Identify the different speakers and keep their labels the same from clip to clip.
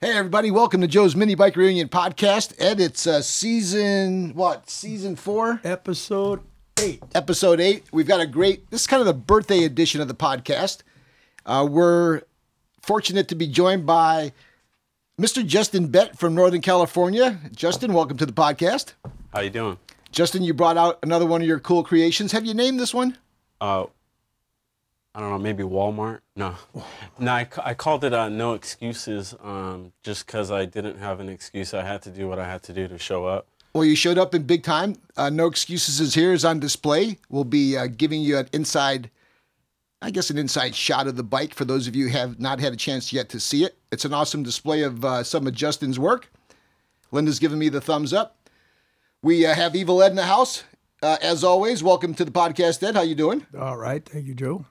Speaker 1: Hey, everybody, welcome to Joe's Mini Bike Reunion Podcast. Ed, it's uh, season, what, season four?
Speaker 2: Episode eight.
Speaker 1: episode eight. We've got a great, this is kind of the birthday edition of the podcast. Uh, we're fortunate to be joined by Mr. Justin Bett from Northern California. Justin, welcome to the podcast.
Speaker 3: How you doing?
Speaker 1: Justin, you brought out another one of your cool creations. Have you named this one?
Speaker 3: Uh, I don't know, maybe Walmart? No. No, I, ca- I called it uh, No Excuses um, just because I didn't have an excuse. I had to do what I had to do to show up.
Speaker 1: Well, you showed up in big time. Uh, no excuses is here is on display. We'll be uh, giving you an inside, I guess, an inside shot of the bike for those of you who have not had a chance yet to see it. It's an awesome display of uh, some of Justin's work. Linda's giving me the thumbs up. We uh, have Evil Ed in the house. Uh, as always, welcome to the podcast, Ed. How you doing?
Speaker 2: All right. Thank you, Joe.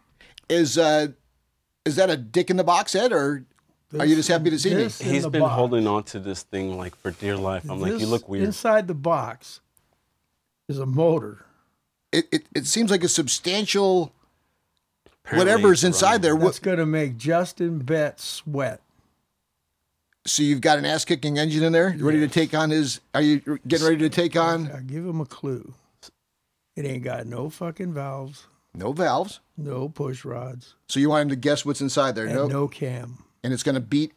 Speaker 1: Is uh, is that a dick in the box, Ed, or are you just happy to see me?
Speaker 2: This- In
Speaker 3: He's
Speaker 2: the
Speaker 3: been
Speaker 2: box.
Speaker 3: holding on to this thing like for dear life. I'm like, you
Speaker 2: This
Speaker 3: look weird.
Speaker 2: Inside the box is a motor.
Speaker 1: It, it it seems like a substantial
Speaker 3: Apparently
Speaker 1: whatever's
Speaker 3: it's
Speaker 1: inside there. What,
Speaker 2: What's going to make Justin Bett sweat?
Speaker 1: So you've got an ass kicking engine in there. You ready to take on his? Are you getting ready to take on
Speaker 2: I'll give him a clue. It ain't got no fucking valves,
Speaker 1: no valves?
Speaker 2: no push rods,
Speaker 1: So you want him to guess what's inside there?
Speaker 2: and
Speaker 1: No,
Speaker 2: no cam.
Speaker 1: and it's going to beat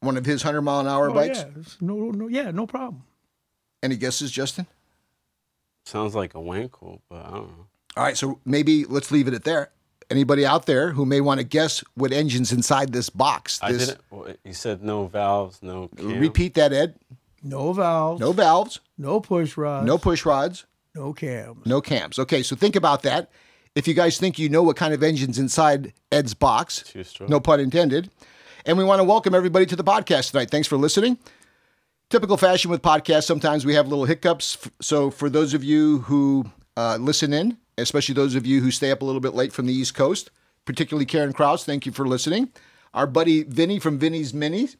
Speaker 1: one of his hundred mile an hour
Speaker 2: Oh,
Speaker 1: bikes.
Speaker 2: yeah, it's no, no, yeah, no problem.
Speaker 1: Any guesses, Justin?
Speaker 3: Sounds like a winkle, but I don't know.
Speaker 1: All right, so maybe let's leave it at there. Anybody out there who may want to guess what engine's inside this box?
Speaker 3: I
Speaker 1: This,
Speaker 3: didn't. well, You said no valves, no cam.
Speaker 1: repeat that, Ed.
Speaker 2: No valves,
Speaker 1: No valves,
Speaker 2: no push rods,
Speaker 1: no push rods,
Speaker 2: no cams.
Speaker 1: no cams. Okay, so think about that. If you guys think you know what kind of engine's inside Ed's box,
Speaker 3: Two-stroke.
Speaker 1: No pun intended. And we want to welcome everybody to the podcast tonight. Thanks for listening. Typical fashion with podcasts, sometimes we have little hiccups. F- So, for those of you who uh, listen in, especially those of you who stay up a little bit late from the East Coast, particularly Karen Krause, thank you for listening. Our buddy Vinny from Vinny's Minis,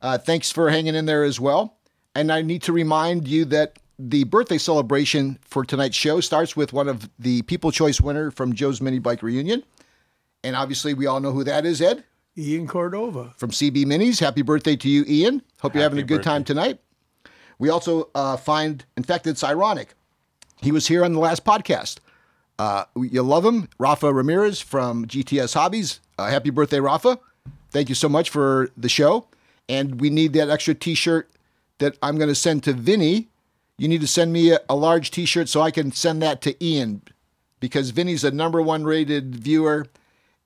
Speaker 1: uh, thanks for hanging in there as well. And I need to remind you that the birthday celebration for tonight's show starts with one of the People Choice winner from Joe's Mini Bike Reunion. And obviously, we all know who that is, Ed
Speaker 2: Ian Cordova.
Speaker 1: from CB Minis. Happy birthday to you, Ian. Hope you're having a
Speaker 3: Happy
Speaker 1: good time tonight. We also uh, find, in fact, it's ironic. He was here on the last podcast. Uh, you love him, Rafa Ramirez from GTS Hobbies. Uh, happy birthday, Rafa. Thank you so much for the show. And we need that extra t shirt that I'm going to send to Vinny. You need to send me a, a large t shirt so I can send that to Ian because Vinny's a number one rated viewer,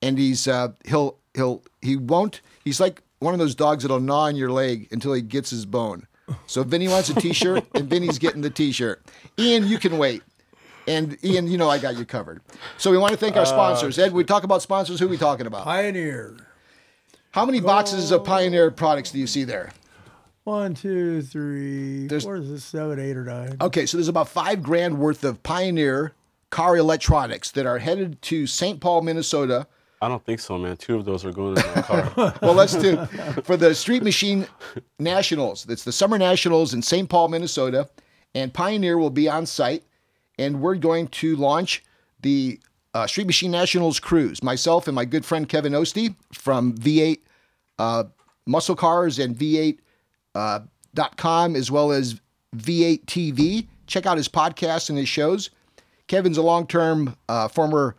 Speaker 1: and he's uh, he'll he'll he won't. He's like one of those dogs that'll gnaw on your leg until he gets his bone. So Vinny wants a T-shirt, and Vinny's getting the T-shirt. Ian, you can wait. And Ian, you know I got you covered. So we want to thank our sponsors. Ed, we talk about sponsors. Who we talking about?
Speaker 2: Pioneer.
Speaker 1: How many boxes of Pioneer products do you see there?
Speaker 2: One, two, three,
Speaker 1: There's- Oh.
Speaker 2: four, six, seven, eight, or nine.
Speaker 1: Okay, so there's about five grand worth of Pioneer car electronics that are headed to St. Paul, Minnesota,
Speaker 3: I don't think so, man. Two of those are going in my car.
Speaker 1: well, let's do for the Street Machine Nationals. That's the Summer Nationals in St. Paul, Minnesota, and Pioneer will be on site, and we're going to launch the uh, Street Machine Nationals cruise. Myself and my good friend Kevin Osty from V8 uh, Muscle Cars and V8 uh, .com as well as V8 TV. Check out his podcasts and his shows. Kevin's a long-term uh, former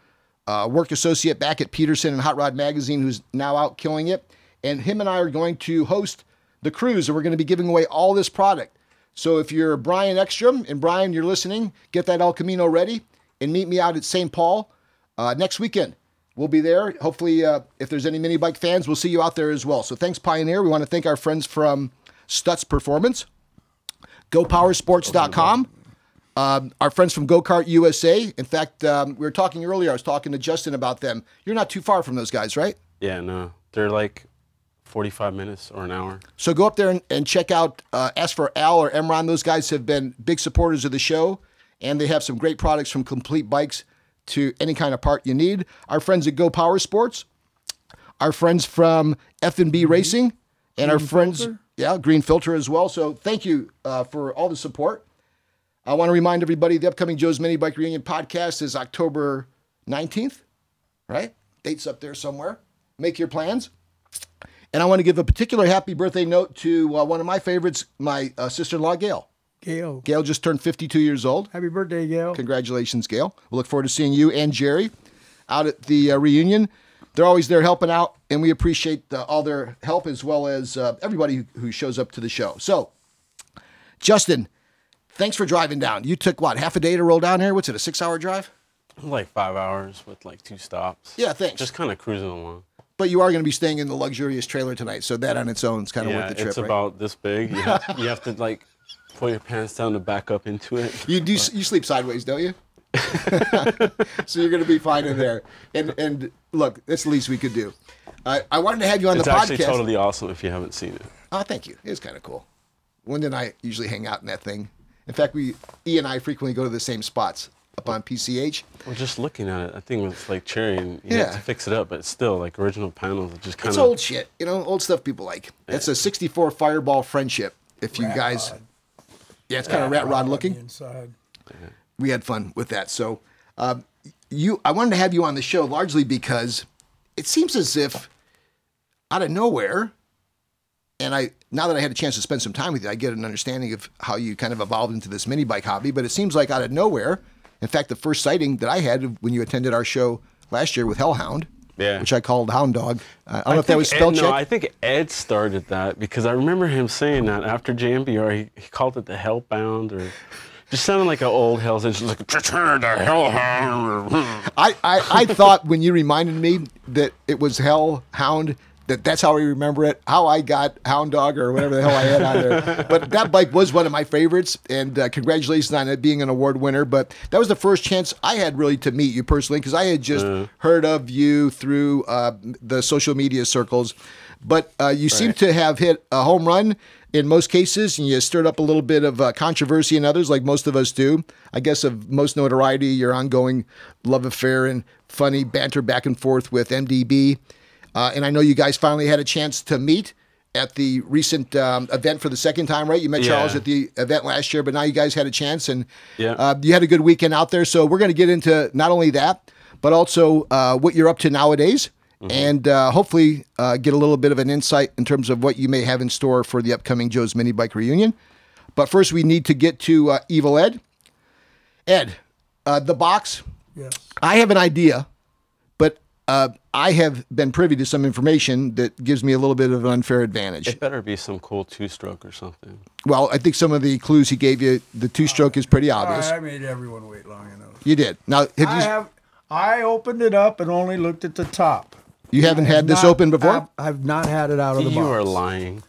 Speaker 1: uh, work associate back at Peterson and Hot Rod Magazine, who's now out killing it. And him and I are going to host the cruise, and we're going to be giving away all this product. So if you're Brian Ekstrom, and Brian, you're listening, get that El Camino ready and meet me out at St. Paul uh, next weekend. We'll be there. Hopefully, uh, if there's any mini bike fans, we'll see you out there as well. So thanks, Pioneer. We want to thank our friends from Stutz Performance, GoPowerSports.com, um, our friends from Go Kart USA. In fact, um, we were talking earlier. I was talking to Justin about them. You're not too far from those guys, right?
Speaker 3: yeah, no. They're like 45 minutes or an hour.
Speaker 1: So go up there and, and check out, uh, ask for Al or Emron. Those guys have been big supporters of the show, and they have some great products from complete bikes to any kind of part you need. Our friends at Go Power Sports, our friends from F&B Racing, and our friends, yeah, Green Filter as well. So thank you uh, for all the support. I want to remind everybody the upcoming Joe's Mini Bike Reunion podcast is October 19th, right? Dates up there somewhere. Make your plans. And I want to give a particular happy birthday note to uh, one of my favorites, my uh, sister-in-law Gail.
Speaker 2: Gail.
Speaker 1: Gail just turned 52 years old.
Speaker 2: Happy birthday, Gail.
Speaker 1: Congratulations, Gail. We look forward to seeing you and Jerry out at the uh, reunion. They're always there helping out, and we appreciate uh, all their help as well as uh, everybody who, who shows up to the show. So, Justin, thanks for driving down. You took what half a day to roll down here? What's it, a six-hour drive?
Speaker 3: Like five hours with like two stops.
Speaker 1: Yeah, thanks.
Speaker 3: Just kind of cruising along.
Speaker 1: But you are going to be staying in the luxurious trailer tonight, so that on its own is kind of
Speaker 3: yeah,
Speaker 1: worth the trip.
Speaker 3: it's
Speaker 1: right?
Speaker 3: about this big. You have, you have to like pull your pants down to back up into it.
Speaker 1: You do. You sleep sideways, don't you? so you're going to be fine in there. And and look, that's the least we could do. I I wanted to have you on
Speaker 3: It's
Speaker 1: the
Speaker 3: actually
Speaker 1: podcast.
Speaker 3: totally awesome if you haven't seen it.
Speaker 1: Oh, thank you. It's kind of cool. Linda and I usually hang out in that thing. In fact, we E and I frequently go to the same spots up on PCH.
Speaker 3: Well, just looking at it, I think it's like cherry, and you
Speaker 1: Yeah.
Speaker 3: have to fix it up, but still, like original panels, it just kind
Speaker 1: It's
Speaker 3: of
Speaker 1: old shit, you know, old stuff people like. It's a '64 Fireball friendship. If you
Speaker 2: Rat
Speaker 1: guys,
Speaker 2: rod.
Speaker 1: yeah, it's kind of rat rod
Speaker 2: On
Speaker 1: looking.
Speaker 2: the Inside.
Speaker 1: we had fun with that. So, um, you, I wanted to have you on the show largely because it seems as if out of nowhere, and I now that I had a chance to spend some time with you, I get an understanding of how you kind of evolved into this mini bike hobby. But it seems like out of nowhere, in fact, the first sighting that I had of when you attended our show last year with Hellhound,
Speaker 3: Yeah.
Speaker 1: which I called Hound Dog. I don't know if that
Speaker 3: think
Speaker 1: was spell
Speaker 3: Ed,
Speaker 1: check.
Speaker 3: No, I think Ed started that because I remember him saying that after JMBR, he, he called it the Hellbound or just sounded like an old Hell's Angels, like return to Hellhound.
Speaker 1: I, I, I thought when you reminded me that it was Hell Hound, that that's how I remember it, how I got Hound Dog or whatever the hell I had on there. But that bike was one of my favorites, and uh, congratulations on it being an award winner. But that was the first chance I had really to meet you personally because I had just heard of you through uh, the social media circles. But uh, you seem to have hit a home run in most cases, and you stirred up a little bit of uh, controversy in others, like most of us do. I guess of most notoriety, your ongoing love affair and funny banter back and forth with MDB. Uh, and I know you guys finally had a chance to meet at the recent um, event for the second time, right? You met Charles
Speaker 3: Yeah.
Speaker 1: at the event last year, but now you guys had a chance, and
Speaker 3: Yeah.
Speaker 1: uh, you had a good weekend out there. So we're going to get into not only that, but also uh, what you're up to nowadays, and uh, hopefully uh, get a little bit of an insight in terms of what you may have in store for the upcoming Joe's Mini Bike reunion. But first, we need to get to uh, Evil Ed. Ed, uh, the box.
Speaker 2: Yes.
Speaker 1: I have an idea, but uh, I have been privy to some information that gives me a little bit of an unfair advantage.
Speaker 3: It better be some cool two stroke or something.
Speaker 1: Well, I think some of the clues he gave you, the two stroke is pretty obvious.
Speaker 2: I made everyone wait long enough.
Speaker 1: You did. Now, have you
Speaker 2: I have. I opened it up and only looked at the top.
Speaker 1: you haven't had this
Speaker 2: Not-
Speaker 1: open before?
Speaker 2: I've, I've not had it out of the
Speaker 3: You
Speaker 2: box.
Speaker 3: are lying.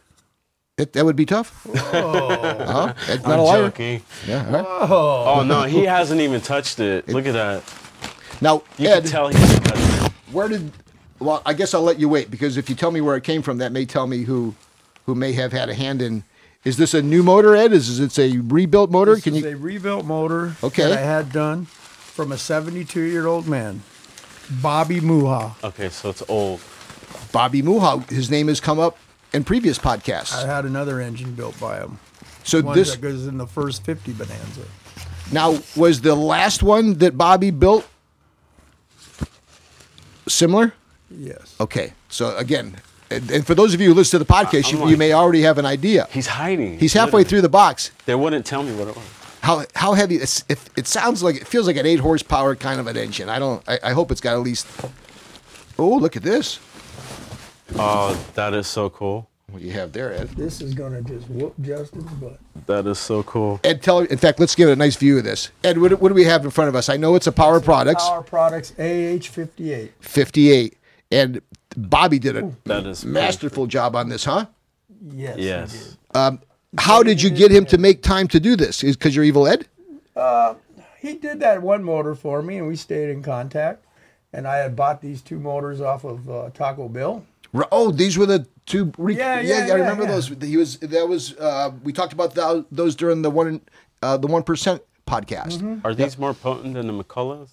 Speaker 1: That, that would be tough.
Speaker 2: Oh.
Speaker 1: Uh-huh. That's not
Speaker 3: I'm
Speaker 1: a liar.
Speaker 3: joking.
Speaker 1: Yeah, all right.
Speaker 3: Oh no, he hasn't even touched it. Look at that.
Speaker 1: Now,
Speaker 3: You
Speaker 1: Ed,
Speaker 3: can tell he hasn't touched it.
Speaker 1: where did? Well, I guess I'll let you wait because if you tell me where it came from, that may tell me who, who may have had a hand in. Is this a new motor, Ed? Is this it's a rebuilt motor?
Speaker 2: This
Speaker 1: Can
Speaker 2: is
Speaker 1: you?
Speaker 2: a rebuilt motor
Speaker 1: Okay.
Speaker 2: that I had done from a 72 year old man, Bobby Muha.
Speaker 3: Okay, so it's old.
Speaker 1: Bobby Muha. His name has come up in previous
Speaker 2: I
Speaker 1: podcasts.
Speaker 2: had another engine built by him.
Speaker 1: So
Speaker 2: One
Speaker 1: this
Speaker 2: that goes in the first 50 Bonanza.
Speaker 1: now was the last one that Bobby built. Similar.
Speaker 2: Yes.
Speaker 1: Okay. So again, and, and for those of you who listen to the podcast,
Speaker 3: I'm
Speaker 1: you,
Speaker 3: like-
Speaker 1: you may already have an idea.
Speaker 3: He's hiding.
Speaker 1: He's halfway
Speaker 3: Literally.
Speaker 1: through the box.
Speaker 3: They wouldn't tell me what it was.
Speaker 1: How how heavy? It's, it, it sounds like it feels like an eight horsepower kind of an engine. I don't. I, I hope it's got at least. Oh, look at this!
Speaker 3: Oh, that is so cool.
Speaker 1: What do you have there, Ed?
Speaker 2: This is going to just whoop Justin's butt.
Speaker 3: That is so cool.
Speaker 1: Ed, tell. In fact, let's give it a nice view of this. Ed, what, what do we have in front of us? I know it's a Power Products
Speaker 2: Power Products AH58.
Speaker 1: 58, and Bobby did a
Speaker 3: That is
Speaker 1: masterful job on this, huh?
Speaker 2: Yes. he
Speaker 3: Yes.
Speaker 1: How did you get him to make time to do this? Is because you're evil, Ed?
Speaker 2: he did that one motor for me, and we stayed in contact. And I had bought these two motors off of uh, Taco Bill.
Speaker 1: R- Oh, these were the two. Re-
Speaker 2: Yeah, yeah,
Speaker 1: I
Speaker 2: yeah,
Speaker 1: remember
Speaker 2: yeah.
Speaker 1: those. He was that was. Uh, we talked about thou those during the one uh, the one percent podcast.
Speaker 2: Mm-hmm.
Speaker 3: Are these more potent than the McCulloughs?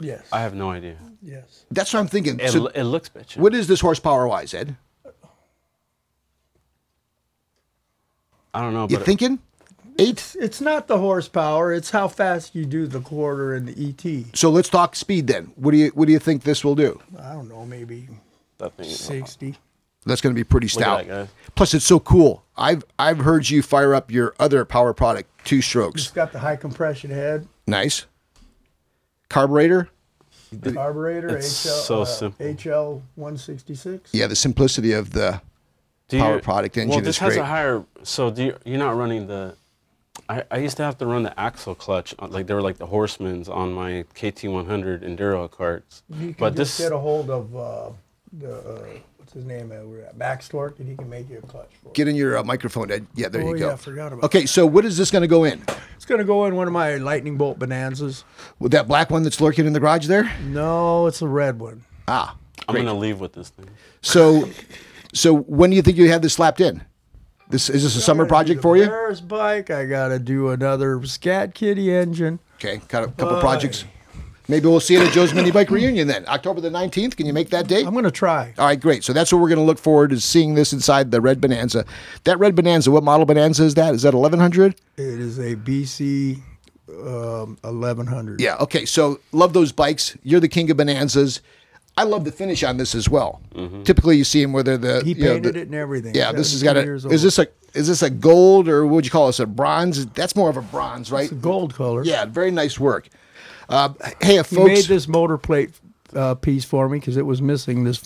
Speaker 2: Yes.
Speaker 3: I have no idea.
Speaker 2: yes.
Speaker 1: That's what I'm thinking.
Speaker 3: It,
Speaker 1: so,
Speaker 3: lo- it looks bitchin'.
Speaker 1: what is this horsepower wise, Ed?
Speaker 3: I don't know,
Speaker 1: You
Speaker 3: but it-
Speaker 1: thinking eight?
Speaker 2: It's not the horsepower; it's how fast you do the quarter and the E ET.
Speaker 1: So let's talk speed then. What do you what do you think this will do?
Speaker 2: I don't know, maybe
Speaker 3: that thing.
Speaker 2: sixty.
Speaker 1: That's going to be pretty
Speaker 3: at
Speaker 1: stout.
Speaker 3: that guy.
Speaker 1: Plus, it's so cool. I've I've heard you fire up your other power product, two strokes.
Speaker 2: It's got the high compression head,
Speaker 1: Nice. Carburetor.
Speaker 2: carburetor, HL,
Speaker 3: It's so
Speaker 2: uh,
Speaker 3: simple.
Speaker 2: HL 166.
Speaker 1: Yeah, the simplicity of the
Speaker 3: Do you-
Speaker 1: power product engine
Speaker 3: Well,
Speaker 1: is
Speaker 3: this has
Speaker 1: great.
Speaker 3: a higher. So do you, you're not running the. I, I used to have to run the axle clutch, on- like they were like the horsemen's on my KT100 Enduro carts.
Speaker 2: You can
Speaker 3: But
Speaker 2: just
Speaker 3: this,
Speaker 2: get a hold of uh, the uh, what's his name? Uh, we're at Max Torque, and he can make you a clutch. For it.
Speaker 1: Get in your uh, microphone, Ed. Yeah, there
Speaker 2: Oh,
Speaker 1: you
Speaker 2: yeah,
Speaker 1: go.
Speaker 2: I forgot about
Speaker 1: okay, so what is this going to go in?
Speaker 2: It's gonna go in one of my lightning bolt bonanzas.
Speaker 1: With that black one that's lurking in the garage there?
Speaker 2: No, it's a red one.
Speaker 1: Ah.
Speaker 3: I'm gonna leave with this thing.
Speaker 1: So, so when do you think you had this slapped in? This is this a summer
Speaker 2: I gotta
Speaker 1: project
Speaker 2: do the
Speaker 1: for you?
Speaker 2: Bears bike. I gotta do another Scat Kitty engine.
Speaker 1: Okay, got a couple projects. Maybe we'll see it at Joe's Mini Bike Reunion then, October the nineteenth. Can you make that date?
Speaker 2: I'm gonna try.
Speaker 1: All right, great. So that's what we're going to look forward to seeing this inside the red Bonanza. That red Bonanza, what model Bonanza is that? Is that eleven hundred?
Speaker 2: It is a BC um, 1100.
Speaker 1: Yeah. Okay. So love those bikes. You're the king of bonanzas. I love the finish on this as well. Typically, you see them where they're the
Speaker 2: He
Speaker 1: you know,
Speaker 2: painted
Speaker 1: the-
Speaker 2: it and everything.
Speaker 1: Yeah. This has got
Speaker 2: 72
Speaker 1: a.
Speaker 2: years
Speaker 1: Is this a is this a gold or what would you call this a bronze? That's more of a bronze, right?
Speaker 2: old. gold color?
Speaker 1: Yeah. Very nice work. Uh, hey, if
Speaker 2: He
Speaker 1: folks.
Speaker 2: made this motor plate uh, piece for me because it was missing this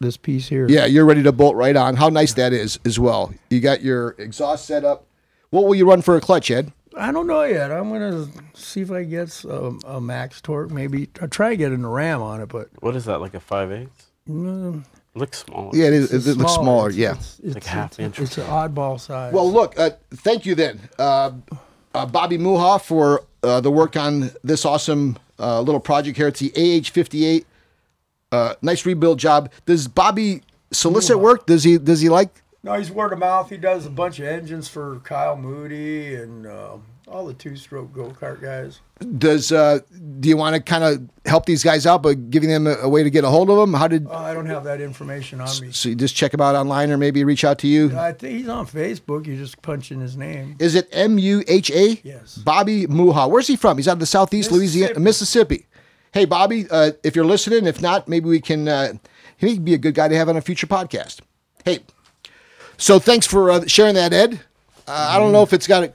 Speaker 2: this piece here.
Speaker 1: yeah, you're ready to bolt right on. How nice that is as well. You got your exhaust set up. What will you run for a clutch, Ed?
Speaker 2: I don't know yet. I'm gonna see if I get a, a max torque. Maybe I try to get a ram on it, but
Speaker 3: What is that? Like a 5.8?
Speaker 2: mm,
Speaker 3: Looks small.
Speaker 1: Yeah, it, is, it looks smaller.
Speaker 2: It's-
Speaker 1: yeah.
Speaker 2: it's, it's,
Speaker 3: Like half
Speaker 2: it's-
Speaker 3: inch.
Speaker 2: It's an oddball size.
Speaker 1: Well, look, uh, thank you then, uh, uh, Bobby Muha, for uh, the work on this awesome uh, little project here. It's the AH58. Uh, nice rebuild job. Does Bobby solicit work? Does he? Does he like?
Speaker 2: no, he's word of mouth. He does a bunch of engines for Kyle Moody and uh, all the two-stroke go-kart guys.
Speaker 1: Does uh, do you want to kind of help these guys out by giving them a, a way to get a hold of them? How did?
Speaker 2: Oh, I don't have that information on me.
Speaker 1: So you just check them out online, or maybe reach out to you.
Speaker 2: I think he's on Facebook. You just punch in his name.
Speaker 1: Is it M U H A?
Speaker 2: Yes.
Speaker 1: Bobby Muha. Where's he from? He's out of the southeast Louisiana, Mississippi. Hey, Bobby, uh, if you're listening, if not, maybe we can. Uh, he'd be a good guy to have on a future podcast. Hey, so thanks for uh, sharing that, Ed. Uh, I don't know if it's got a,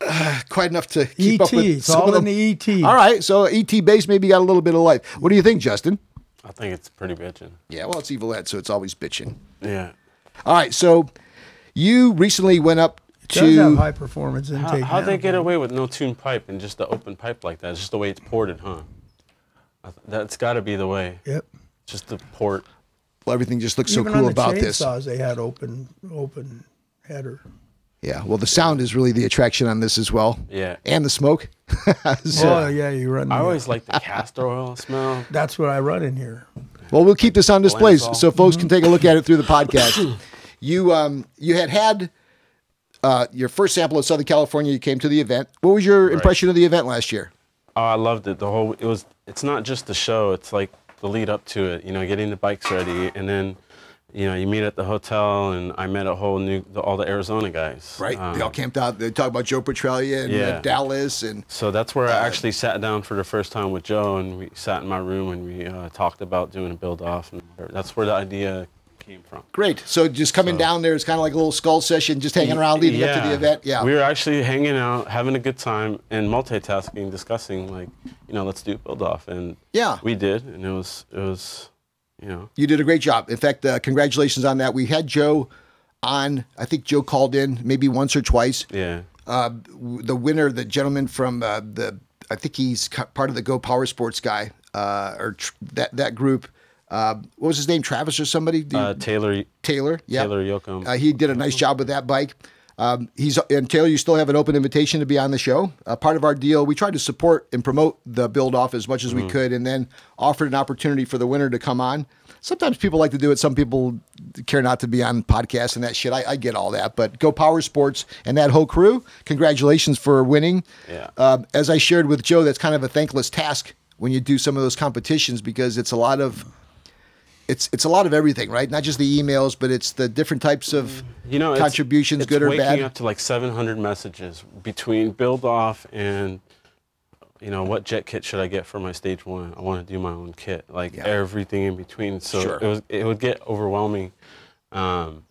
Speaker 1: uh, quite enough to keep
Speaker 2: ET.
Speaker 1: up with.
Speaker 2: E It's
Speaker 1: some
Speaker 2: all
Speaker 1: of them.
Speaker 2: in the E ET.
Speaker 1: All right, so ET base maybe got a little bit of life. What do you think, Justin?
Speaker 3: I think it's pretty bitchin'.
Speaker 1: Yeah, well, it's Evil Ed, so it's always bitching.
Speaker 3: Yeah.
Speaker 1: All right, so you recently went up
Speaker 2: It does have
Speaker 1: to.
Speaker 2: high performance
Speaker 3: How,
Speaker 2: intake.
Speaker 3: how'd they
Speaker 2: now.
Speaker 3: get away with no tuned pipe and just the open pipe like that? It's just the way it's ported, huh? I th- That's got to be the way.
Speaker 2: Yep.
Speaker 3: Just the port.
Speaker 1: Well, everything just looks so
Speaker 2: Even
Speaker 1: cool
Speaker 2: on the
Speaker 1: about
Speaker 2: chainsaws,
Speaker 1: this.
Speaker 2: they had open open header.
Speaker 1: Yeah, well, the sound is really the attraction on this as well.
Speaker 3: Yeah.
Speaker 1: and the smoke. So-
Speaker 2: Oh yeah, you run.
Speaker 3: I always like the castor oil smell.
Speaker 2: That's what I run in here.
Speaker 1: well, we'll keep this on display
Speaker 3: Blank
Speaker 1: so folks can take a look at it through the podcast. you um, you had had uh, your first sample of Southern California. You came to the event. What was your impression of the event last year?
Speaker 3: Oh, I loved it. The whole it was. It's not just the show. It's like the lead up to it. You know, getting the bikes ready, and then, you know, you meet at the hotel, and I met a whole new the, all the Arizona guys. Um,
Speaker 1: they all camped out. They talked about Joe Petralia and
Speaker 3: uh,
Speaker 1: uh,
Speaker 3: Yeah.
Speaker 1: Dallas and
Speaker 3: so that's where I actually sat down for the first time with Joe, and we sat in my room and we uh, talked about doing a build off, and that's where the idea came from.
Speaker 1: great. So just coming down there, it's kind of like a little skull session, just hanging around leading up to the event. Yeah,
Speaker 3: We were actually hanging out, having a good time, and multitasking, discussing like, you know, let's do a build off, and
Speaker 1: Yeah.
Speaker 3: we did, and it was it was, you know,
Speaker 1: you did a great job. In fact, uh, congratulations on that. We had Joe on. I think Joe called in maybe once or twice.
Speaker 3: yeah.
Speaker 1: uh, w- the winner, the gentleman from uh, the, I think he's co- part of the Go Power Sports guy uh, or tr- that that group. Uh, what was his name? Travis or somebody? Do you-
Speaker 3: Uh, Taylor
Speaker 1: Taylor. Yeah.
Speaker 3: Taylor Yoakum.
Speaker 1: Uh, he did a nice job with that bike. Um, he's and Taylor, you still have an open invitation to be on the show. Uh, part of our deal, we tried to support and promote the build off as much as
Speaker 3: Mm-hmm.
Speaker 1: we could, and then offered an opportunity for the winner to come on. Sometimes people like to do it. Some people care not to be on podcasts and that shit. I, I get all that, but go Power Sports and that whole crew. Congratulations for winning.
Speaker 3: Yeah.
Speaker 1: Um, as I shared with Joe, that's kind of a thankless task when you do some of those competitions because it's a lot of it's it's a lot of everything, right? Not just the emails, but it's the different types of
Speaker 3: Mm. you know, it's-
Speaker 1: contributions,
Speaker 3: it's
Speaker 1: good or
Speaker 3: waking
Speaker 1: bad.
Speaker 3: up to like 700 messages between build off and you know, what jet kit should I get for my stage one? I want to do my own kit, like
Speaker 1: Yeah.
Speaker 3: everything in between. So
Speaker 1: Sure.
Speaker 3: it was it would get overwhelming, um,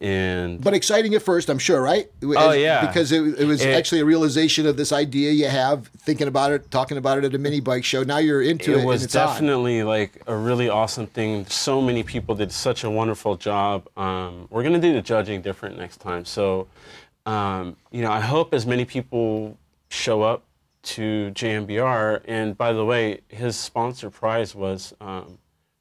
Speaker 3: and
Speaker 1: But exciting at first, I'm sure, right?
Speaker 3: Oh, yeah.
Speaker 1: because it, it was
Speaker 3: It-
Speaker 1: actually a realization of this idea you have, thinking about it, talking about it at a mini bike show. Now you're into it.
Speaker 3: it was
Speaker 1: and it's on.
Speaker 3: definitely like a really awesome thing. So many people did such a wonderful job. Um, we're gonna do the judging different next time. So, um, you know, I hope as many people show up to JMBR. And by the way, his sponsor prize was um,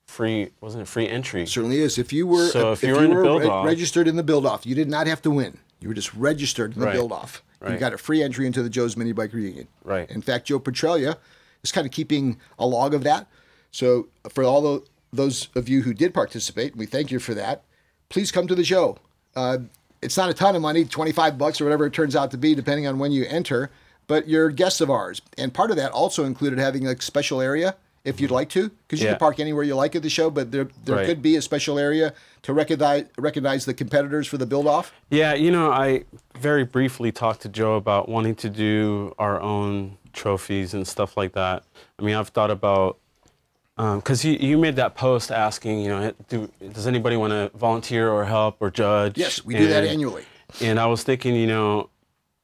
Speaker 3: free. Wasn't it free entry?
Speaker 1: certainly is. If you were
Speaker 3: So if you were in the
Speaker 1: were re-
Speaker 3: build-off-
Speaker 1: registered in the build off, you did not have to win. You were just registered in the
Speaker 3: Right.
Speaker 1: build off. You
Speaker 3: Right.
Speaker 1: got a free entry into the Joe's Mini Bike Reunion.
Speaker 3: Right.
Speaker 1: In fact, Joe Petralia is kind of keeping a log of that. So for all tho- those of you who did participate, we thank you for that. Please come to the show. Uh, it's not a ton of money, 25 bucks or whatever it turns out to be, depending on when you enter, but you're guests of ours. And part of that also included having a special area if you'd like to, because you
Speaker 3: Yeah.
Speaker 1: can park anywhere you like at the show, but there, there
Speaker 3: Right.
Speaker 1: could be a special area to recognize, recognize the competitors for the build off.
Speaker 3: Yeah, you know, I very briefly talked to Joe about wanting to do our own trophies and stuff like that. I mean, I've thought about because you, you made that post asking, you know, do, does anybody want to volunteer or help or judge?
Speaker 1: Yes, we do that
Speaker 3: And-
Speaker 1: annually.
Speaker 3: And I was thinking, you know,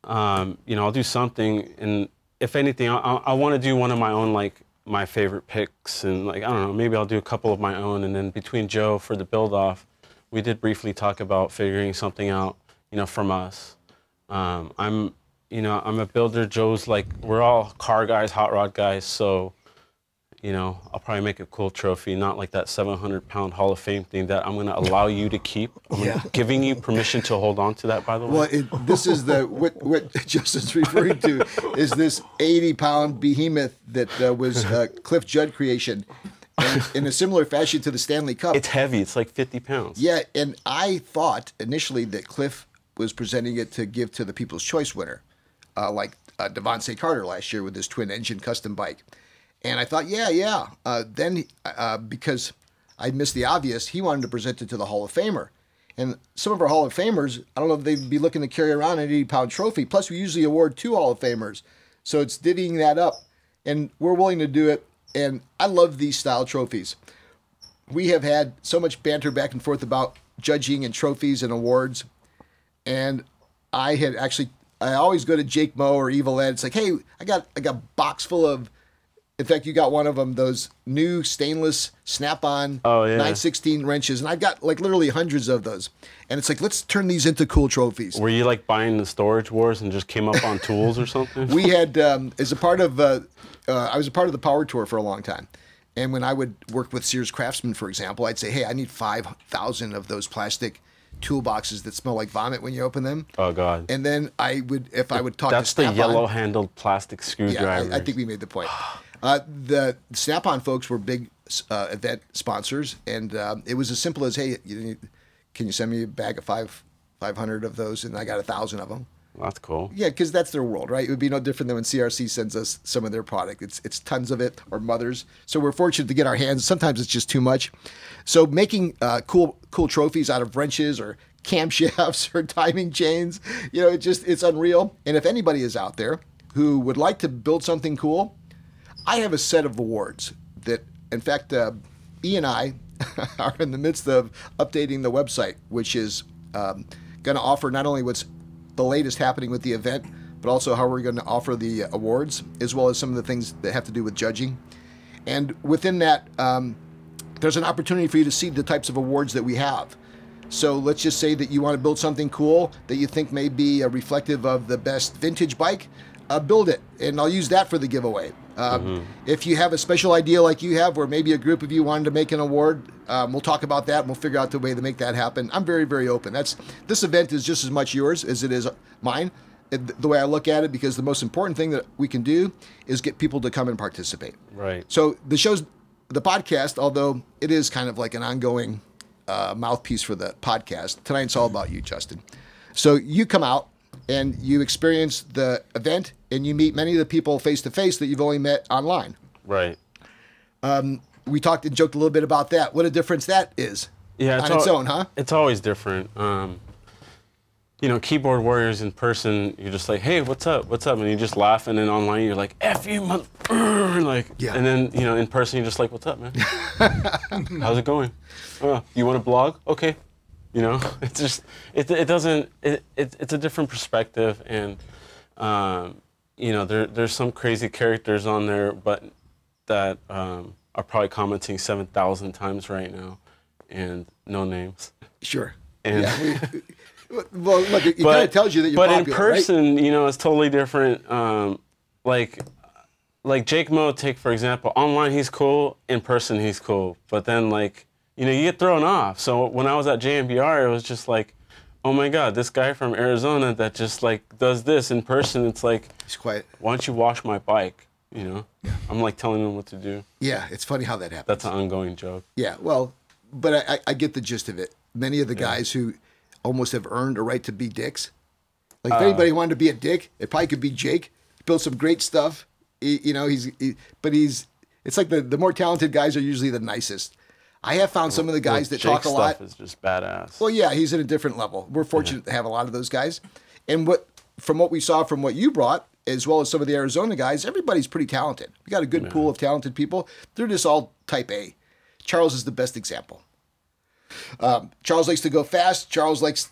Speaker 3: um, you know, I'll do something, and if anything, I, I, I want to do one of my own, like my favorite picks, and like I don't know, maybe I'll do a couple of my own, and then between Joe for the build off, we did briefly talk about figuring something out, you know, from us. Um, I'm, you know, I'm a builder. Joe's like we're all car guys, hot rod guys, so. You know, I'll probably make a cool trophy, not like that 700 pound Hall of Fame thing that I'm going to allow you to keep. I'm
Speaker 1: Yeah.
Speaker 3: giving you permission to hold on to that, by the way.
Speaker 1: Well, it, this is the what what Justin's referring to is this eighty pound behemoth that uh, was uh, Cliff Judd creation, and in a similar fashion to the Stanley Cup.
Speaker 3: It's heavy. It's like 50 pounds.
Speaker 1: yeah, and I thought initially that Cliff was presenting it to give to the People's Choice winner, uh, like uh, Devontae Carter last year with his twin engine custom bike, and I thought, yeah, yeah. Uh, then uh, because I missed the obvious, he wanted to present it to the Hall of Famer. And some of our Hall of Famers, I don't know if they'd be looking to carry around an 80 pound trophy. Plus, we usually award two Hall of Famers. So it's divvying that up. And we're willing to do it. And I love these style trophies. We have had so much banter back and forth about judging and trophies and awards. And I had actually, I always go to Jake Moe or Evil Ed. It's like, hey, I got, I got a box full of, in fact, you got one of them, those new stainless snap on
Speaker 3: Oh, yeah.
Speaker 1: 916 wrenches. And I've got like literally hundreds of those. And it's like, let's turn these into cool trophies.
Speaker 3: Were you like buying the storage wars and just came up on tools or something?
Speaker 1: we had um, as a part of uh, uh, I was a part of the power tour for a long time, and when I would work with Sears Craftsman, for example, I'd say, "Hey, I need five thousand of those plastic toolboxes that smell like vomit when you open them."
Speaker 3: oh, God.
Speaker 1: And then I would, if I would talk
Speaker 3: That's
Speaker 1: to
Speaker 3: the
Speaker 1: Snap-on-
Speaker 3: yellow handled plastic screwdriver.
Speaker 1: yeah, I, I think we made the point. Uh, the Snap-on folks were big uh, event sponsors, and um, it was as simple as, "Hey, you need, can you send me a bag of five, five hundred of those?" And I got a thousand of them.
Speaker 3: That's cool.
Speaker 1: Yeah, because that's their world, right? It would be no different than when CRC sends us some of their product. It's it's tons of it, or mothers. So we're fortunate to get our hands. Sometimes it's just too much. So making uh, cool cool trophies out of wrenches or camshafts or timing chains, you know, it just it's unreal. And if anybody is out there who would like to build something cool, I have a set of awards that, in fact, uh, E and I are in the midst of updating the website, which is um, going to offer not only what's the latest happening with the event, but also how we're going to offer the awards, as well as some of the things that have to do with judging. And within that, um, there's an opportunity for you to see the types of awards that we have. So let's just say that you want to build something cool that you think may be uh, reflective of the best vintage bike, uh, build it, and I'll use that for the giveaway. Um, If you have a special idea like you have, where maybe a group of you wanted to make an award, um, we'll talk about that and we'll figure out the way to make that happen. I'm very, very open. That's this event is just as much yours as it is mine. uh, th- The way I look at it, because the most important thing that we can do is get people to come and participate.
Speaker 3: Right.
Speaker 1: So the show's the podcast, although it is kind of like an ongoing uh, mouthpiece for the podcast. Tonight's all about you, Justin. So you come out and you experience the event, and you meet many of the people face to face that you've only met online.
Speaker 3: Right.
Speaker 1: We talked and joked a little bit about that. What a difference that is.
Speaker 3: Yeah.
Speaker 1: on
Speaker 3: al-
Speaker 1: its own, huh?
Speaker 3: It's always different. Um, you know, keyboard warriors in person, you're just like, hey, what's up? What's up? And you just laugh. And then online, you're like, F you, mother. Like,
Speaker 1: Yeah.
Speaker 3: And then, you know, in person, you're just like, what's up, man? How's it going? Uh, you want to blog? Okay. You know, it's just, it, it doesn't, it, it, it's a different perspective. And, um, you know, there, there's some crazy characters on there, but that um, are probably commenting 7,000 times right now and no names.
Speaker 1: Sure.
Speaker 3: And
Speaker 1: Well, look, it, kind of tells you that you're
Speaker 3: but
Speaker 1: popular,
Speaker 3: in
Speaker 1: right?
Speaker 3: person, you know, it's totally different. Um, like, like Jake Mo, take for example. Online, he's cool. In person, he's cool. But then, like, you know, you get thrown off. So when I was at JMBR, it was just like, oh my God, this guy from Arizona that just like does this in person. It's like,
Speaker 1: It's quiet.
Speaker 3: why don't you wash my bike? You know, I'm like telling him what to do.
Speaker 1: Yeah, it's funny how that happens.
Speaker 3: That's an ongoing joke.
Speaker 1: Yeah, well, but I, I, I get the gist of it. Many of the guys who almost have earned a right to be dicks. Like
Speaker 3: Uh.
Speaker 1: if anybody wanted to be a dick, it probably could be Jake. He built some great stuff. He- you know, he's he, but he's it's like the the more talented guys are usually the nicest. I have found some of the guys that
Speaker 3: Jake
Speaker 1: talk a lot.
Speaker 3: stuff is just badass.
Speaker 1: Well, yeah, he's at a different level. We're fortunate to have a lot of those guys. And what from what we saw from what you brought, as well as some of the Arizona guys, everybody's pretty talented. We got a good pool of talented people. They're just all type A. Charles is the best example. Um, Charles likes to go fast. Charles likes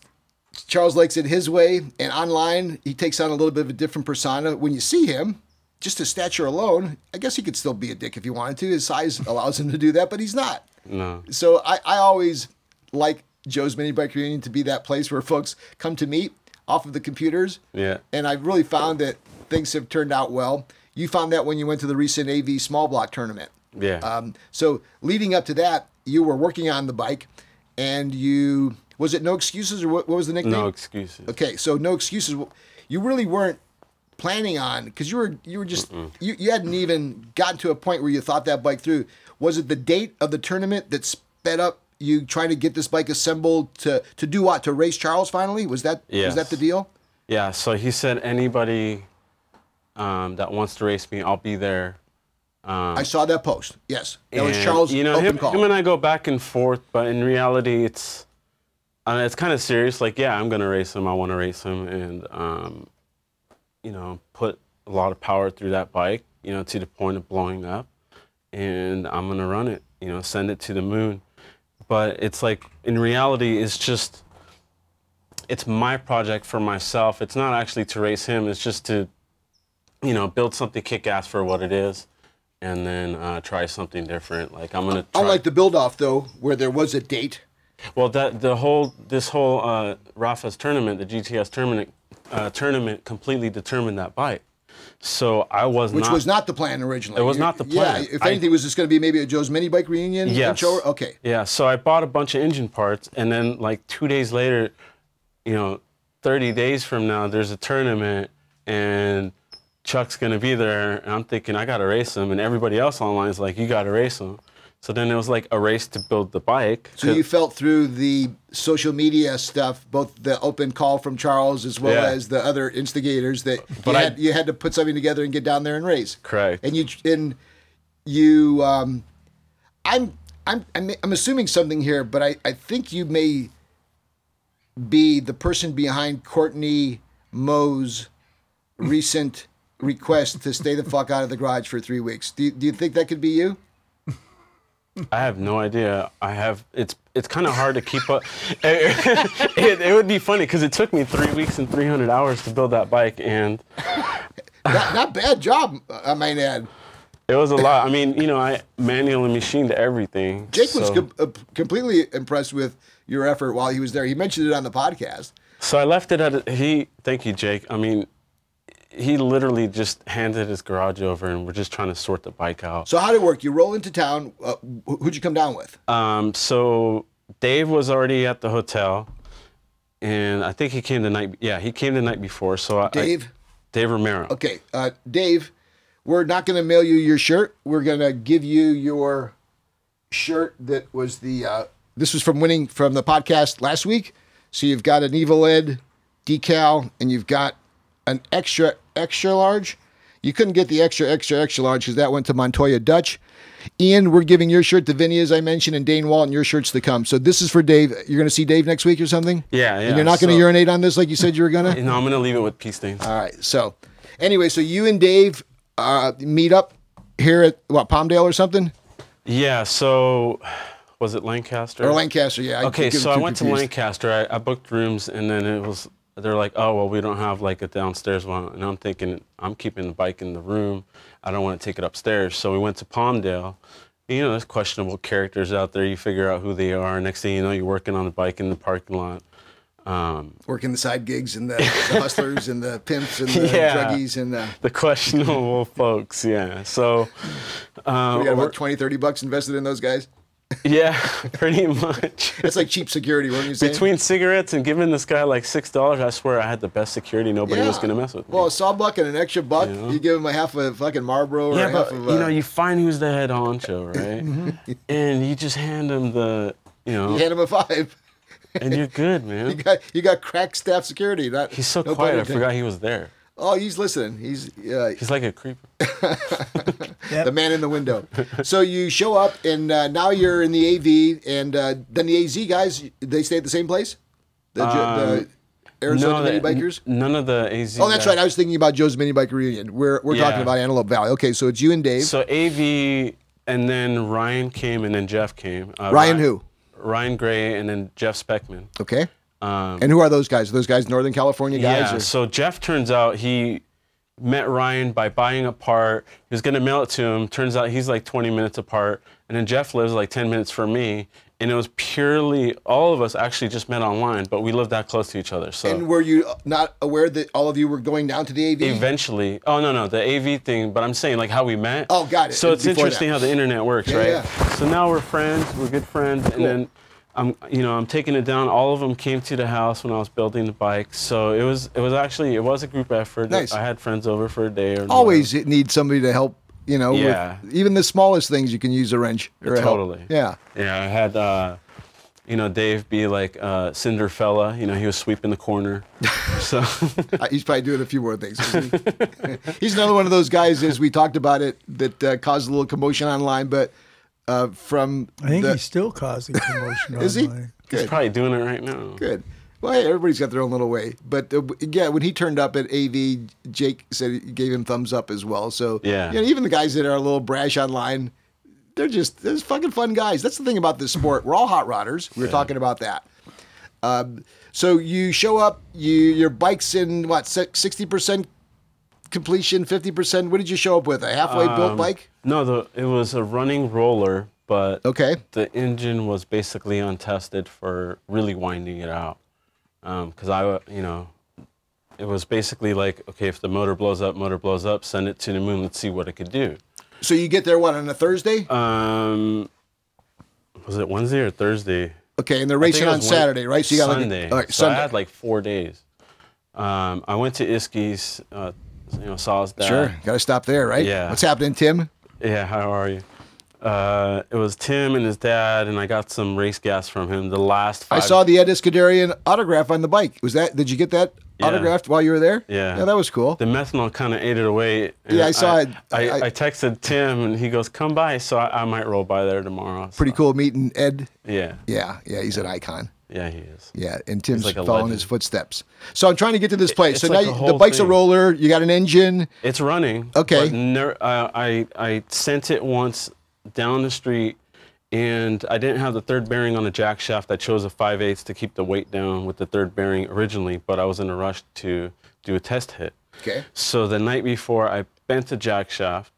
Speaker 1: Charles likes it his way. And online, he takes on a little bit of a different persona. When you see him, just his stature alone, I guess he could still be a dick if he wanted to. His size allows him to do that, but he's not.
Speaker 3: no.
Speaker 1: So I, I always like Joe's Mini Bike Reunion to be that place where folks come to meet off of the computers.
Speaker 3: Yeah.
Speaker 1: And I've really found that things have turned out well. You found that when you went to the recent AV small block tournament.
Speaker 3: Yeah.
Speaker 1: Um, so leading up to that, you were working on the bike and you, was it No Excuses or what, what was the nickname?
Speaker 3: no excuses.
Speaker 1: Okay, so no excuses. You really weren't planning on because you were you were just you, you hadn't even gotten to a point where you thought that bike through. Was it the date of the tournament that sped up you trying to get this bike assembled to to do what to race Charles finally? Was that was
Speaker 3: Yes.
Speaker 1: that the deal?
Speaker 3: Yeah, so he said anybody um, that wants to race me, I'll be there.
Speaker 1: I saw that post. Yes, that was
Speaker 3: And,
Speaker 1: Charles'
Speaker 3: You know,
Speaker 1: open
Speaker 3: him,
Speaker 1: call.
Speaker 3: him and I go back and forth, but in reality, it's uh, it's kind of serious. Like, yeah, I'm gonna race him. I want to race him, and um, you know, put a lot of power through that bike. You know, to the point of blowing up, and I'm gonna run it. You know, send it to the moon. But it's like in reality, it's just it's my project for myself. It's not actually to race him. It's just to you know build something kick ass for what it is, and then uh, try something different. Like I'm gonna. Try,
Speaker 1: Unlike the build off though, where there was a date.
Speaker 3: well, that the whole this whole uh, Rafa's tournament, the GTS tournament, uh, tournament completely determined that bike. So I was
Speaker 1: Which
Speaker 3: not.
Speaker 1: was not the plan originally.
Speaker 3: It was
Speaker 1: You-
Speaker 3: not the plan.
Speaker 1: Yeah, if
Speaker 3: I-
Speaker 1: anything, it was just going to be maybe a Joe's mini bike reunion.
Speaker 3: Yes.
Speaker 1: intro? Okay.
Speaker 3: Yeah. So I bought a bunch of engine parts, and then like two days later, you know, 30 days from now, there's a tournament, and Chuck's gonna be there, and I'm thinking I gotta race him, and everybody else online is like, you gotta race him. So then it was like a race to build the bike.
Speaker 1: So you felt through the social media stuff, both the open call from Charles as well
Speaker 3: Yeah.
Speaker 1: as the other instigators that you
Speaker 3: But I-
Speaker 1: had, you had to put something together and get down there and race.
Speaker 3: Correct.
Speaker 1: And you and you, um, I'm I'm I'm, I'm assuming something here, but I, I think you may be the person behind Courtney Moe's recent request to stay the fuck out of the garage for three weeks. Do you, do you think that could be you?
Speaker 3: I have no idea. I have it's it's kind of hard to keep up. it, it, it would be funny because it took me three weeks and 300 hours to build that bike, and
Speaker 1: Not, not bad job, I might add.
Speaker 3: it was a lot. I mean, you know, I manually machined everything.
Speaker 1: Jake was
Speaker 3: so-
Speaker 1: com- uh, completely impressed with your effort while he was there. He mentioned it on the podcast.
Speaker 3: So I left it at a, he. Thank you, Jake. I mean, he literally just handed his garage over, and we're just trying to sort the bike out.
Speaker 1: So how did it work? You roll into town. Uh, wh- who'd you come down with?
Speaker 3: Um, so Dave was already at the hotel, and I think he came the night. Yeah, he came the night before. So I, I-
Speaker 1: Dave?
Speaker 3: Dave Romero.
Speaker 1: Okay, uh, Dave, we're not going to mail you your shirt. We're going to give you your shirt that was the. Uh, this was from winning from the podcast last week. So you've got an Evil Ed decal, and you've got an extra extra large. You couldn't get the extra, extra, extra large because that went to Montoya Dutch. Ian, we're giving your shirt to Vinny, as I mentioned, and Dane Walton, your shirt's to come. So this is for Dave. You're going to see Dave next week or something?
Speaker 3: Yeah, yeah.
Speaker 1: And you're not going to
Speaker 3: so-
Speaker 1: urinate on this like you said you were going to?
Speaker 3: No, I'm gonna leave it with pee stains.
Speaker 1: All right. So anyway, so you and Dave uh, meet up here at what Palmdale or something
Speaker 3: Yeah. So, was it Lancaster?
Speaker 1: or Lancaster? Yeah. I
Speaker 3: Okay,
Speaker 1: get
Speaker 3: so I
Speaker 1: too
Speaker 3: went to
Speaker 1: confused.
Speaker 3: Lancaster. I, I booked rooms, and then it was they're like, "Oh, well, we don't have like a downstairs one." And I'm thinking, I'm keeping the bike in the room. I don't want to take it upstairs. So we went to Palmdale. And, you know, there's questionable characters out there. You figure out who they are. Next thing you know, you're working on the bike in the parking lot. Um,
Speaker 1: working the side gigs and the, the hustlers and the pimps and the
Speaker 3: Yeah.
Speaker 1: druggies and uh, the.
Speaker 3: the questionable folks, yeah. So, um,
Speaker 1: We got
Speaker 3: we're-
Speaker 1: about 20, 30 bucks invested in those guys.
Speaker 3: yeah, pretty much.
Speaker 1: It's like cheap security, weren't you saying?
Speaker 3: Between cigarettes and giving this guy like six dollars, I swear I had the best security. Nobody was
Speaker 1: Yeah.
Speaker 3: gonna mess with me.
Speaker 1: Well, a sawbuck and an extra buck, you give him a half a fucking Marlboro or
Speaker 3: Yeah,
Speaker 1: half
Speaker 3: but
Speaker 1: of
Speaker 3: you know, you find who's the head honcho,
Speaker 1: Mm-hmm.
Speaker 3: right? and you just hand him the, you know,
Speaker 1: you hand him a five.
Speaker 3: and you're good, man.
Speaker 1: You got you got crack staff security. Not,
Speaker 3: He's so
Speaker 1: no
Speaker 3: quiet. I
Speaker 1: budget.
Speaker 3: forgot he was there.
Speaker 1: Oh, he's listening. He's uh,
Speaker 3: He's like a creeper.
Speaker 1: the man in the window. so you show up, and uh, now you're in the AV, and uh, then the AZ guys, they stay at the same place. The, Ju- the Arizona
Speaker 3: Um, No,
Speaker 1: mini
Speaker 3: that-
Speaker 1: bikers.
Speaker 3: n- None of the AZ.
Speaker 1: Oh, that's
Speaker 3: guys-
Speaker 1: right. I was thinking about Joe's mini bike reunion. We're we're talking
Speaker 3: Yeah.
Speaker 1: about Antelope Valley. Okay, so it's you and Dave.
Speaker 3: So AV, and then Ryan came, and then Jeff came. Uh,
Speaker 1: Ryan who?
Speaker 3: Ryan Gray, and then Jeff Speckman.
Speaker 1: okay.
Speaker 3: Um,
Speaker 1: And who are those guys? Are those guys Northern California guys?
Speaker 3: Yeah.
Speaker 1: or-
Speaker 3: So Jeff turns out he met Ryan by buying a part. He was gonna mail it to him. Turns out he's like 20 minutes apart, and then Jeff lives like 10 minutes from me. And it was purely all of us actually just met online, but we lived that close to each other. So
Speaker 1: and were you not aware that all of you were going down to the AV?
Speaker 3: eventually, oh no no, the AV thing. But I'm saying like how we met.
Speaker 1: Oh, got it.
Speaker 3: So it's
Speaker 1: Before
Speaker 3: interesting
Speaker 1: that.
Speaker 3: how the internet works,
Speaker 1: Yeah,
Speaker 3: right?
Speaker 1: yeah.
Speaker 3: So now we're friends. We're good friends, and then. I'm, you know, I'm taking it down. All of them came to the house when I was building the bike, so it was, it was actually, it was a group effort.
Speaker 1: Nice.
Speaker 3: I had friends over for a day or
Speaker 1: Always it needs somebody to help. You know,
Speaker 3: Yeah.
Speaker 1: with even the smallest things, you can use a wrench or a help.
Speaker 3: Totally.
Speaker 1: Yeah.
Speaker 3: Yeah, I had uh, you know Dave be like uh, Cinderfella. You know he was sweeping the corner. so
Speaker 1: Uh, he's probably doing a few more things. he's another one of those guys, as we talked about it, that uh, caused a little commotion online. But uh, from
Speaker 2: I think
Speaker 1: the,
Speaker 2: he's still causing commotion.
Speaker 1: is he
Speaker 2: online.
Speaker 3: he's
Speaker 1: good?
Speaker 3: probably doing it right now.
Speaker 1: Good. Well, hey, everybody's got their own little way. But uh, w- yeah, when he turned up at AV, Jake said he gave him thumbs up as well. So
Speaker 3: Yeah.
Speaker 1: you know, even the guys that are a little brash online, they're just they're just fucking fun guys. That's the thing about this sport. We're all hot rodders. We were talking about that. Um, so you show up, you your bike's in what sixty percent completion, fifty percent. What did you show up with? A halfway built
Speaker 3: Um,
Speaker 1: bike.
Speaker 3: No, the, it was a running roller, but
Speaker 1: Okay.
Speaker 3: the engine was basically untested for really winding it out. Because I, wa- you know, it was basically like, okay, if the motor blows up, motor blows up, send it to the moon, let's see what it could do.
Speaker 1: So you get there what on a Thursday?
Speaker 3: Um, was it Wednesday or Thursday?
Speaker 1: Okay, and they're
Speaker 3: I think
Speaker 1: racing
Speaker 3: it
Speaker 1: on
Speaker 3: was Wed-
Speaker 1: Saturday, right? So you got like a-
Speaker 3: Sunday.
Speaker 1: all right,
Speaker 3: so
Speaker 1: Sunday.
Speaker 3: I had like four days. Um, I went to Iski's. Uh, you know, saw his dad.
Speaker 1: Sure. Got to Uh, stop there, right?
Speaker 3: Yeah.
Speaker 1: What's happening, Tim?
Speaker 3: Yeah. How are you? Uh, it was Tim and his dad, and I got some race gas from him. The last.
Speaker 1: I
Speaker 3: Five
Speaker 1: saw the Ed Escuderian autograph on the bike. Was that? Did you get that
Speaker 3: Yeah.
Speaker 1: autographed while you were there?
Speaker 3: Yeah.
Speaker 1: that was cool.
Speaker 3: The methanol kind of ate it away. and
Speaker 1: Yeah, I saw
Speaker 3: I,
Speaker 1: it.
Speaker 3: I,
Speaker 1: I-
Speaker 3: I texted Tim, and he goes, "Come by." So I, I might roll by there tomorrow.
Speaker 1: Pretty
Speaker 3: so-
Speaker 1: cool meeting Ed.
Speaker 3: Yeah.
Speaker 1: Yeah, yeah, he's an icon.
Speaker 3: Yeah, he is.
Speaker 1: Yeah, and Tim's
Speaker 3: like a
Speaker 1: following
Speaker 3: legend.
Speaker 1: his footsteps. So I'm trying to get to this place.
Speaker 3: it's
Speaker 1: so
Speaker 3: like the
Speaker 1: now you- the
Speaker 3: whole
Speaker 1: bike's a
Speaker 3: thing.
Speaker 1: roller. You got an engine.
Speaker 3: It's running.
Speaker 1: Okay.
Speaker 3: but ner- uh, I I sent it once down the street, and I didn't have the third bearing on the jack shaft. I chose a 5 8 to keep the weight down with the third bearing originally, but I was in a rush to do a test hit.
Speaker 1: Okay.
Speaker 3: So the night before, I bent the jack shaft,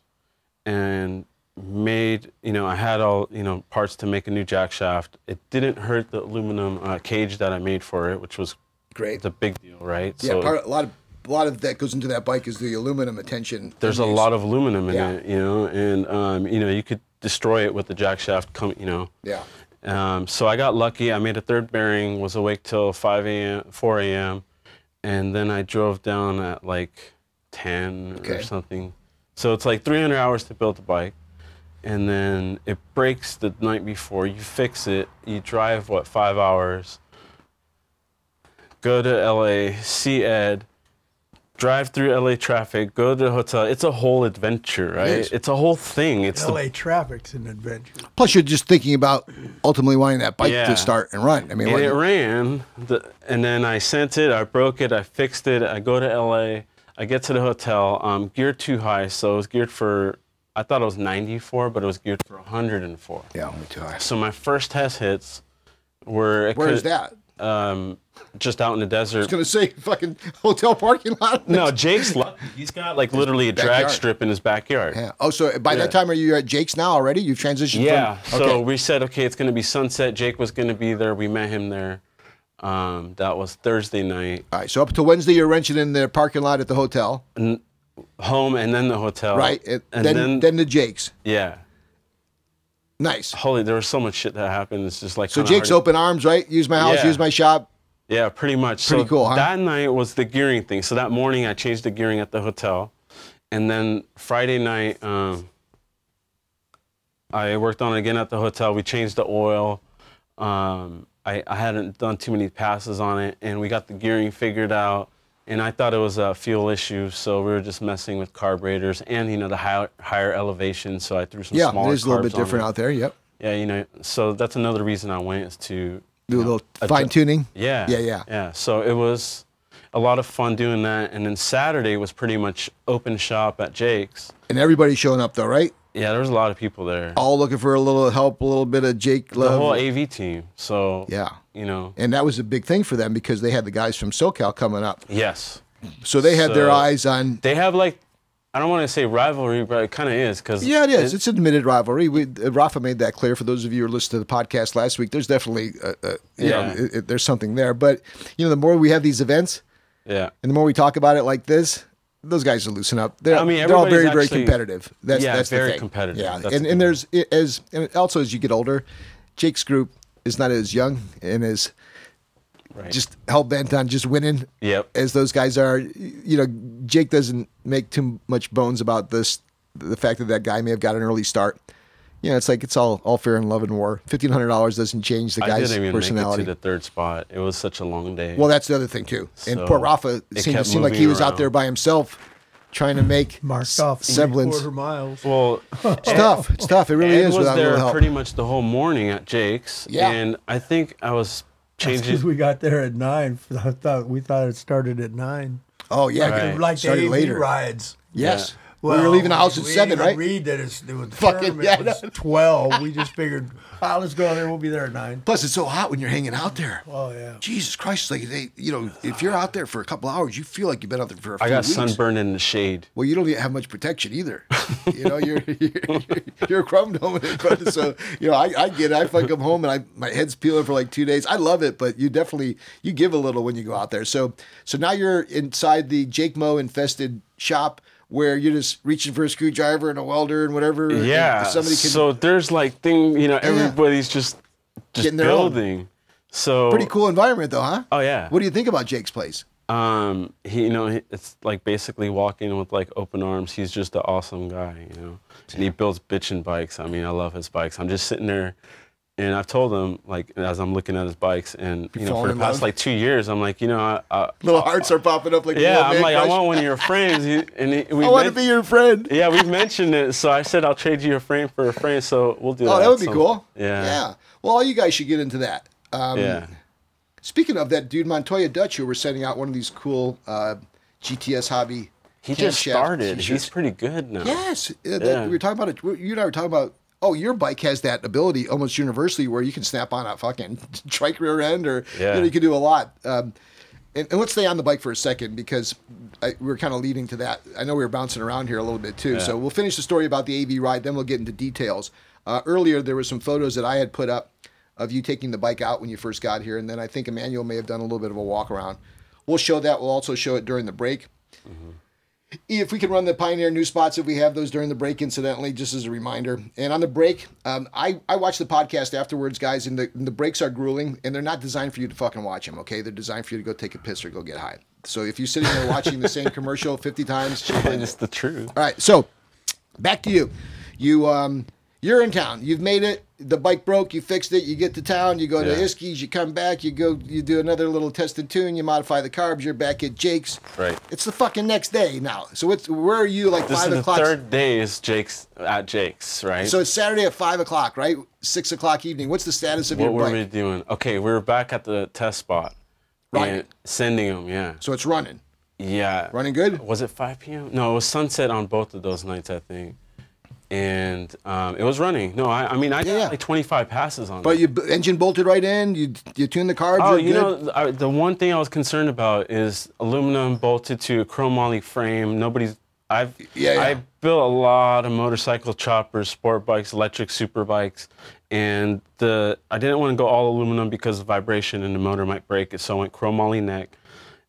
Speaker 3: and made you know I had all you know parts to make a new jack shaft. It didn't hurt the aluminum uh, cage that I made for it, which was
Speaker 1: Great.
Speaker 3: the big deal, right?
Speaker 1: yeah, part, a lot of a lot of that goes into that bike is the aluminum attention.
Speaker 3: there's a lot of aluminum in
Speaker 1: Yeah.
Speaker 3: it, you know, and um, you know you could destroy it with the jack shaft, come, you know.
Speaker 1: Yeah.
Speaker 3: Um, so I got lucky. I made a third bearing. Was awake till 5 a.m., 4 a.m., and then I drove down at like 10
Speaker 1: Okay.
Speaker 3: or something. So it's like 300 hours to build the bike, and then it breaks the night before. You fix it. You drive what five hours. Go to LA, see Ed, drive through LA traffic, go to a hotel. It's a whole adventure, right?
Speaker 1: is.
Speaker 3: it's a whole thing. It's the
Speaker 2: LA traffic's an adventure.
Speaker 1: Plus, you're just thinking about ultimately wanting that bike
Speaker 3: Yeah.
Speaker 1: to start and run. I mean,
Speaker 3: and
Speaker 1: what-
Speaker 3: it ran, the, and then I sent it, I broke it, I fixed it. I go to LA, I get to the hotel, um, geared too high, so it was geared for. I thought it was 94, but it was geared for 104.
Speaker 1: yeah, let me tell you.
Speaker 3: So my first test hits were. it
Speaker 1: Where is
Speaker 3: could-
Speaker 1: that? I
Speaker 3: Um, just out in the desert.
Speaker 1: was gonna say fucking hotel parking lot.
Speaker 3: No, Jake's lucky. He's got like literally a drag
Speaker 1: backyard.
Speaker 3: strip in his backyard.
Speaker 1: Yeah. Oh, so by that time, are you at Jake's now already? You've transitioned.
Speaker 3: Yeah.
Speaker 1: From,
Speaker 3: So we said, okay, it's going to be sunset. Jake was going to be there. We met him there. Um, that was Thursday night.
Speaker 1: All right. So up to Wednesday, you're wrenching in the parking lot at the hotel,
Speaker 3: Home and then the hotel.
Speaker 1: right?
Speaker 3: And,
Speaker 1: It- then,
Speaker 3: then,
Speaker 1: then the Jake's.
Speaker 3: yeah.
Speaker 1: Nice.
Speaker 3: Holy, there was so much shit that happened. It's just like
Speaker 1: So
Speaker 3: kinda
Speaker 1: Jake's
Speaker 3: hard-
Speaker 1: open arms, right? Use my house,
Speaker 3: Yeah.
Speaker 1: use my shop.
Speaker 3: Yeah, pretty much.
Speaker 1: Pretty
Speaker 3: so
Speaker 1: cool, huh?
Speaker 3: That night was the gearing thing. So that morning I changed the gearing at the hotel, and then Friday night um, I worked on it again at the hotel. We changed the oil. Um, I, I hadn't done too many passes on it, and we got the gearing figured out. And I thought it was a fuel issue, so we were just messing with carburetors and you know the higher higher elevation. So I threw some
Speaker 1: Yeah,
Speaker 3: smaller
Speaker 1: it is a little bit
Speaker 3: carbs on
Speaker 1: different
Speaker 3: it.
Speaker 1: out there. Yep.
Speaker 3: Yeah, you know. So that's another reason I went is to
Speaker 1: Do a little fine tuning.
Speaker 3: yeah.
Speaker 1: Yeah, yeah.
Speaker 3: Yeah. So it was a lot of fun doing that. And then Saturday was pretty much open shop at Jake's.
Speaker 1: And everybody's showing up though, right?
Speaker 3: Yeah, there was a lot of people there.
Speaker 1: All looking for a little help, a little bit of Jake
Speaker 3: the whole
Speaker 1: love.
Speaker 3: AV team. So,
Speaker 1: Yeah.
Speaker 3: you know,
Speaker 1: And that was a big thing for them because they had the guys from SoCal coming up.
Speaker 3: yes.
Speaker 1: So they had their
Speaker 3: So-
Speaker 1: eyes on.
Speaker 3: They have like, I don't want to say rivalry, but it kind of is because
Speaker 1: Yeah, it is. It's admitted rivalry. We, uh, Rafa made that clear for those of you who listened to the podcast last week. There's definitely, uh, uh, you know,
Speaker 3: Yeah.
Speaker 1: it, it- there's something there. But, you know, the more we have these events
Speaker 3: yeah.
Speaker 1: and the more we talk about it like this, those guys will loosen up. They're,
Speaker 3: I mean,
Speaker 1: they're all
Speaker 3: everybody's
Speaker 1: very, very
Speaker 3: actually-
Speaker 1: competitive. That's,
Speaker 3: Yeah,
Speaker 1: that's the
Speaker 3: very
Speaker 1: thing.
Speaker 3: competitive.
Speaker 1: Yeah,
Speaker 3: That's
Speaker 1: and,
Speaker 3: the
Speaker 1: and there's i- as and also as you get older, Jake's group is not as young and as
Speaker 3: Right.
Speaker 1: just hell bent on just winning.
Speaker 3: Yep.
Speaker 1: As those guys are, you know, Jake doesn't make too much bones about this. The fact that that guy may have got an early start. You know, it's like it's all all fair in love and war. Fifteen hundred dollars doesn't change the
Speaker 3: I
Speaker 1: guy's
Speaker 3: didn't even make it
Speaker 1: personality.
Speaker 3: to the third spot. It was such a long day.
Speaker 1: Well, that's the other thing too. And
Speaker 3: So,
Speaker 1: poor Rafa
Speaker 3: it
Speaker 1: seemed,
Speaker 3: kept
Speaker 1: seemed like he
Speaker 3: moving
Speaker 1: was out there
Speaker 3: around.
Speaker 1: by himself, trying to make
Speaker 2: Marked
Speaker 1: s-
Speaker 2: off
Speaker 1: semblance.
Speaker 2: quarter miles.
Speaker 3: well
Speaker 1: It's tough. It's tough. It really
Speaker 3: Ed
Speaker 1: is
Speaker 3: was
Speaker 1: without a
Speaker 3: there
Speaker 1: little help.
Speaker 3: pretty much the whole morning at Jake's.
Speaker 1: Yeah.
Speaker 3: And I think I was changing.
Speaker 2: Because we got there at nine. I thought we thought it started at nine.
Speaker 1: oh yeah,
Speaker 3: Right.
Speaker 1: it
Speaker 2: Like
Speaker 1: started
Speaker 2: the AV
Speaker 1: later.
Speaker 2: rides.
Speaker 1: Yes,
Speaker 2: Well,
Speaker 1: we were leaving the house at
Speaker 2: we
Speaker 1: seven,
Speaker 2: even
Speaker 1: right?
Speaker 2: Read that it's, it was the
Speaker 1: Fucking-
Speaker 2: tournament
Speaker 1: yeah, I
Speaker 2: was twelve. We just figured, ah, let's go there. We'll be there at nine.
Speaker 1: Plus, it's so hot when you're hanging out there.
Speaker 2: Oh yeah.
Speaker 1: Jesus Christ! Like they, you know, if you're out there for a couple hours, you feel like you've been out there for a
Speaker 3: I
Speaker 1: few
Speaker 3: got
Speaker 1: weeks.
Speaker 3: sunburned in the shade.
Speaker 1: Well, you don't even have much protection either. You know, you're you're, you're a crumb dominant, but so you know, I, I get it. I fuck come home and I my head's peeling for like two days. I love it, but you definitely you give a little when you go out there. So so now you're inside the Jake Mo infested shop where you're just reaching for a screwdriver and a welder and whatever. and
Speaker 3: Yeah.
Speaker 1: somebody can
Speaker 3: so there's like thing, you know, everybody's just just
Speaker 1: Getting their own.
Speaker 3: building. So
Speaker 1: pretty cool environment though, huh?
Speaker 3: Oh yeah.
Speaker 1: What do you think about Jake's place?
Speaker 3: um, he, you know, he, it's like basically walking with like open arms. He's just an awesome guy, you know. And he builds bitchin' bikes. I mean, I love his bikes. I'm just sitting there, and I've told him like as I'm looking at his bikes, and you know,
Speaker 1: falling
Speaker 3: for
Speaker 1: in
Speaker 3: the past
Speaker 1: love?
Speaker 3: like two years, I'm like, you know, I, I,
Speaker 1: Little hearts are popping up like a
Speaker 3: yeah,
Speaker 1: little man
Speaker 3: I'm like, I
Speaker 1: crush.
Speaker 3: want one of your frames. He, and he, we
Speaker 1: I want to
Speaker 3: men-
Speaker 1: be your friend.
Speaker 3: yeah, we've mentioned it. So I said I'll trade you a frame for a frame. So we'll do that.
Speaker 1: Oh, that
Speaker 3: at
Speaker 1: would be
Speaker 3: some-
Speaker 1: cool.
Speaker 3: Yeah.
Speaker 1: Yeah. Well, all you guys should get into that. Um,
Speaker 3: Yeah.
Speaker 1: Speaking of that dude, Montoya Dutch, who we're sending out one of these cool uh, GTS hobby.
Speaker 3: He just
Speaker 1: camshaft
Speaker 3: started.
Speaker 1: t-shirts.
Speaker 3: He's pretty good now.
Speaker 1: Yes. Uh, that-
Speaker 3: Yeah.
Speaker 1: we were talking about it. we- You and I were talking about. Oh, your bike has that ability almost universally where you can snap on a fucking trike rear end, or you, know,
Speaker 3: Yeah.
Speaker 1: you can do a lot. Um, and, and let's stay on the bike for a second because I, we are kind of leading to that. I know we were bouncing around here a little bit too, so we'll finish the story about the AV ride, then we'll get into details. Uh, earlier, there were some photos that I had put up of you taking the bike out when you first got here, and then I think Emmanuel may have done a little bit of a walk around. We'll show that. We'll also show it during the break if we can run the Pioneer new spots, if we have those during the break, incidentally, just as a reminder. And on the break, um, I, I watch the podcast afterwards, guys, and the, and the breaks are grueling, and they're not designed for you to fucking watch them, okay? They're designed for you to go take a piss or go get high. So if you're sitting there watching the same commercial 50 times,
Speaker 3: And it's the truth.
Speaker 1: all right, so back to you. You um, You're in town. You've made it. The bike broke. You fixed it. You get to town. You go to
Speaker 3: Yeah.
Speaker 1: Iskies. You come back. You go. You do another little test and tune. You modify the carbs. You're back at Jake's.
Speaker 3: Right.
Speaker 1: It's the fucking next day now. So it's where are you? Like
Speaker 3: This
Speaker 1: five
Speaker 3: is the
Speaker 1: o'clock.
Speaker 3: third day is Jake's at Jake's, right?
Speaker 1: So it's Saturday at five o'clock, right? Six o'clock evening. What's the status of
Speaker 3: what
Speaker 1: your
Speaker 3: were
Speaker 1: bike?
Speaker 3: we doing? Okay, we were back at the test spot.
Speaker 1: Right.
Speaker 3: and Sending him, yeah.
Speaker 1: So it's running.
Speaker 3: Yeah.
Speaker 1: Running good?
Speaker 3: Was it 5 p.m.? No, it was sunset on both of those nights, I think. And um, it was running. No, I, I mean, I got
Speaker 1: yeah.
Speaker 3: like 25 passes on
Speaker 1: But
Speaker 3: that.
Speaker 1: you b- engine bolted right in. You you tune the carbs.
Speaker 3: Oh,
Speaker 1: you're
Speaker 3: you
Speaker 1: good.
Speaker 3: know, I, the one thing I was concerned about is aluminum bolted to a chromoly frame. Nobody's. I've
Speaker 1: Yeah, yeah.
Speaker 3: I built a lot of motorcycle choppers, sport bikes, electric super bikes, and the I didn't want to go all aluminum because the vibration in the motor might break it. So I went chromoly neck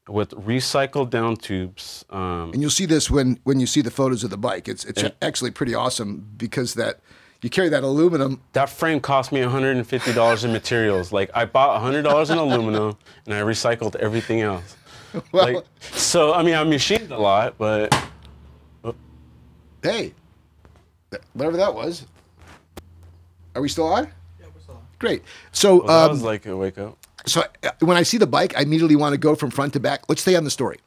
Speaker 3: with recycled down tubes. Um,
Speaker 1: and you'll see this when when you see the photos of the bike. It's it's actually pretty awesome because that you carry that aluminum.
Speaker 3: that frame cost me $150 in materials. Like I bought $100 in aluminum and I recycled everything else.
Speaker 1: Well-
Speaker 3: like so I mean I machined a lot, but
Speaker 1: Hey, th- whatever that was. Are we still on? Yeah, we're still on. Great. So
Speaker 3: well, that
Speaker 1: um,
Speaker 3: was like a wake up.
Speaker 1: so uh, when I see the bike, I immediately want to go from front to back. Let's stay on the story.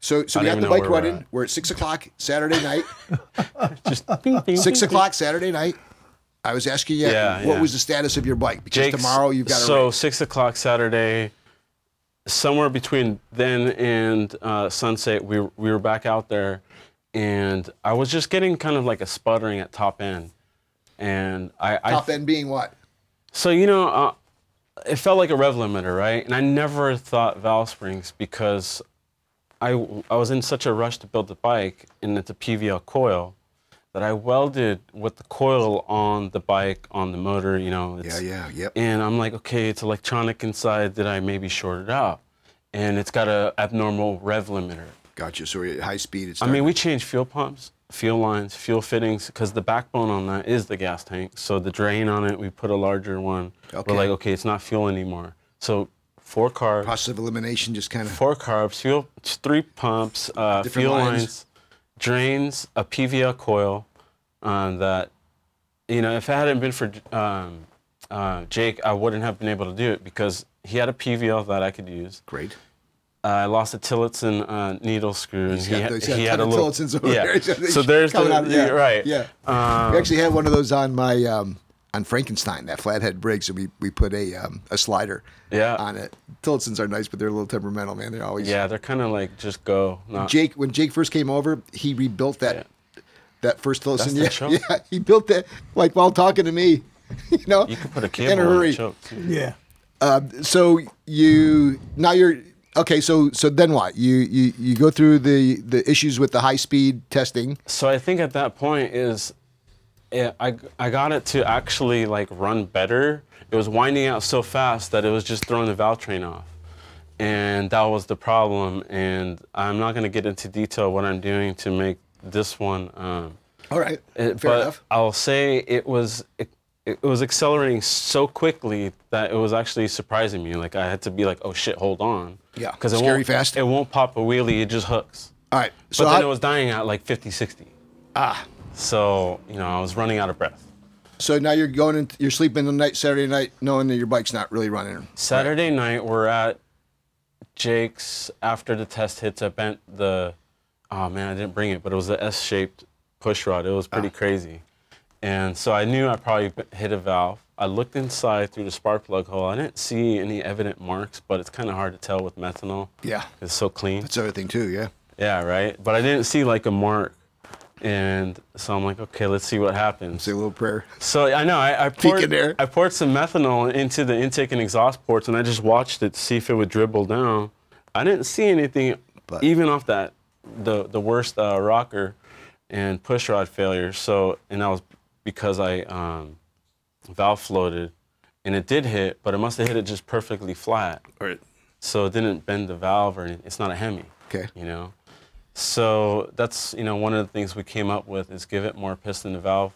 Speaker 1: So so
Speaker 3: I
Speaker 1: we got
Speaker 3: don't
Speaker 1: the
Speaker 3: even know
Speaker 1: bike
Speaker 3: where we're
Speaker 1: running.
Speaker 3: at.
Speaker 1: We're at six o'clock Saturday night.
Speaker 3: Just bing, bing,
Speaker 1: six
Speaker 3: bing,
Speaker 1: o'clock Saturday night. I was asking you
Speaker 3: Yeah,
Speaker 1: what
Speaker 3: yeah.
Speaker 1: was the status of your bike because
Speaker 3: bing. Jake's-
Speaker 1: tomorrow you've got a
Speaker 3: so
Speaker 1: race.
Speaker 3: six o'clock Saturday. Somewhere between then and uh, sunset, we were- we were back out there, and I was just getting kind of like a sputtering at top end, and I, I
Speaker 1: top end being what?
Speaker 3: So you know, uh, it felt like a rev limiter, right? And I never thought valve springs because I I was in such a rush to build the bike, and it's a PVL coil that I welded with the coil on the bike on the motor. You know, it's,
Speaker 1: yeah, yep.
Speaker 3: and I'm like, okay, it's electronic inside. Did I maybe short it out? And it's got a abnormal rev limiter.
Speaker 1: Gotcha. So you're at high speed. It's
Speaker 3: I mean, we changed fuel pumps, fuel lines, fuel fittings, because the backbone on that is the gas tank. So the drain on it, we put a larger one.
Speaker 1: Okay.
Speaker 3: We're like, okay, it's not fuel anymore. So four carbs,
Speaker 1: process of elimination just kind of
Speaker 3: four carbs, fuel, three pumps, uh,
Speaker 1: Different
Speaker 3: fuel
Speaker 1: lines.
Speaker 3: lines. drains, a PVL coil um, that, you know, if it hadn't been for um, uh, Jake, I wouldn't have been able to do it because he had a PVL that I could use.
Speaker 1: great.
Speaker 3: Uh, I lost a Tillotson uh, needle screw. and
Speaker 1: got
Speaker 3: ha-
Speaker 1: those- he's got a ton of Tillotsons over
Speaker 3: yeah.
Speaker 1: there.
Speaker 3: So there's the
Speaker 1: Coming out of-
Speaker 3: yeah,
Speaker 1: yeah,
Speaker 3: right.
Speaker 1: yeah.
Speaker 3: Um,
Speaker 1: we actually had one of those on my um, on Frankenstein, that flathead brig. So we, we put a um, a slider
Speaker 3: Yeah.
Speaker 1: on it. Tillotsons are nice, but they're a little temperamental, man. They're always
Speaker 3: yeah, they're kind of like just go. Not,
Speaker 1: Jake when Jake first came over, he rebuilt that that first Tillotson.
Speaker 3: That's the
Speaker 1: yeah,
Speaker 3: choke.
Speaker 1: yeah, he built that like while talking to me. You know,
Speaker 3: you could put a cable
Speaker 1: in a
Speaker 3: on
Speaker 1: hurry.
Speaker 3: the choke. too.
Speaker 2: Yeah.
Speaker 1: Uh, so you now you're okay. So so then what? You you you go through the the issues with the high speed testing.
Speaker 3: So I think at that point is, it, I I got it to actually like run better. It was winding out so fast that it was just throwing the valve train off, and that was the problem. And I'm not gonna get into detail what I'm doing to make this one. Um,
Speaker 1: All right,
Speaker 3: It-
Speaker 1: Eh, Uh, fair
Speaker 3: but
Speaker 1: enough.
Speaker 3: I'll say it was it, it was accelerating so quickly that it was actually surprising me. Like I had to be like, oh shit, hold on.
Speaker 1: Yeah,
Speaker 3: it
Speaker 1: scary
Speaker 3: won't,
Speaker 1: fast.
Speaker 3: It won't pop a wheelie. It just hooks.
Speaker 1: All right, so
Speaker 3: but then
Speaker 1: how-
Speaker 3: it was dying at like 50, 60.
Speaker 1: ah,
Speaker 3: So you know I was running out of breath.
Speaker 1: so now you're going into you're sleeping the night Saturday night, knowing that your bike's not really running.
Speaker 3: Saturday night we're at Jake's. After the test hits, I bent the. Oh man, I didn't bring it, but it was the S-shaped push rod. It was pretty crazy, and so I knew I probably b- hit a valve. I looked inside through the spark plug hole. I didn't see any evident marks, but it's kind of hard to tell with methanol.
Speaker 1: Yeah.
Speaker 3: it's so clean.
Speaker 1: That's the other thing too. Yeah,
Speaker 3: Yeah, right. But I didn't see like a mark, and so I'm like, okay, let's see what happens.
Speaker 1: say a little prayer.
Speaker 3: So I know I, I
Speaker 1: in
Speaker 3: poured
Speaker 1: there.
Speaker 3: I poured some methanol into the intake and exhaust ports, and I just watched it to see if it would dribble down. I didn't see anything,
Speaker 1: But-
Speaker 3: even off that the the worst uh, rocker and push rod failure. So and that was because I um, valve floated, and it did hit, but it must have hit it just perfectly flat. Right. So it didn't bend the valve or anything. It's not a Hemi.
Speaker 1: Okay.
Speaker 3: You know. So that's you know one of the things we came up with is give it more piston to valve,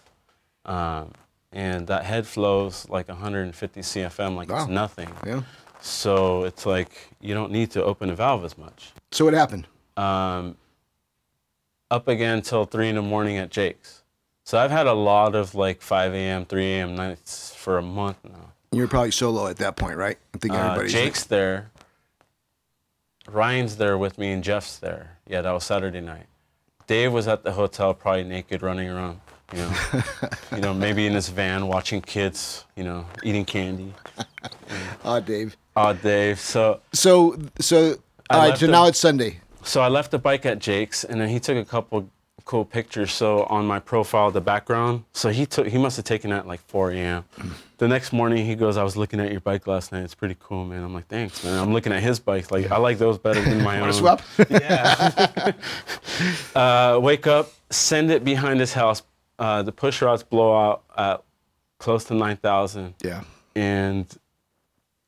Speaker 3: um, and that head flows like 150 cfm, like
Speaker 1: Wow.
Speaker 3: it's nothing.
Speaker 1: Yeah.
Speaker 3: So it's like you don't need to open the valve as much.
Speaker 1: So what happened?
Speaker 3: Um, up again till three in the morning at Jake's. So I've had a lot of like 5 a.m., 3 a.m. nights for a month now.
Speaker 1: You're probably solo at that point, right? I think
Speaker 3: Uh,
Speaker 1: everybody's
Speaker 3: Jake's there. Ryan's there with me, and Jeff's there. Yeah, that was Saturday night. Dave was at the hotel, probably naked, running around. You know, you know, maybe in his van, watching kids. You know, eating candy.
Speaker 1: Ah, Dave.
Speaker 3: Aw, Dave. So,
Speaker 1: So so all
Speaker 3: I
Speaker 1: right.
Speaker 3: left
Speaker 1: So
Speaker 3: him-
Speaker 1: now it's Sunday.
Speaker 3: so I left the bike at Jake's, and then he took a couple cool pictures. So on my profile, the background. So he took. He must have taken that at like 4 a.m. The next morning, he goes, "I was looking at your bike last night. It's pretty cool, man." I'm like, "Thanks, man." I'm looking at his bike. Like, I like those better than my own.
Speaker 1: Swap.
Speaker 3: uh, wake up, send it behind his house. Uh, the push rods blow out at close to 9,000.
Speaker 1: yeah.
Speaker 3: And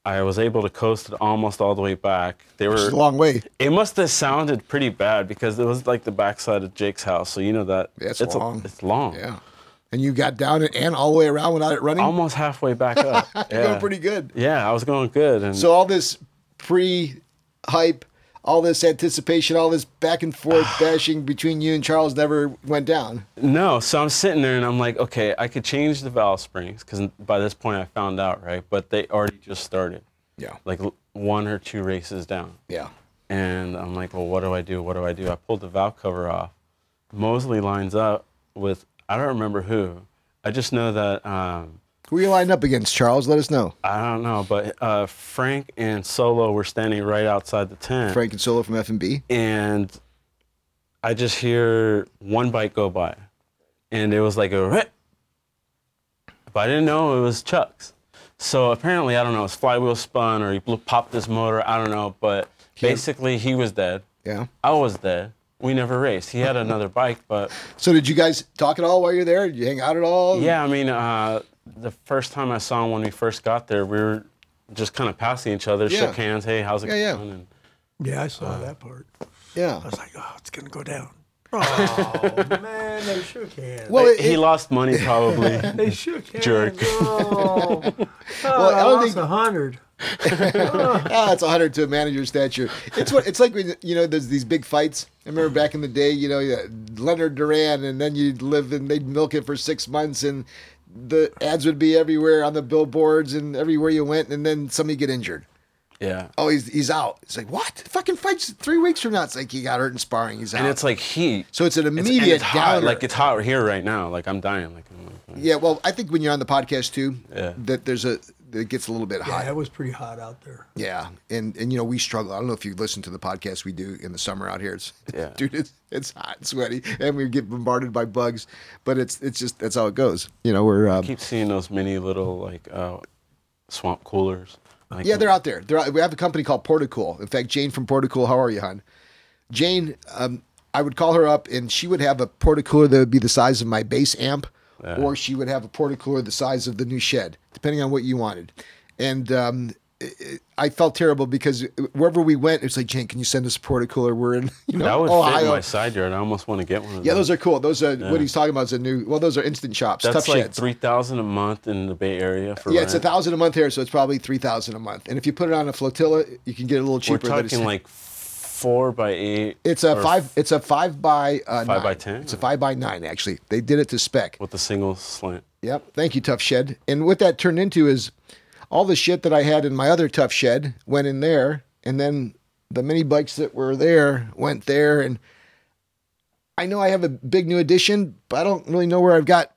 Speaker 3: I was able to coast it almost all the way back. They
Speaker 1: It's a
Speaker 3: were.
Speaker 1: long way.
Speaker 3: It must have sounded pretty bad because it was like the backside of Jake's house. So you know that.
Speaker 1: Yeah, it's
Speaker 3: a-
Speaker 1: long.
Speaker 3: it's long.
Speaker 1: Yeah. And you got down it and all the way around without it running.
Speaker 3: Almost halfway back up.
Speaker 1: You're
Speaker 3: yeah.
Speaker 1: going pretty good.
Speaker 3: Yeah, I was going good. And
Speaker 1: So all this pre-hype, all this anticipation, all this back and forth bashing between you and Charles never went down.
Speaker 3: No, so I'm sitting there and I'm like, okay, I could change the valve springs because by this point I found out, right? But they already just started,
Speaker 1: Yeah.
Speaker 3: like l- one or two races down.
Speaker 1: Yeah.
Speaker 3: And I'm like, well, what do I do? What do I do? I pulled the valve cover off. Mosley lines up with, I don't remember who. I just know that, um,
Speaker 1: Who you lined up against, Charles? Let us know.
Speaker 3: I don't know, but uh, Frank and Solo were standing right outside the tent.
Speaker 1: Frank and Solo from F&B.
Speaker 3: and I just hear one bike go by, and it was like a, "Rip." but I didn't know it was Chuck's. So apparently, I don't know, his flywheel spun or he blew, popped his motor. I don't know, but basically, he was dead.
Speaker 1: Yeah.
Speaker 3: I was dead. We never raced. He had another bike, but
Speaker 1: So did you guys talk at all while you're there? Did you hang out at all?
Speaker 3: yeah, I mean, uh, the first time I saw him when we first got there, we were just kind of passing each other,
Speaker 1: Yeah.
Speaker 3: shook hands. Hey, how's it
Speaker 1: Yeah, yeah.
Speaker 3: going? And
Speaker 2: Yeah, I
Speaker 1: Uh.
Speaker 2: saw that part. I
Speaker 1: Yeah.
Speaker 2: was like, oh, it's gonna go down. Oh man, they shook hands.
Speaker 1: Well, it,
Speaker 3: he
Speaker 1: it-
Speaker 3: lost money probably.
Speaker 2: they shook hands.
Speaker 3: Jerk.
Speaker 2: Oh,
Speaker 1: I
Speaker 2: I
Speaker 1: don't
Speaker 2: lost
Speaker 1: think-
Speaker 2: a hundred.
Speaker 1: ah, it's 100 to a manager's stature. It's what it's like when you know there's these big fights. I remember back in the day, you know, yeah, Leonard Duran, and then you'd live and they'd milk it for six months, and the ads would be everywhere on the billboards and everywhere you went, and then somebody get injured.
Speaker 3: yeah.
Speaker 1: Oh, he's he's out. It's like what? Fucking fights three weeks from now. It's like he got hurt in sparring. He's out.
Speaker 3: And it's like heat.
Speaker 1: so it's an
Speaker 3: It's-
Speaker 1: immediate
Speaker 3: and it's hot.
Speaker 1: downer.
Speaker 3: Like it's hot here right now. Like I'm dying. Like, I'm like
Speaker 1: yeah. Well, I think when you're on the podcast too,
Speaker 3: Yeah.
Speaker 1: that there's a that it gets a little bit hot.
Speaker 2: Yeah, it was pretty hot out there.
Speaker 1: Yeah, and and you know we struggle. I don't know if you listen to the podcast we do in the summer out here. It's
Speaker 3: Yeah.
Speaker 1: dude, it's, it's hot, and sweaty, and we get bombarded by bugs. But it's it's just that's how it goes. You know we're um,
Speaker 3: keep seeing those mini little like uh, swamp coolers. Like,
Speaker 1: yeah they're out there. They're out, we have a company called Porticool. In fact, Jane from Porticool, how are you, hon? Jane, um, I would call her up, and she would have a porticooler that would be the size of my base amp, or she would have a porticooler the size of the new shed, depending on what you wanted. And um, it, it- I felt terrible because wherever we went, it's like Jane, can you send us a porticooler? We're in, you know,
Speaker 3: that would fit in
Speaker 1: Ohio.
Speaker 3: my side yard. I almost want to get one. Of
Speaker 1: yeah,
Speaker 3: those.
Speaker 1: those are cool. Those are what he's talking about is a new. Well, those are instant shops,
Speaker 3: That's
Speaker 1: tough
Speaker 3: like
Speaker 1: sheds.
Speaker 3: three thousand a month in the Bay Area for
Speaker 1: yeah, it's a
Speaker 3: rent.
Speaker 1: thousand a month here, so it's probably three thousand a month. And if you put it on a flotilla, you can get it a little
Speaker 3: We're
Speaker 1: cheaper. but it's-
Speaker 3: talking like four by eight.
Speaker 1: It's a
Speaker 3: or
Speaker 1: five. It's a five by uh,
Speaker 3: Five by
Speaker 1: nine.
Speaker 3: 10?
Speaker 1: It's a five by nine. Actually, they did it to spec.
Speaker 3: with a single slant.
Speaker 1: Yep. Thank you, Tough Shed. And what that turned into is all the shit that I had in my other Tough Shed went in there, and then the mini bikes that were there went there. And I know I have a big new addition, but I don't really know where I've got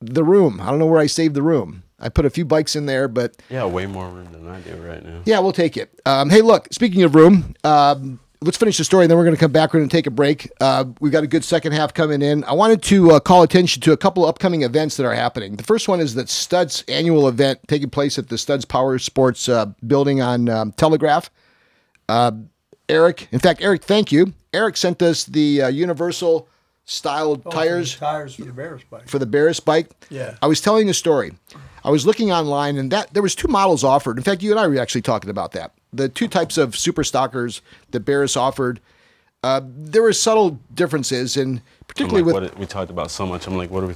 Speaker 1: the room. I don't know where I saved the room. I put a few bikes in there, but
Speaker 3: Yeah, way more room than I do right now.
Speaker 1: yeah, we'll take it. Um, hey, look, speaking of room, um, let's finish the story and then we're going to come back. We're going to take a break. Uh, we've got a good second half coming in. I wanted to uh, call attention to a couple upcoming events that are happening. The first one is that Studs annual event taking place at the Studs Power Sports uh, building on um, Telegraph. Um, Eric, in fact, Eric, thank you. Eric sent us the uh, Universal styled tires
Speaker 2: Tires for the Bears bike.
Speaker 1: for the Barris bike.
Speaker 2: Yeah.
Speaker 1: I was telling a story. I was looking online and that there was two models offered. In fact, you and I were actually talking about that. The two types of super stockers that Barris offered. Uh, there were subtle differences, and
Speaker 3: I'm
Speaker 1: particularly
Speaker 3: like,
Speaker 1: with
Speaker 3: what it- we talked about so much. I'm like, what are we?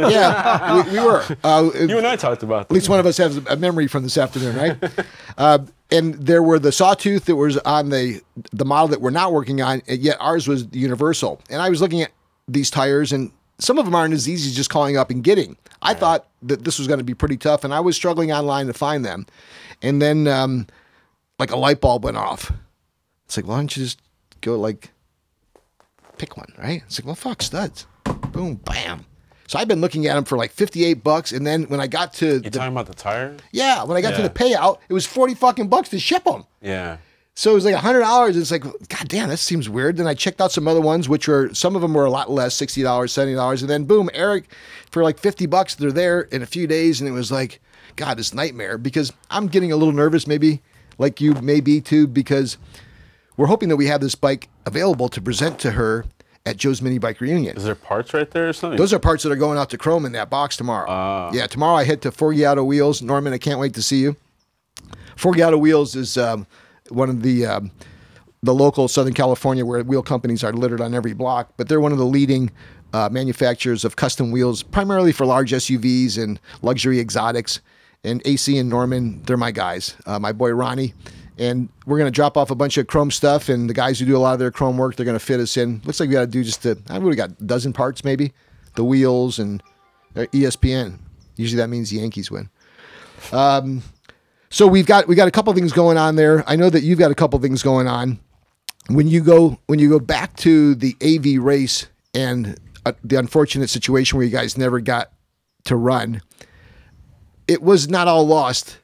Speaker 1: yeah, we, we were. Uh,
Speaker 3: you and I talked about.
Speaker 1: at
Speaker 3: This.
Speaker 1: least one of us has a memory from this afternoon, right? uh, and there were the sawtooth that was on the the model that we're not working on, and yet ours was the universal. And I was looking at these tires, and some of them aren't as easy as just calling up and getting. I thought that this was going to be pretty tough, and I was struggling online to find them. And then, um, like a light bulb went off. It's like, why don't you just go like pick one, right? It's like, well, fuck studs. Boom, bam. So I've been looking at them for like fifty-eight bucks, and then when I got to
Speaker 3: You
Speaker 1: the,
Speaker 3: talking about the tire?
Speaker 1: yeah, when I got to
Speaker 3: Yeah.
Speaker 1: the payout, it was forty fucking bucks to ship them.
Speaker 3: Yeah.
Speaker 1: So it was like hundred dollars. It's like, god damn, that seems weird. Then I checked out some other ones, which were some of them were a lot less, sixty dollars, seventy dollars, and then boom, Eric, for like fifty bucks, they're there in a few days, and it was like, God, this nightmare because I'm getting a little nervous, maybe like you may be too, because we're hoping that we have this bike available to present to her at Joe's Mini Bike Reunion.
Speaker 3: Is there parts right there or something?
Speaker 1: Those are parts that are going out to Chrome in that box tomorrow. yeah, tomorrow I head to Forgiato Wheels. Norman, I can't wait to see you. Forgiato Wheels is um, one of the um, the local Southern California where wheel companies are littered on every block, but they're one of the leading uh, manufacturers of custom wheels, primarily for large SUVs and luxury exotics. And AC and Norman, they're my guys. Uh, my boy Ronnie. And we're going to drop off a bunch of chrome stuff, and the guys who do a lot of their chrome work, they're going to fit us in. Looks like we got to do just a, I would have got a dozen parts maybe, the wheels and uh, ESPN. Usually that means the Yankees win. Um, So we've got we got a couple things going on there. I know that you've got a couple things going on. When you go when you go back to the AV race and uh, the unfortunate situation where you guys never got to run, it was not all lost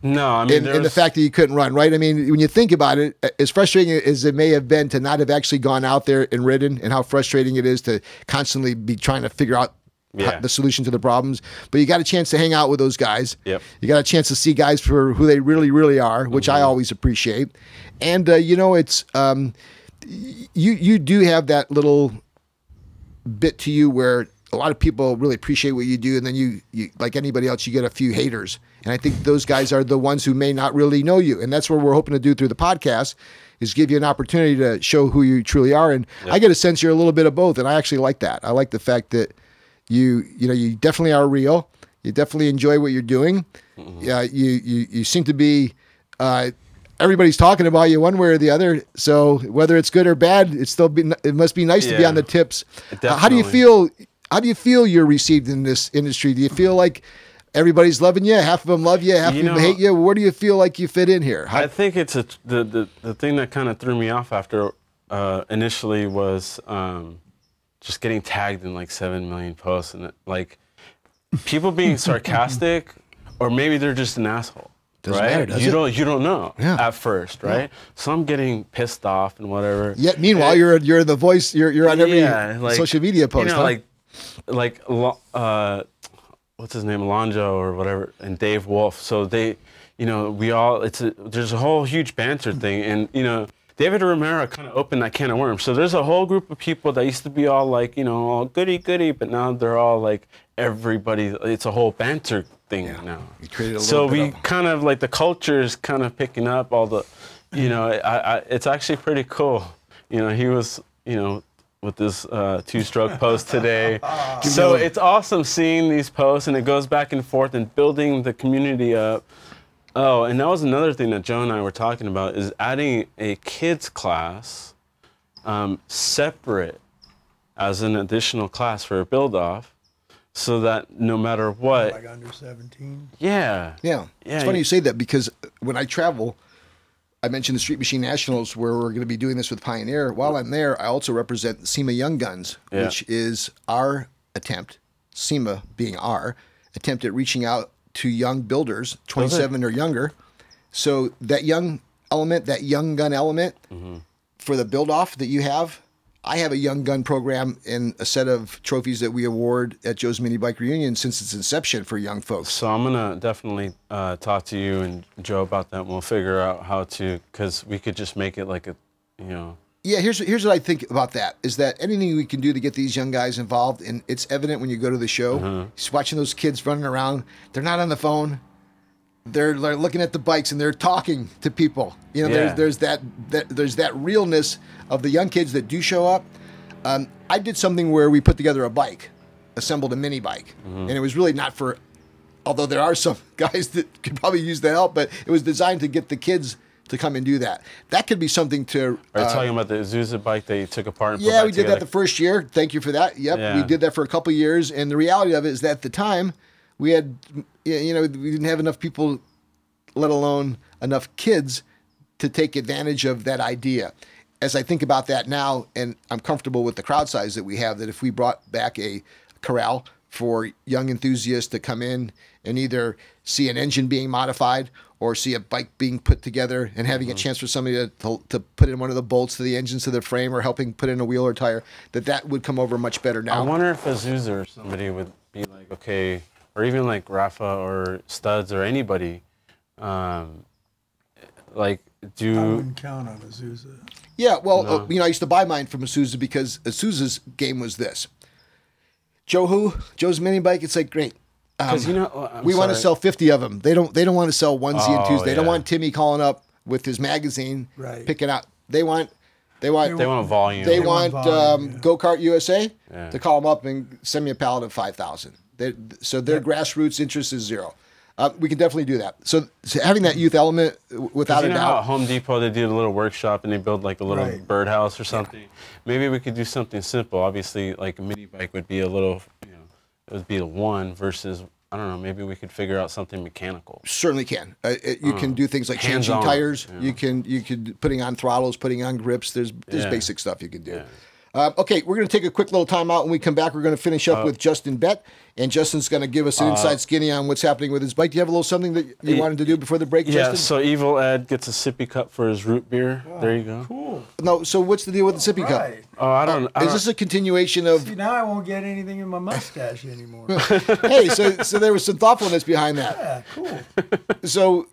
Speaker 3: no, I mean
Speaker 1: in,
Speaker 3: there's
Speaker 1: in the fact that you couldn't run, right? I mean, when you think about it, as frustrating as it may have been to not have actually gone out there and ridden, and how frustrating it is to constantly be trying to figure out ho-
Speaker 3: Yeah.
Speaker 1: the solution to the problems. But you got a chance to hang out with those guys.
Speaker 3: Yep.
Speaker 1: You got a chance to see guys for who they really, really are, which I
Speaker 3: Mm-hmm.
Speaker 1: always appreciate. And uh, you know, it's um, y- you you do have that little bit to you where a lot of people really appreciate what you do, and then you, you like anybody else, you get a few haters. And I think those guys are the ones who may not really know you, and that's what we're hoping to do through the podcast is give you an opportunity to show who you truly are. And I get a sense you're a little bit of both, and I actually like that. I like the fact that you you know you definitely are real. You definitely enjoy what you're doing. Yeah, you you you seem to be. Uh, Everybody's talking about you one way or the other. So whether it's good or bad, it's still be, it must be nice to be
Speaker 3: Yeah.
Speaker 1: on the tips. Uh, How do you
Speaker 3: Definitely.
Speaker 1: feel? How do you feel you're received in this industry? Do you feel like everybody's loving you? Half of them love you, half
Speaker 3: You
Speaker 1: of them
Speaker 3: know-
Speaker 1: hate you. Where do you feel like you fit in here? How,
Speaker 3: I think it's a, the, the the thing that kind of threw me off after uh, initially was um, just getting tagged in like seven million posts and like people being sarcastic or maybe they're just an asshole.
Speaker 1: Doesn't
Speaker 3: right?
Speaker 1: matter, does
Speaker 3: you
Speaker 1: it?
Speaker 3: don't you don't know
Speaker 1: Yeah.
Speaker 3: at first, right? So I'm getting pissed off and whatever.
Speaker 1: yet, meanwhile, you're you're the voice. You're you're on every social media post.
Speaker 3: You know,
Speaker 1: huh?
Speaker 3: like like Lo- uh, what's his name, Lonjo or whatever, and Dave Wolf. So they, you know, we all it's a, there's a whole huge banter
Speaker 1: Hmm.
Speaker 3: thing, and you know. David Romero kind of opened that can of worms. So there's a whole group of people that used to be all like, you know, all goody goody, but now they're all like everybody. It's a whole banter thing now.
Speaker 1: You created a
Speaker 3: so
Speaker 1: little bit
Speaker 3: we
Speaker 1: of-
Speaker 3: kind of like the culture is kind of picking up all the, you know, I, I, it's actually pretty cool. You know, he was, you know, with this uh, two-stroke post today. so it's awesome seeing these posts, and it goes back and forth and building the community up. Oh, and that was another thing that Joe and I were talking about is adding a kids class, um, separate as an additional class for a build-off, so that no matter what,
Speaker 2: Like under 17.
Speaker 3: yeah,
Speaker 1: Yeah.
Speaker 3: Yeah,
Speaker 1: It's funny
Speaker 3: you-
Speaker 1: you say that because when I travel, I mentioned the Street Machine Nationals where we're going to be doing this with Pioneer. While I'm there, I also represent SEMA Young Guns,
Speaker 3: Yeah.
Speaker 1: which is our attempt, SEMA being our attempt at reaching out to young builders, 27 or younger. So that young element, that young gun element
Speaker 3: Mm-hmm.
Speaker 1: for the build off that you have, I have a young gun program and a set of trophies that we award at Joe's Mini Bike Reunion since its inception for young folks.
Speaker 3: So I'm gonna definitely uh, talk to you and Joe about that, and we'll figure out how to, because we could just make it like a, you know,
Speaker 1: Yeah, here's here's what I think about that is that anything we can do to get these young guys involved, and it's evident when you go to the show.
Speaker 3: Uh-huh.
Speaker 1: Just watching those kids running around, they're not on the phone. They're, they're looking at the bikes and they're talking to people. You know,
Speaker 3: Yeah.
Speaker 1: there's there's that, that there's that realness of the young kids that do show up. Um, I did something where we put together a bike, assembled a mini bike,
Speaker 3: Uh-huh.
Speaker 1: and it was really not for although there are some guys that could probably use the help, but it was designed to get the kids to come and do that. That could be something to.
Speaker 3: Are you
Speaker 1: uh,
Speaker 3: talking about the Azusa bike that you took apart? And put
Speaker 1: yeah,
Speaker 3: back
Speaker 1: we did that
Speaker 3: together?
Speaker 1: the first year. Thank you for that. Yep, we
Speaker 3: Yeah.
Speaker 1: did that for a couple years, and the reality of it is that at the time we had, y- you know, we didn't have enough people, let alone enough kids, to take advantage of that idea. As I think about that now, and I'm comfortable with the crowd size that we have, that if we brought back a corral for young enthusiasts to come in and either see an engine being modified or see a bike being put together and having a chance for somebody to, to, to put in one of the bolts to the engines to the frame or helping put in a wheel or tire, that that would come over much better
Speaker 3: I
Speaker 1: now.
Speaker 3: wonder if Azusa or somebody would be like, okay, or even like Rafa or Studs or anybody, um, like
Speaker 2: I
Speaker 3: do
Speaker 2: wouldn't count on Azusa.
Speaker 1: Yeah, well, uh, you know, I used to buy mine from Asuza because Asuza's game was this. Joe who Joe's mini bike. It's like great. Um,
Speaker 3: because you know oh, I'm
Speaker 1: we want to
Speaker 3: sorry.
Speaker 1: sell 50 of them. They don't they don't want to sell onesie and
Speaker 3: Oh,
Speaker 1: twos. They don't
Speaker 3: yeah.
Speaker 1: want Timmy calling up with his magazine
Speaker 2: Right.
Speaker 1: picking out. They want they want
Speaker 3: They want volume.
Speaker 1: they
Speaker 3: They
Speaker 1: want,
Speaker 2: want volume,
Speaker 1: um,
Speaker 2: yeah.
Speaker 1: Go-Kart USA
Speaker 3: Yeah.
Speaker 1: to call them up and send me a pallet of 5,000. They- So their grassroots interest is zero. Uh, we can definitely do that. So, so having that youth element w- without
Speaker 3: you
Speaker 1: a
Speaker 3: know how at
Speaker 1: doubt.
Speaker 3: Home Depot they do a little workshop and they build like a little
Speaker 2: Right.
Speaker 3: birdhouse or something. Maybe we could do something simple. Obviously, like a mini bike would be a little, you know, it would be a one versus I don't know. Maybe we could figure out something mechanical.
Speaker 1: Certainly can. Uh, it, you
Speaker 3: Hmm.
Speaker 1: can do things like changing
Speaker 3: hands-on,
Speaker 1: tires. You can you can putting on throttles, putting on grips. There's there's
Speaker 3: Yeah.
Speaker 1: basic stuff you can do. Uh, okay, we're going to take a quick little time out. When we come back, we're going to finish
Speaker 3: Uh,
Speaker 1: up with Justin Bett, and Justin's going to give us an inside skinny on what's happening with his bike. Do you have a little something that you
Speaker 3: Yeah.
Speaker 1: wanted to do before the break,
Speaker 3: Yeah.
Speaker 1: Justin?
Speaker 3: So Evil Ed gets a sippy cup for his root beer. there you go.
Speaker 2: Cool.
Speaker 1: No. So what's the deal with the sippy cup?
Speaker 2: Right.
Speaker 3: Oh, I don't. I
Speaker 1: Is
Speaker 3: don't
Speaker 1: this a continuation of
Speaker 2: See, now I won't get anything in my mustache anymore.
Speaker 1: hey? So, so there was some thoughtfulness behind that.
Speaker 2: yeah, cool.
Speaker 1: So,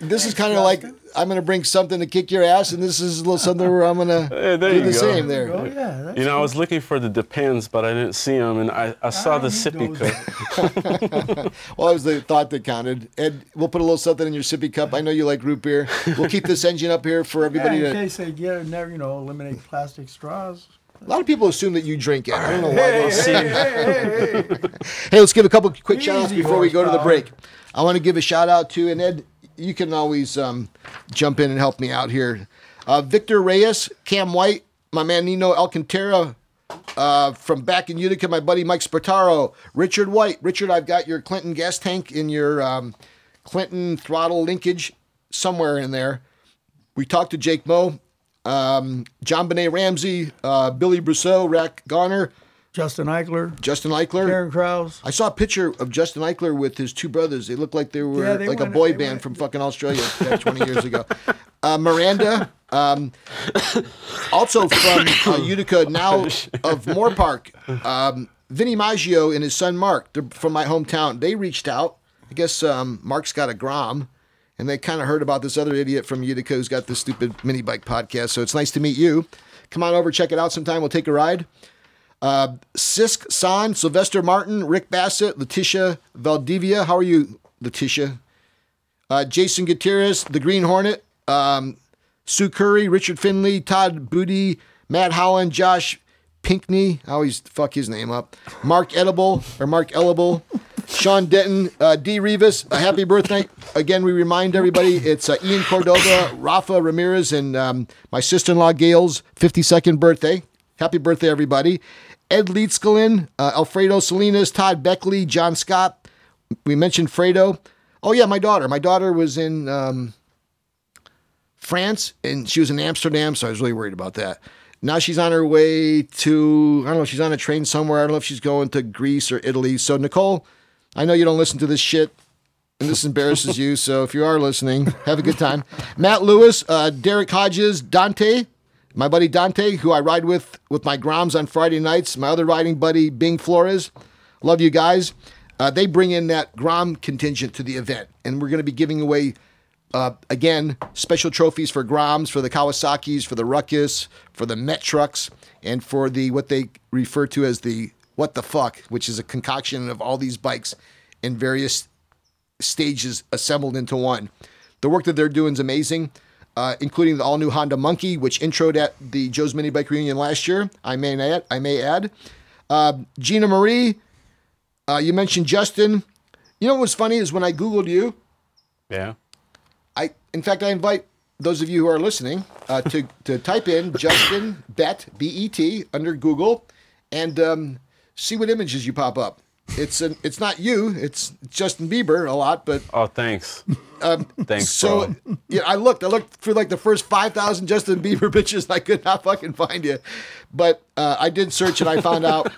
Speaker 1: this is kind of like I'm going to bring something to kick your ass, and this is a little something where I'm going to
Speaker 3: Hey, there
Speaker 1: do
Speaker 3: you
Speaker 1: the
Speaker 3: go.
Speaker 1: same there.
Speaker 2: Oh, yeah. That's
Speaker 3: You know, I was looking for the depends, but I didn't see them, and I, I saw
Speaker 2: Ah,
Speaker 3: the
Speaker 2: he
Speaker 3: sippy
Speaker 2: knows
Speaker 3: cup.
Speaker 1: Well, that was the thought that counted. Ed, we'll put a little something in your sippy cup. I know you like root beer. We'll keep this engine up here for
Speaker 2: yeah,
Speaker 1: everybody
Speaker 2: in
Speaker 1: to.
Speaker 2: case they get never, you know, eliminate plastic straws.
Speaker 1: A lot of people assume that you drink it. I don't know why. they
Speaker 2: Hey,
Speaker 1: assume-
Speaker 2: hey, hey, hey, hey.
Speaker 1: Hey, let's give a couple quick shout outs
Speaker 2: Easy
Speaker 1: before we go to the
Speaker 2: horsepower.
Speaker 1: break. I want to give a shout out to, and Ed, you can always um, jump in and help me out here. Uh, Victor Reyes, Cam White, my man Nino Alcantara uh, from back in Utica, my buddy Mike Spartaro, Richard White. Richard, I've got your Clinton gas tank in your um, Clinton throttle linkage somewhere in there. We talked to Jake Moe, um, John Benet Ramsey, uh, Billy Brousseau, Rack Garner,
Speaker 2: Justin Eichler,
Speaker 1: Justin Eichler.
Speaker 2: Aaron Krause.
Speaker 1: I saw a picture of Justin Eichler with his two brothers. They looked like they were
Speaker 2: Yeah, they
Speaker 1: like a
Speaker 2: went-
Speaker 1: boy
Speaker 2: they
Speaker 1: band
Speaker 2: went-
Speaker 1: from fucking Australia back 20 years ago. Uh, Miranda, um, also from uh, Utica, now of Moore Park. Um, Vinny Maggio and his son Mark, they're from my hometown. They reached out. I guess um, Mark's got a Grom, and they kind of heard about this other idiot from Utica who's got this stupid mini bike podcast. So it's nice to meet you. Come on over, check it out sometime. We'll take a ride. Sisk San, Sylvester Martin, Rick Bassett, Letitia Valdivia. How are you, Letitia? Uh, Jason Gutierrez, The Green Hornet, um, Sue Curry, Richard Finley, Todd Booty, Matt Holland, Josh Pinkney. I always fuck his name up. Mark Edible or Mark Elible. Sean Denton, uh, D. Rivas, a happy birthday. Again, we remind everybody it's uh, Ian Cordova, Rafa Ramirez, and um, my sister in law Gail's 52nd birthday. Happy birthday, everybody. Ed Leedskalin, uh, Alfredo Salinas, Todd Beckley, John Scott. We mentioned Fredo. Oh, yeah, my daughter. My daughter was in um, France and she was in Amsterdam, so I was really worried about that. Now she's on her way to, I don't know, she's on a train somewhere. I don't know if she's going to Greece or Italy. So, Nicole, I know you don't listen to this shit and this embarrasses you. So, if you are listening, have a good time. Matt Lewis, uh, Derek Hodges, Dante, my buddy Dante, who I ride with with my Groms on Friday nights, my other riding buddy, Bing Flores. Love you guys. Uh, they bring in that Grom contingent to the event, and we're going to be giving away uh, again, special trophies for Groms, for the Kawasaki's, for the Ruckus, for the Met trucks, and for the what they refer to as the what the fuck, which is a concoction of all these bikes in various stages assembled into one. The work that they're doing is amazing, uh, including the all-new Honda Monkey, which introed at the Joe's Mini Bike Reunion last year. I may add, I may add, uh, Gina Marie. Uh, you mentioned Justin. You know what's funny is when I googled you.
Speaker 3: Yeah.
Speaker 1: I in fact I invite those of you who are listening uh, to to type in Justin Bet B E T under Google and um, see what images you pop up. It's an, it's not you. It's Justin Bieber a lot, but
Speaker 3: Oh, thanks. thanks,
Speaker 1: Um, so
Speaker 3: bro.
Speaker 1: yeah, I looked. I looked for like the first five thousand Justin Bieber bitches. and I could not fucking find you, but uh, I did search and I found out.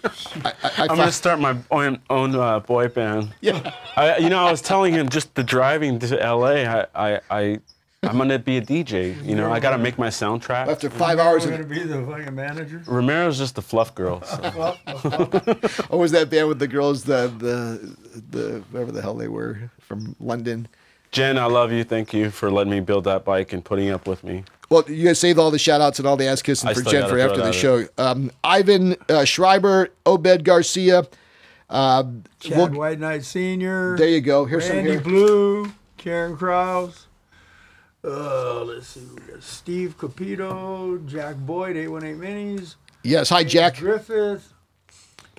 Speaker 1: I, I, I
Speaker 3: I'm gonna
Speaker 1: found,
Speaker 3: start my own, own uh, boy band. Yeah. I, you know, I was telling him just the driving to LA. I, I, I I'm gonna be a DJ. You know, I gotta make my soundtrack.
Speaker 1: after five hours,
Speaker 2: We're
Speaker 1: of,
Speaker 2: gonna be the fucking manager.
Speaker 3: Romero's just the fluff girl. so-
Speaker 1: What was that band with the girls, the the the whatever the hell they were from London?
Speaker 3: Jen, I love you. Thank you for letting me build that bike and putting up with me.
Speaker 1: Well, you guys saved all the shout outs and all the ass kissing
Speaker 3: I
Speaker 1: for
Speaker 3: still
Speaker 1: Jen
Speaker 3: gotta
Speaker 1: for
Speaker 3: throw
Speaker 1: after
Speaker 3: it
Speaker 1: the
Speaker 3: out
Speaker 1: show. Um, Ivan uh, Schreiber, Obed Garcia. Uh,
Speaker 2: Chad
Speaker 1: we'll-
Speaker 2: White Knight Senior.
Speaker 1: there you go. Here's some
Speaker 2: Randy
Speaker 1: here.
Speaker 2: Blue, Karen Krause. Uh, let's see. We got Steve Capito, Jack Boyd, 818 Minis,
Speaker 1: Yes. Hi, Jack.
Speaker 2: Griffith,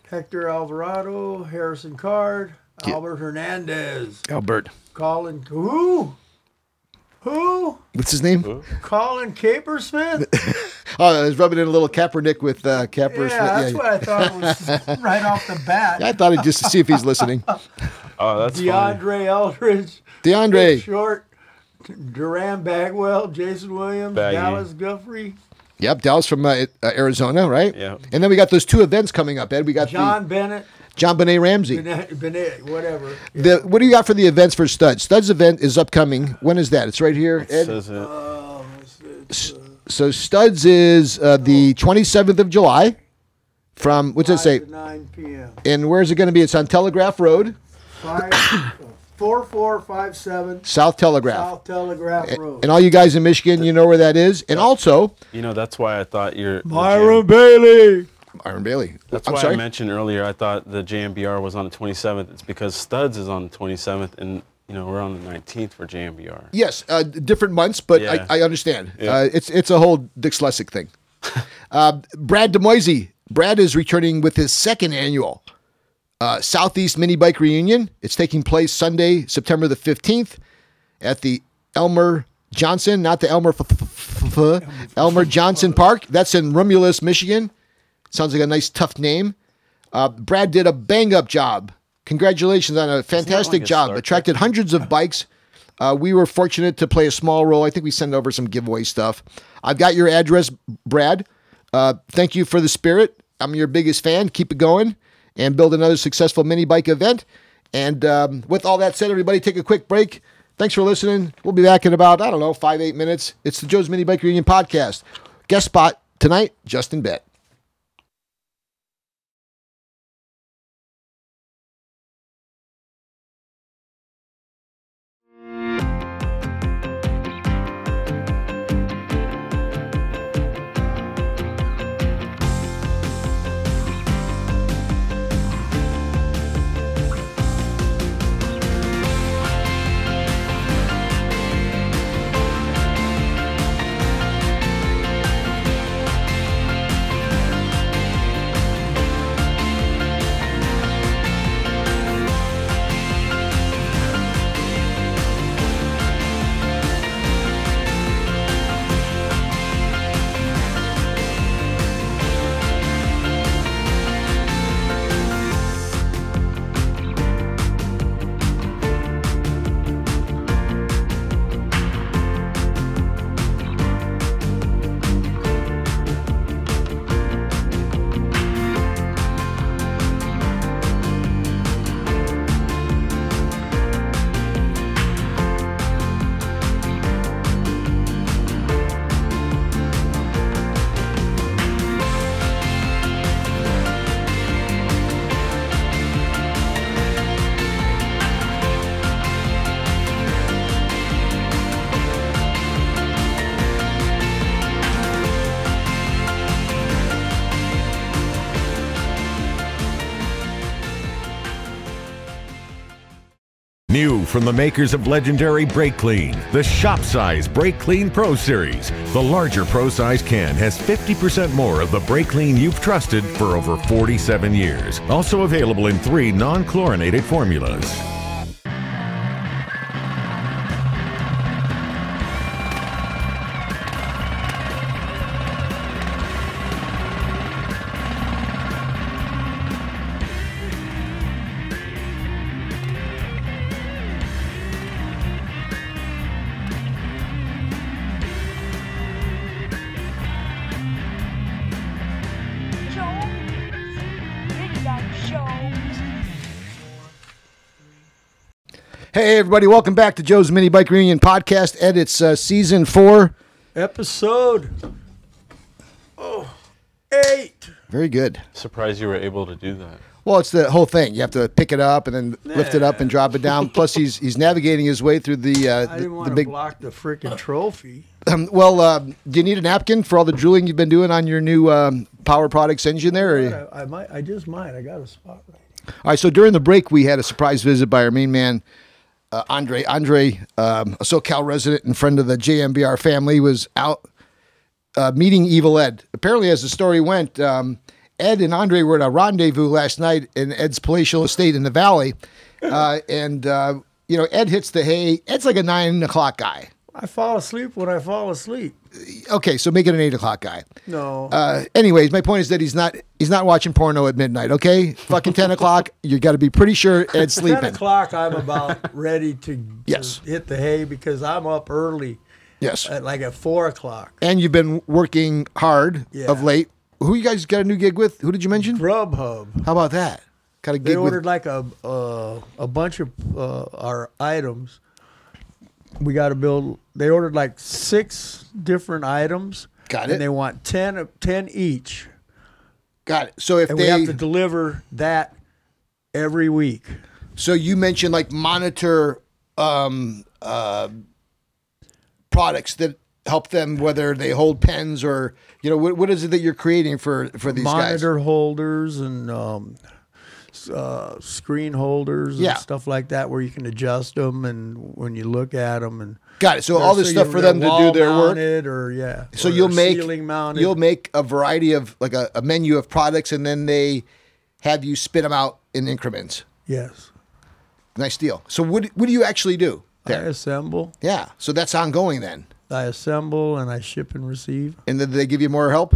Speaker 2: Hector Alvarado, Harrison Card, Albert Hernandez,
Speaker 1: Albert.
Speaker 2: Colin. Who? Who?
Speaker 1: What's his name?
Speaker 2: Colin Capersmith?
Speaker 1: Oh, I was rubbing in a little Kaepernick with uh, Kaepernick.
Speaker 2: yeah, that's what I thought was right off the bat.
Speaker 1: I thought it just to see if he's listening.
Speaker 3: Oh, that's funny.
Speaker 2: DeAndre Eldridge, Nick
Speaker 1: DeAndre.
Speaker 2: Short, Duran Bagwell, Jason Williams,
Speaker 3: Baggy.
Speaker 2: Dallas Guffrey,
Speaker 1: Yep, Dallas from uh, uh, Arizona, right?
Speaker 3: Yeah.
Speaker 1: And then we got those two events coming up, Ed. We got
Speaker 2: John Bennett,
Speaker 1: the John Benet Ramsey.
Speaker 2: Benet, Benet whatever.
Speaker 1: The, what do you got for the events for Studs? Studs event is upcoming. When is that? It's right here. Ed.
Speaker 3: Says it.
Speaker 2: Um, it's- it's, uh,
Speaker 1: so Studs is uh, the 27th of July. From what's it say?
Speaker 2: 5 to 9 p.m.
Speaker 1: And where's it going to be? It's on Telegraph Road,
Speaker 2: 5, 4457
Speaker 1: South Telegraph.
Speaker 2: South Telegraph Road.
Speaker 1: And all you guys in Michigan, you know where that is. And also,
Speaker 3: You know, that's why I thought you're the
Speaker 2: Myron
Speaker 3: J-
Speaker 2: Bailey.
Speaker 1: Iron Bailey.
Speaker 3: That's
Speaker 1: I'm
Speaker 3: why
Speaker 1: sorry.
Speaker 3: I mentioned earlier. I thought the JMBR was on the 27th. It's because Studs is on the 27th, and you know we're on the 19th for JMBR.
Speaker 1: Yes, uh, d- different months, but
Speaker 3: Yeah.
Speaker 1: I, I understand.
Speaker 3: Yeah.
Speaker 1: Uh, it's it's a whole Dick Slesick thing. uh, Brad Demoisey. Brad is returning with his second annual uh, Southeast Mini Bike Reunion. It's taking place Sunday, September the fifteenth, at the Elmer Johnson, not the Elmer f- f- f- f- Elmer Johnson Park. That's in Romulus, Michigan. Sounds like a nice tough name. Uh, Brad did a bang up job. Congratulations on a fantastic
Speaker 3: like a
Speaker 1: job.
Speaker 3: Star
Speaker 1: Attracted hundreds of bikes. Uh, we were fortunate to play a small role. I think we sent over some giveaway stuff. I've got your address, Brad. Uh, thank you for the spirit. I'm your biggest fan. Keep it going and build another successful mini bike event. And um, with all that said, everybody, take a quick break. Thanks for listening. We'll be back in about, I don't know, five, eight minutes. It's the Joe's Mini Bike Reunion podcast. Guest spot tonight, Justin Bett.
Speaker 4: New from the makers of legendary Brake Clean, the Shop Size Brake Clean Pro Series. The larger Pro Size can has 50% more of the Brake Clean you've trusted for over 47 years. Also available in three non chlorinated formulas.
Speaker 1: Hey, everybody, welcome back to Joe's Mini Bike Reunion Podcast. Ed, it's uh, season four.
Speaker 2: Episode oh, eight.
Speaker 1: Very good.
Speaker 3: Surprised you were able to do that.
Speaker 1: Well, it's the whole thing. You have to pick it up and then lift it up and drop it down. Plus, he's he's navigating his way through the uh,
Speaker 2: I
Speaker 1: the,
Speaker 2: didn't
Speaker 1: the
Speaker 2: want to
Speaker 1: big.
Speaker 2: block the freaking trophy.
Speaker 1: Um, well, um, do you need a napkin for all the drooling you've been doing on your new um, Power Products engine there? Or
Speaker 2: I, I might. I just might. I got a spot right. here.
Speaker 1: All right. So during the break, we had a surprise visit by our main man, uh, Andre. Andre, um, a SoCal resident and friend of the JMBR family, was out uh, meeting Evil Ed. Apparently, as the story went, um, Ed and Andre were at a rendezvous last night in Ed's palatial estate in the valley, uh, and uh, you know Ed hits the hay. Ed's like a nine o'clock guy.
Speaker 2: I fall asleep when I fall asleep.
Speaker 1: Okay, so make it an eight o'clock guy.
Speaker 2: No.
Speaker 1: Uh, anyways, my point is that he's not he's not watching porno at midnight. Okay, fucking ten o'clock. You got to be pretty sure Ed's
Speaker 2: Ten
Speaker 1: sleeping.
Speaker 2: o'clock. I'm about ready to, to
Speaker 1: Yes.
Speaker 2: hit the hay because I'm up early
Speaker 1: Yes.
Speaker 2: at like at four o'clock.
Speaker 1: and you've been working hard
Speaker 2: Yeah.
Speaker 1: of late. Who you guys got a new gig with? Who did you mention?
Speaker 2: Grubhub.
Speaker 1: How about that? Got a
Speaker 2: They
Speaker 1: gig with.
Speaker 2: ordered like a uh, a bunch of uh, our items. We got to build. They ordered like six different items.
Speaker 1: Got it.
Speaker 2: And they want 10, of- 10 each,
Speaker 1: Got it. So if
Speaker 2: and
Speaker 1: they,
Speaker 2: we have to deliver that every week.
Speaker 1: so you mentioned like monitor um, uh, products that help them, whether they hold pens or you know what, what is it that you're creating for for these guys?
Speaker 2: monitor holders and um, s- uh, screen holders
Speaker 1: Yeah.
Speaker 2: and stuff like that where you can adjust them and when you look at them and
Speaker 1: Got it. So all this stuff for them to do their work.
Speaker 2: work or yeah
Speaker 1: So
Speaker 2: or
Speaker 1: you'll make
Speaker 2: ceiling mounted
Speaker 1: you'll make a variety of like a, a menu of products, and then they have you spit them out in increments.
Speaker 2: yes
Speaker 1: Nice deal. So what what do you actually do
Speaker 2: I
Speaker 1: there?
Speaker 2: assemble
Speaker 1: Yeah. So that's ongoing then.
Speaker 2: I assemble and I ship and receive
Speaker 1: And then they give you more help?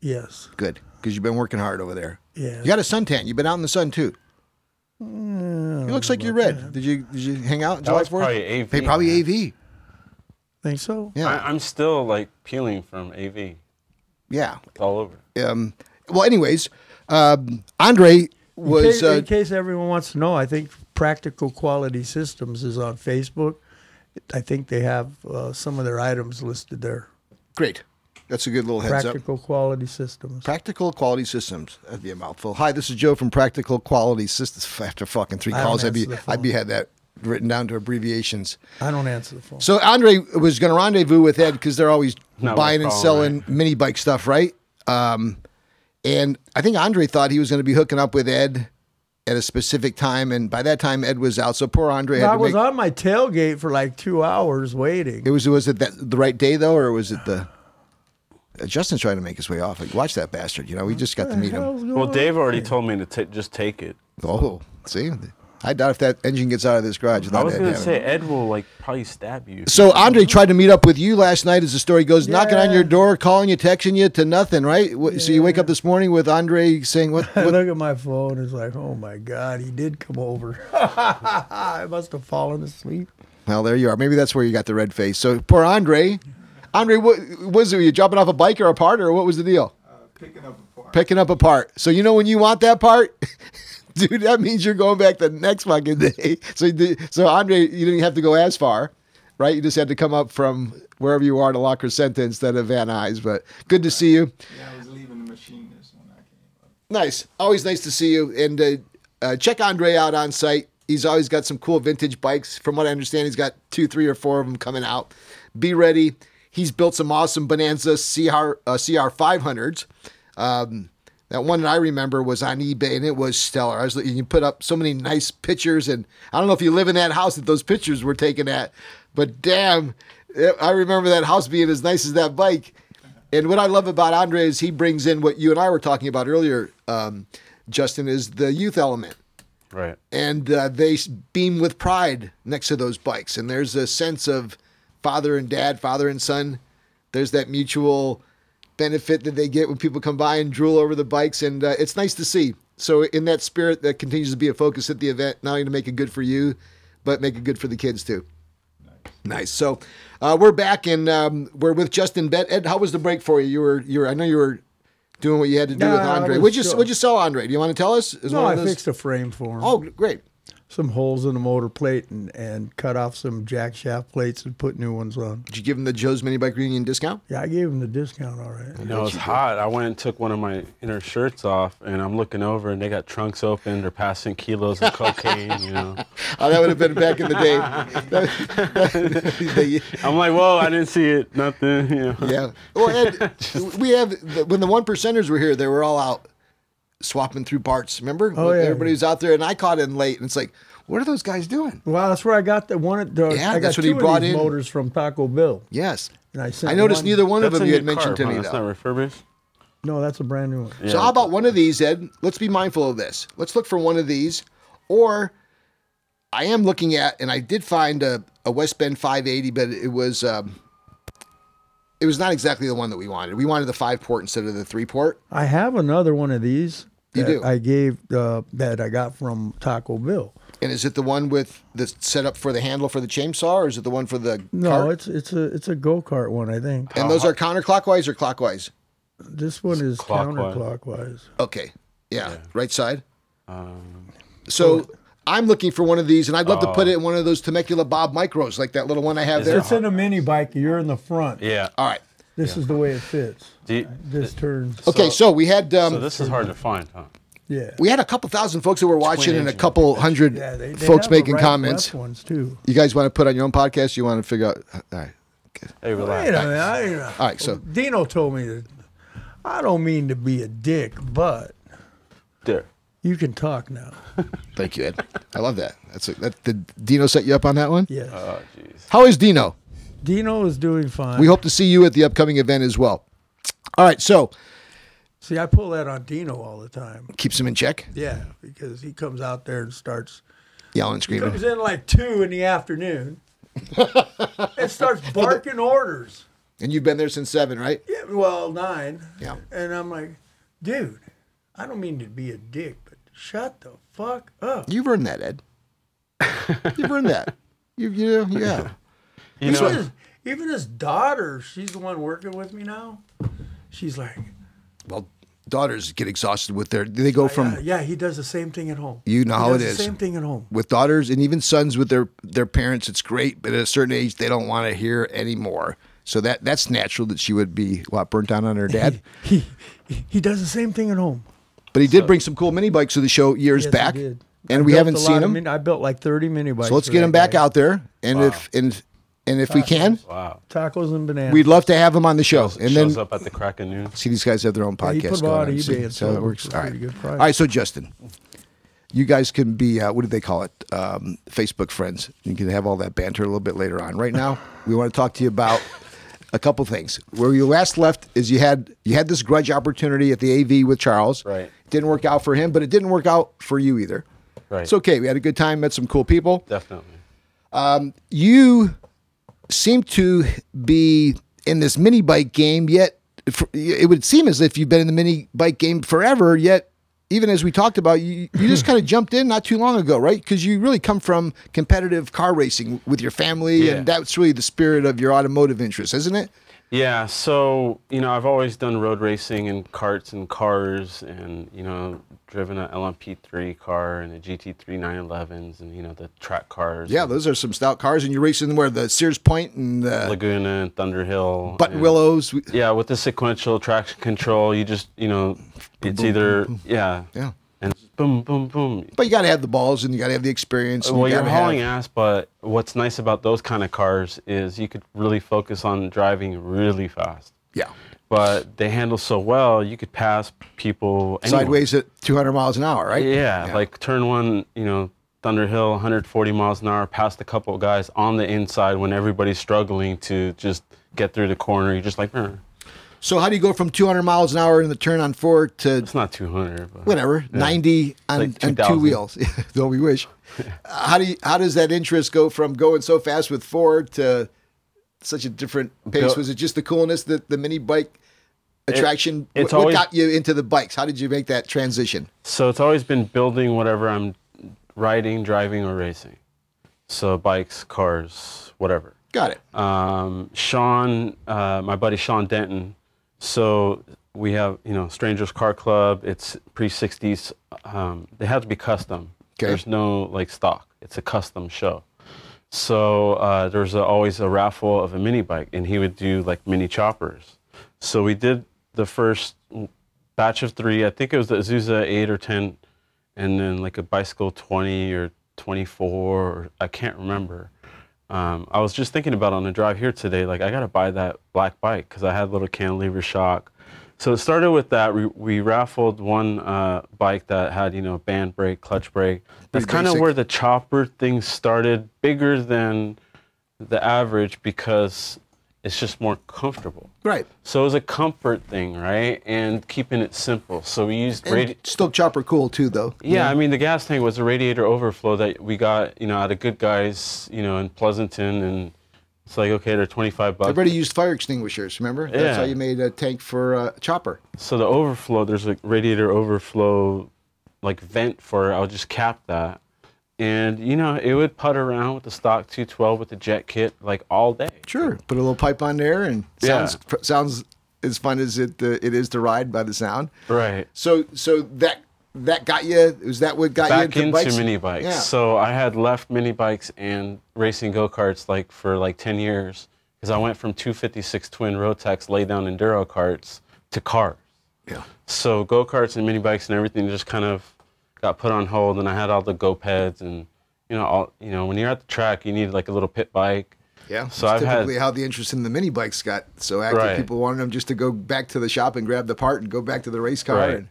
Speaker 2: yes
Speaker 1: Good. Because you've been working hard over there.
Speaker 2: Yeah.
Speaker 1: You got a suntan. You've been out in the sun too.
Speaker 2: Mm,
Speaker 1: It looks like you're red. Did you did you hang out July
Speaker 3: was
Speaker 1: fourth?
Speaker 3: probably AV,
Speaker 1: Hey, probably
Speaker 3: man.
Speaker 1: AV.
Speaker 2: think so
Speaker 1: Yeah.
Speaker 3: I, I'm still like peeling from AV. It's
Speaker 1: yeah.
Speaker 3: all over.
Speaker 1: Um, well anyways, um, Andre
Speaker 2: in
Speaker 1: was
Speaker 2: case,
Speaker 1: uh,
Speaker 2: in case everyone wants to know I think practical quality systems is on Facebook I think they have uh, some of their items listed there
Speaker 1: great. That's a good little heads up.
Speaker 2: practical quality systems
Speaker 1: Practical Quality Systems. That'd be a mouthful. Hi, this is Joe from Practical Quality Systems. After fucking three
Speaker 2: don't
Speaker 1: calls, I'd be
Speaker 2: answer the
Speaker 1: I'd be had that written down to abbreviations.
Speaker 2: I don't answer the phone.
Speaker 1: So Andre was going to rendezvous with Ed because they're always
Speaker 3: Not
Speaker 1: buying
Speaker 3: worth
Speaker 1: and
Speaker 3: calling,
Speaker 1: selling mini bike stuff, right? Um, and I think Andre thought he was going to be hooking up with Ed at a specific time, and by that time Ed was out. So poor Andre had
Speaker 2: I
Speaker 1: to
Speaker 2: was
Speaker 1: make.
Speaker 2: on my tailgate for like two hours waiting.
Speaker 1: It was was it that the right day though, or was it the? Uh, Justin's trying to make his way off. Like, watch that bastard! You know, we just got to meet him.
Speaker 3: Well, Dave already told me to ta just take it.
Speaker 1: Oh, see, I doubt if that engine gets out of this garage.
Speaker 3: I
Speaker 1: without
Speaker 3: was
Speaker 1: Ed
Speaker 3: gonna
Speaker 1: having-
Speaker 3: say Ed will like probably stab you.
Speaker 1: So Andre tried to meet up with you last night, as the story goes, knocking on your door, calling you, texting you to nothing, right? Wh- So you wake up this morning with Andre saying, "What?
Speaker 2: I
Speaker 1: what
Speaker 2: look at my phone. It's like, oh my god, he did come over. I must have fallen asleep.
Speaker 1: well, there you are. Maybe that's where you got the red face." So poor Andre. Andre, what was it? Were you dropping off a bike or a part, or what was the deal?
Speaker 5: Uh, picking up a part.
Speaker 1: Picking up a part. So you know when you want that part, dude, that means you're going back the next fucking day. So you did- so Andre, you didn't have to go as far, right? You just had to come up from wherever you are to La Crescenta instead of Van Nuys. But good to see you.
Speaker 5: Yeah, I was leaving the machinist when I came up.
Speaker 1: Nice. Always nice to see you. And uh, uh, check Andre out on site. He's always got some cool vintage bikes. From what I understand, he's got two, three, or four of them coming out. Be ready. He's built some awesome Bonanza CR uh, CR 500s. Um, that one that I remember was on eBay and it was stellar. I was you can put up so many nice pictures and I don't know if you live in that house that those pictures were taken at, but damn, I remember that house being as nice as that bike. And what I love about Andre is he brings in what you and I were talking about earlier, um, Justin, is the youth element.
Speaker 3: Right.
Speaker 1: And uh, they s- beam with pride next to those bikes. And there's a sense of father and dad, father and son. There's that mutual benefit that they get when people come by and drool over the bikes. And uh, it's nice to see. So, in that spirit, that continues to be a focus at the event, not only to make it good for you, but make it good for the kids too. Nice. So uh, we're back and um, we're with Justin Bet. Ed, how was the break for you? You were you were I know you were doing what you had to do
Speaker 2: No,
Speaker 1: with
Speaker 2: I
Speaker 1: Andre.
Speaker 2: was
Speaker 1: What'd you
Speaker 2: sure.
Speaker 1: what'd you sell Andre? Do you want to tell us? Is
Speaker 2: No,
Speaker 1: one
Speaker 2: I
Speaker 1: of those-
Speaker 2: fixed a frame for him.
Speaker 1: Oh, great.
Speaker 2: some holes in the motor plate and, and cut off some jack shaft plates and put new ones on.
Speaker 1: Did you give him the Joe's Mini Bike Union discount?
Speaker 2: Yeah, I gave him the discount all right.
Speaker 3: You know, it was hot. I went and took one of my inner shirts off, and I'm looking over, and they got trunks open. They're passing kilos of cocaine. You know,
Speaker 1: Oh, that would have been back in the day. They-
Speaker 3: I'm like, whoa, I didn't see it. Nothing. You know.
Speaker 1: yeah. Well, Ed, we have the- when the one percenters were here, they were all out swapping through parts. Remember?
Speaker 2: Oh, yeah.
Speaker 1: Everybody was out there, and I caught in late, and it's like, what are those guys doing?
Speaker 2: Well, that's where I got that one. At the,
Speaker 1: Yeah,
Speaker 2: I got
Speaker 1: that's what
Speaker 2: two
Speaker 1: he
Speaker 2: of
Speaker 1: brought
Speaker 2: these
Speaker 1: in.
Speaker 2: motors from Taco Bill.
Speaker 1: Yes.
Speaker 2: And I sent
Speaker 1: I noticed
Speaker 2: one-
Speaker 1: neither one of
Speaker 3: That's
Speaker 1: them
Speaker 3: a
Speaker 1: you
Speaker 3: new
Speaker 1: had mentioned
Speaker 3: car,
Speaker 1: to me.
Speaker 3: huh? That's
Speaker 1: though.
Speaker 3: not refurbished.
Speaker 2: No, that's a brand new one.
Speaker 1: So how about one of these, Ed? Let's be mindful of this. Let's look for one of these. Or I am looking at, and I did find a, a West Bend 580, but it was um, it was not exactly the one that we wanted. We wanted the five port instead of the three port.
Speaker 2: I have another one of these.
Speaker 1: You
Speaker 2: that
Speaker 1: do?
Speaker 2: I gave uh, that I got from Taco Bill.
Speaker 1: And is it the one with the setup for the handle for the chainsaw, or is it the one for the
Speaker 2: No,
Speaker 1: cart?
Speaker 2: it's it's a it's a go kart one. I think
Speaker 1: and those are counterclockwise or clockwise?
Speaker 2: this one is
Speaker 3: clockwise.
Speaker 2: counterclockwise.
Speaker 1: Okay. Yeah. Um, Right side. so I'm looking for one of these, and I'd love to put it in one of those Temecula Bob micros, like that little one I have uh, there.
Speaker 2: It's in a mini bike. You're in the front.
Speaker 3: Yeah.
Speaker 1: All right.
Speaker 2: This is the way it fits.
Speaker 3: Do you-
Speaker 2: This turns.
Speaker 1: Okay, so,
Speaker 3: So-
Speaker 1: we had um,
Speaker 3: So this is hard to find, huh?
Speaker 2: Yeah.
Speaker 1: we had a couple thousand folks that were watching and a
Speaker 3: engine.
Speaker 1: couple hundred
Speaker 2: Yeah, they, they
Speaker 1: folks
Speaker 2: have a
Speaker 1: making
Speaker 2: right and
Speaker 1: comments.
Speaker 2: left ones too.
Speaker 1: You guys want to put on your own podcast? You want to figure out? All right.
Speaker 3: Hey, relax.
Speaker 2: Wait a minute. I, you know,
Speaker 1: All right, so-
Speaker 2: Dino told me that I don't mean to be a dick, but
Speaker 3: There.
Speaker 2: you can talk now.
Speaker 1: Thank you, Ed. I love that. That's a, that. Did Dino set you up on that one?
Speaker 2: Yes.
Speaker 3: Oh, jeez.
Speaker 1: How is Dino?
Speaker 2: Dino is doing fine.
Speaker 1: Uh, We hope to see you at the upcoming event as well. All right, so
Speaker 2: See, I pull that on Dino all the time.
Speaker 1: keeps him in check.
Speaker 2: Yeah, because he comes out there and starts
Speaker 1: Yelling, screaming.
Speaker 2: comes in like two in the afternoon and starts barking orders.
Speaker 1: And you've been there since seven, right?
Speaker 2: Yeah, well, nine.
Speaker 1: Yeah.
Speaker 2: And I'm like, dude, I don't mean to be a dick, but shut the fuck up.
Speaker 1: You've earned that, Ed. You've earned that. You, you, yeah.
Speaker 3: You
Speaker 2: even,
Speaker 3: know,
Speaker 2: his, even his daughter, she's the one working with me now. She's like,
Speaker 1: Well, daughters get exhausted with their. They go
Speaker 2: Oh, yeah,
Speaker 1: from
Speaker 2: yeah, he does the same thing at home.
Speaker 1: You know
Speaker 2: He
Speaker 1: how
Speaker 2: does
Speaker 1: it
Speaker 2: the
Speaker 1: is.
Speaker 2: Same thing at home.
Speaker 1: with daughters and even sons with their their parents. It's great, but at a certain age, they don't want to hear anymore. So that that's natural that she would be what burnt down on her dad.
Speaker 2: He, he he does the same thing at home.
Speaker 1: But he did bring some cool mini bikes to the show years
Speaker 2: Yes, he
Speaker 1: back,
Speaker 2: did.
Speaker 1: and
Speaker 2: I
Speaker 1: we
Speaker 2: built
Speaker 1: haven't
Speaker 2: a lot
Speaker 1: seen
Speaker 2: of
Speaker 1: them.
Speaker 2: mini- I built like 30 mini bikes.
Speaker 1: so let's
Speaker 2: for
Speaker 1: get
Speaker 2: that
Speaker 1: him back
Speaker 2: guy.
Speaker 1: out there, and if and and if we can,
Speaker 3: wow.
Speaker 2: Tacos and bananas.
Speaker 1: we'd love to have him on the show.
Speaker 3: And
Speaker 1: And
Speaker 3: shows
Speaker 1: then
Speaker 3: up at the crack of noon.
Speaker 1: See, these guys have their own
Speaker 2: Yeah, he
Speaker 1: podcast
Speaker 2: put 'em
Speaker 1: going
Speaker 2: out
Speaker 1: on.
Speaker 2: on
Speaker 1: See,
Speaker 2: eBay and
Speaker 1: so
Speaker 2: sold
Speaker 1: it
Speaker 2: 'em
Speaker 1: works.
Speaker 2: for
Speaker 1: All
Speaker 2: pretty
Speaker 1: right.
Speaker 2: good price.
Speaker 1: All right. So Justin, you guys can be uh, what do they call it? Um, Facebook friends. You can have all that banter a little bit later on. Right now, we want to talk to you about a couple things. Where you last left is you had you had this grudge opportunity at the AV with Charles.
Speaker 3: Right.
Speaker 1: Didn't work out for him, but it didn't work out for you either.
Speaker 3: Right.
Speaker 1: It's okay. We had a good time. Met some cool people
Speaker 3: Definitely.
Speaker 1: you seem to be in this mini bike game yet f it would seem as if you've been in the mini bike game forever yet even as we talked about you, you just kind of jumped in not too long ago right because you really come from competitive car racing with your family
Speaker 3: Yeah.
Speaker 1: and that's really the spirit of your automotive interest isn't it
Speaker 3: Yeah, so you know, I've always done road racing and carts and cars, and you know, driven a LMP3 car and a GT3 911s, and you know, the track cars.
Speaker 1: yeah
Speaker 3: and
Speaker 1: those are some stout cars and you're racing where the sears point and the
Speaker 3: Laguna and Thunder Hill.
Speaker 1: button
Speaker 3: and-
Speaker 1: willows We-
Speaker 3: Yeah, with the sequential traction control, you just you know, it's either yeah,
Speaker 1: yeah
Speaker 3: and it's boom, boom, boom.
Speaker 1: but you got to have the balls and you got to have the experience and
Speaker 3: Well,
Speaker 1: you
Speaker 3: you're
Speaker 1: gotta have-
Speaker 3: hauling ass, but what's nice about those kind of cars is you could really focus on driving really fast.
Speaker 1: yeah
Speaker 3: But they handle so well, you could pass people anywhere.
Speaker 1: sideways at 200 miles an hour right
Speaker 3: Yeah, like turn one, you know, Thunder Hill, 140 miles an hour, past a couple of guys on the inside when everybody's struggling to just get through the corner. You're just like, "Eh,
Speaker 1: So how do you go from 200 miles an hour in the turn on four to
Speaker 3: it's not 200. But
Speaker 1: whatever 90 on,
Speaker 3: like
Speaker 1: on two
Speaker 3: 2,000.
Speaker 1: wheels? Though we wish. Uh, How do you, how does that interest go from going so fast with four to such a different pace?
Speaker 3: Bill-
Speaker 1: Was it just the coolness that the mini bike attraction?
Speaker 3: it's
Speaker 1: what
Speaker 3: always-
Speaker 1: got you into the bikes? How did you make that transition?
Speaker 3: So it's always been building whatever I'm riding, driving, or racing. So bikes, cars, whatever.
Speaker 1: Got it.
Speaker 3: um, Sean, uh, my buddy Sean Denton. So we have, you know, Strangers Car Club. It's pre 60s. Um, they have to be custom.
Speaker 1: Okay.
Speaker 3: There's no like stock. It's a custom show. So uh, there's a, always a raffle of a mini bike, and he would do like mini choppers. So we did the first batch of three. I think it was the Azusa eight or ten, and then like a bicycle twenty or twenty four. Or, I can't remember. Um, I was just thinking about on the drive here today. Like I gotta buy that black bike because I had a little cantilever shock. So it started with that. We, we raffled one uh, bike that had you know band brake, clutch brake. That's
Speaker 1: Pretty
Speaker 3: kind of
Speaker 1: basic.
Speaker 3: where the chopper thing started, bigger than the average because it's just more comfortable.
Speaker 1: Right.
Speaker 3: So it was a comfort thing, right? And keeping it simple. So we used
Speaker 1: And
Speaker 3: radi-
Speaker 1: still chopper cool too, though.
Speaker 3: yeah, I mean the gas tank was a radiator overflow that we got, you know, out of good guys, you know, in Pleasanton, and it's like okay, they're twenty five bucks.
Speaker 1: Everybody used fire extinguishers. Remember? That's
Speaker 3: Yeah.
Speaker 1: how you made a tank for uh, chopper.
Speaker 3: So the overflow, there's a radiator overflow, like vent for. it. I'll just cap that, and you know, it would putt around with the stock two twelve with the jet kit like all day.
Speaker 1: Sure. Put a little pipe on there, and
Speaker 3: Yeah.
Speaker 1: sounds pr- sounds as fun as it uh, it is to ride by the sound.
Speaker 3: Right.
Speaker 1: So so that that got you. Was that what got
Speaker 3: back
Speaker 1: you
Speaker 3: into
Speaker 1: bikes?
Speaker 3: mini bikes.
Speaker 1: Yeah.
Speaker 3: So I had left mini bikes and racing go karts like for like ten years because I went from 256 twin Rotax lay down enduro carts to cars.
Speaker 1: Yeah.
Speaker 3: So go karts and mini bikes and everything just kind of got put on hold, and I had all the go peds and you know all you know when you're at the track you need like a little pit bike.
Speaker 1: Yeah,
Speaker 3: So
Speaker 1: that's
Speaker 3: I've had-
Speaker 1: typically how the interest in the mini bikes got. So active
Speaker 3: Right.
Speaker 1: people wanted them just to go back to the shop and grab the part and go back to the race car.
Speaker 3: Right.
Speaker 1: And,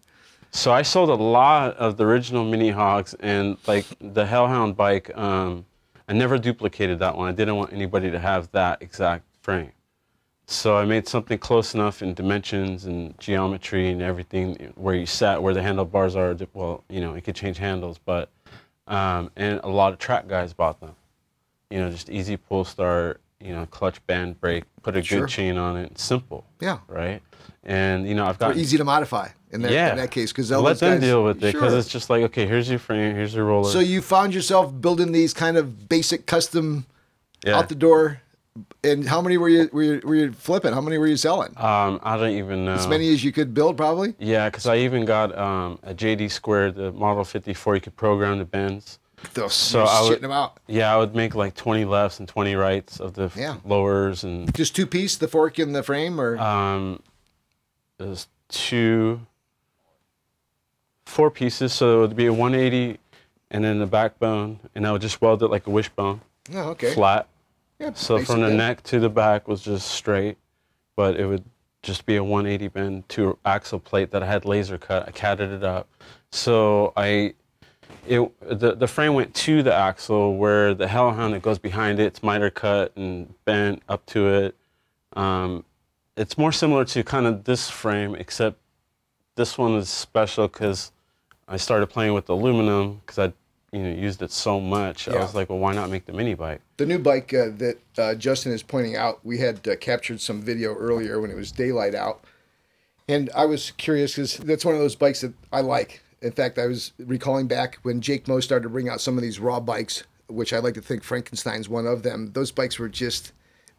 Speaker 3: So I sold a lot of the original Mini Hogs and like the Hellhound bike. Um, I never duplicated that one. I didn't want anybody to have that exact frame. So I made something close enough in dimensions and geometry and everything where you sat, where the handlebars are. Well, you know, it could change handles, but um, and a lot of track guys bought them. You know, just easy pull start. You know, clutch band brake, put a
Speaker 1: Sure.
Speaker 3: good chain on it, simple.
Speaker 1: Yeah.
Speaker 3: Right. And you know, I've got
Speaker 1: Or easy to modify in that, in that case because
Speaker 3: let them
Speaker 1: guys,
Speaker 3: deal with it because
Speaker 1: Sure.
Speaker 3: it's just like okay, here's your frame, here's your roller.
Speaker 1: So you found yourself building these kind of basic custom
Speaker 3: Yeah.
Speaker 1: out the door. And how many were you were you, were you flipping? How many were you selling?
Speaker 3: um, I don't even know.
Speaker 1: as many as you could build, probably.
Speaker 3: yeah, because I even got um, a JD squared, the Model 54. You could program the bends.
Speaker 1: Those,
Speaker 3: So
Speaker 1: you're
Speaker 3: I
Speaker 1: shitting
Speaker 3: would-
Speaker 1: them out.
Speaker 3: Yeah, I would make like 20 lefts and 20 rights of the f-
Speaker 1: Yeah.
Speaker 3: lowers, and
Speaker 1: Just two piece, the fork and the frame, or
Speaker 3: um, there's two, four pieces. So it would be a 180, and then the backbone, and I would just weld it like a wishbone,
Speaker 1: no, Oh, okay.
Speaker 3: flat.
Speaker 1: Yeah,
Speaker 3: So
Speaker 1: basic,
Speaker 3: from the
Speaker 1: yeah.
Speaker 3: neck to the back was just straight, but it would just be a 180 bend to axle plate that I had laser cut. I catted it up. So I, it the, the frame went to the axle where the Hellhound that goes behind it, it's miter cut and bent up to it. Um, it's more similar to kind of this frame, except this one is special because I started playing with aluminum because I, you know, used it so much. I
Speaker 1: Yeah.
Speaker 3: was like, well, why not make the mini bike?
Speaker 1: The new bike uh, that uh, Justin is pointing out, we had uh, captured some video earlier when it was daylight out. And I was curious because that's one of those bikes that I like. In fact, I was recalling back when Jake Moe started to bring out some of these raw bikes, which I like to think Frankenstein's one of them. Those bikes were just,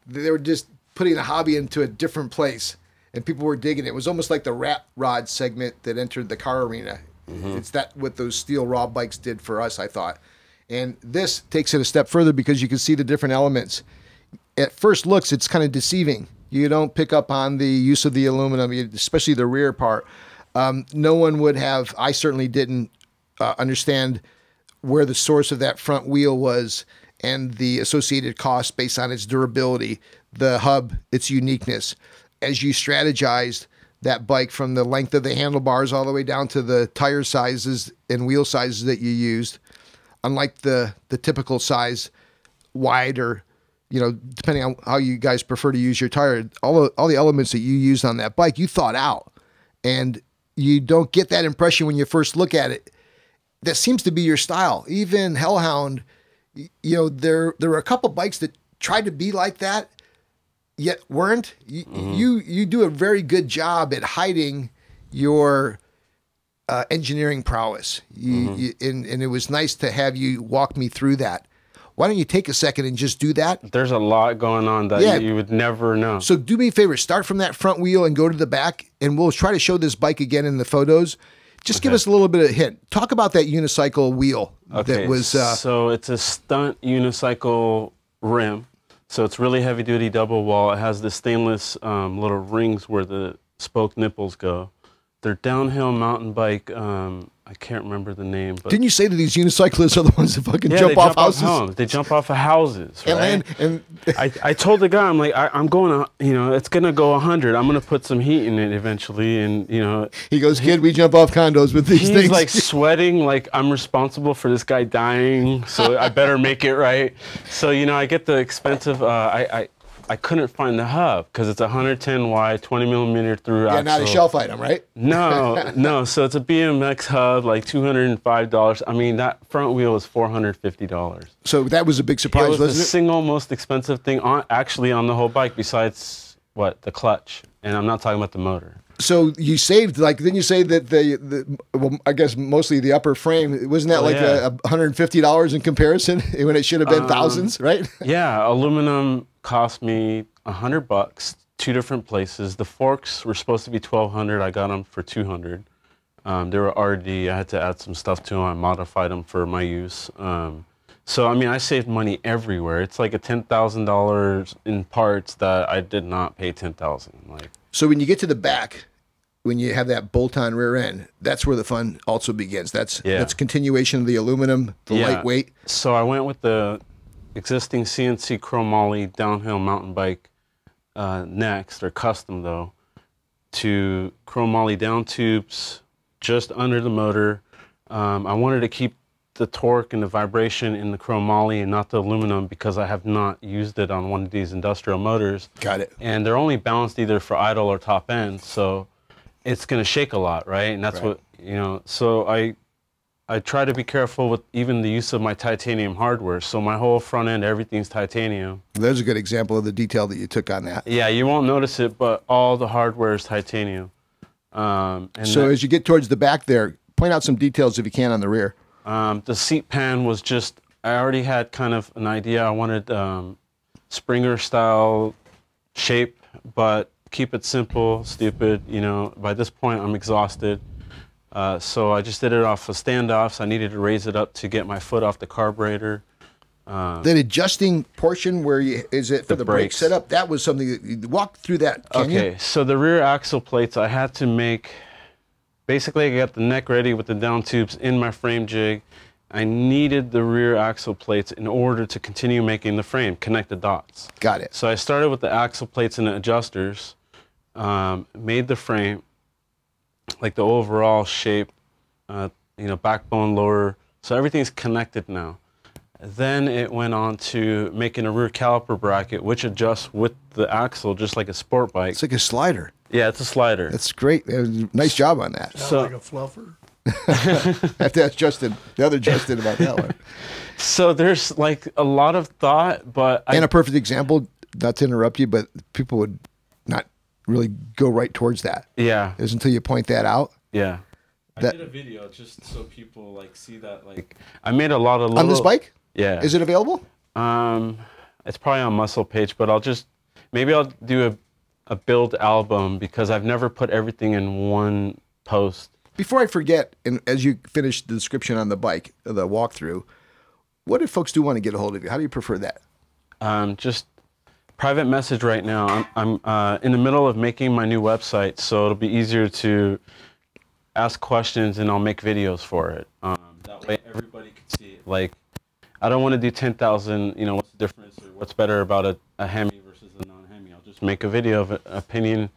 Speaker 1: they were just putting the hobby into a different place. And people were digging it. It was almost like the rat rod segment that entered the car arena. It's that what those steel raw bikes did for us, I thought. And this takes it a step further because you can see the different elements at first looks, it's kind of deceiving. You don't pick up on the use of the aluminum, you- especially the rear part. Um, no one would have. I certainly didn't uh, understand where the source of that front wheel was and the associated cost based on its durability, the hub, its uniqueness. As you strategized that bike from the length of the handlebars all the way down to the tire sizes and wheel sizes that you used, unlike the the typical size wide or you know depending on how you guys prefer to use your tire all all the elements that you used on that bike you thought out and you don't get that impression when you first look at it that seems to be your style even hellhound y- you know there there were a couple bikes that tried to be like that yet weren't you you, you do a very good job at hiding your uh, engineering prowess. You,
Speaker 3: Mm-hmm.
Speaker 1: you, and, and it was nice to have you walk me through that. Why don't you take a second and just do that?
Speaker 3: there's a lot going on that
Speaker 1: Yeah.
Speaker 3: you would never know.
Speaker 1: So do me a favor, start from that front wheel and go to the back, and we'll try to show this bike again in the photos. Just give us a little bit of hint. Talk about that unicycle wheel
Speaker 3: Okay,
Speaker 1: that was. Uh,
Speaker 3: so it's a stunt unicycle rim. So it's really heavy duty double wall. It has the stainless um, little rings where the spoke nipples go. They're downhill mountain bike. Um, I can't remember the name, but
Speaker 1: didn't you say that these unicyclists are the ones that fucking
Speaker 3: yeah,
Speaker 1: jump
Speaker 3: they
Speaker 1: off
Speaker 3: jump
Speaker 1: houses
Speaker 3: Off homes. They jump off of houses.
Speaker 1: and
Speaker 3: right?
Speaker 1: land? And
Speaker 3: I, I told the guy, I'm like, I, I'm going to, you know, it's going to go 100. I'm going to put some heat in it eventually. And, you know,
Speaker 1: he goes, "Kid, we jump off condos with these
Speaker 3: he's
Speaker 1: things."
Speaker 3: like sweating, like, I'm responsible for this guy dying. So I better make it right. So, you know, I get the expensive, uh, I, I, I couldn't find the hub because it's 110 wide, 20 millimeter through
Speaker 1: yeah,
Speaker 3: axle.
Speaker 1: not a shelf item, right?
Speaker 3: No, no. So it's a BMX hub, like $205. I mean, that front wheel is $450.
Speaker 1: So that was a big
Speaker 3: It
Speaker 1: surprise,
Speaker 3: was the
Speaker 1: wasn't it?
Speaker 3: single most expensive thing on actually on the whole bike besides what the clutch, and I'm not talking about the motor.
Speaker 1: so you saved like then you say that the, the well i guess mostly the upper frame wasn't that like
Speaker 3: Oh, yeah. Um,
Speaker 1: a, a $150 in comparison when it should have been thousands right
Speaker 3: Yeah, aluminum cost me a hundred bucks, two different places. The forks were supposed to be twelve hundred. I got them for two hundred. Um, they were RD. I had to add some stuff to them. I modified them for my use. Um, so I mean, I saved money everywhere. It's like a ten thousand dollars in parts that I did not pay ten thousand. Like
Speaker 1: so when you get to the back when you have that bolt-on rear end that's where the fun also begins that's
Speaker 3: Yeah.
Speaker 1: that's continuation of the aluminum the
Speaker 3: Yeah.
Speaker 1: lightweight
Speaker 3: So I went with the existing CNC Chromoly downhill mountain bike uh, next, or custom though, to Chromoly down tubes just under the motor. Um, I wanted to keep the torque and the vibration in the Chromoly and not the aluminum because I have not used it on one of these industrial motors
Speaker 1: got it
Speaker 3: and they're only balanced either for idle or top end so it's going to shake a lot right and that's what you know so i i try to be careful with even the use of my titanium hardware so my whole front end everything's titanium
Speaker 1: there's a good example of the detail that you took on that
Speaker 3: yeah you won't notice it but all the hardware is titanium um, and
Speaker 1: so
Speaker 3: the-
Speaker 1: as you get towards the back there point out some details if you can on the rear
Speaker 3: Um, the seat pan was just, I already had kind of an idea. I wanted um, Springer style shape, but keep it simple, stupid. You know, by this point, I'm exhausted. Uh, so I just did it off of standoffs. I needed to raise it up to get my foot off the carburetor.
Speaker 1: that adjusting portion where you is it for the, brake
Speaker 3: Uh. brakes.
Speaker 1: setup that was something that you walk through that can you?
Speaker 3: okay, so the rear axle plates, I had to make. Basically, I got the neck ready with the down tubes in my frame jig. I needed the rear axle plates in order to continue making the frame, connect the dots.
Speaker 1: got it
Speaker 3: So I started with the axle plates and the adjusters, um, made the frame, like the overall shape, uh, you know, backbone lower. So everything's connected now. Then it went on to making a rear caliper bracket, which adjusts with the axle, just like a sport bike.
Speaker 1: It's like a slider.
Speaker 3: yeah, it's a slider.
Speaker 1: That's great. Uh, Nice job on that.
Speaker 3: so,
Speaker 2: like a fluffer.
Speaker 1: That's Justin, the other Justin about that one.
Speaker 3: so there's like a lot of thought, but I
Speaker 1: And a perfect example, not to interrupt you, but people would not really go right towards that.
Speaker 3: yeah,
Speaker 1: Is until you point that out.
Speaker 3: yeah. I
Speaker 1: That-
Speaker 3: did a video just so people like see that like I made a lot of little
Speaker 1: On this bike?
Speaker 3: Yeah.
Speaker 1: Is it available?
Speaker 3: Um, it's probably on Muscle Page, but I'll just maybe I'll do a a build album because I've never put everything in one post.
Speaker 1: Before I forget, and as you finish the description on the bike, the walkthrough, what if folks do want to get a hold of you? How do you prefer that?
Speaker 3: Um, just private message right now. I'm I'm uh, in the middle of making my new website, so it'll be easier to ask questions and I'll make videos for it. Um, that way everybody can see it. Like I don't want to do ten thousand. You know what's the difference or what's better about a, a Hemi versus a non-Hemi. I'll just make a video of an opinion.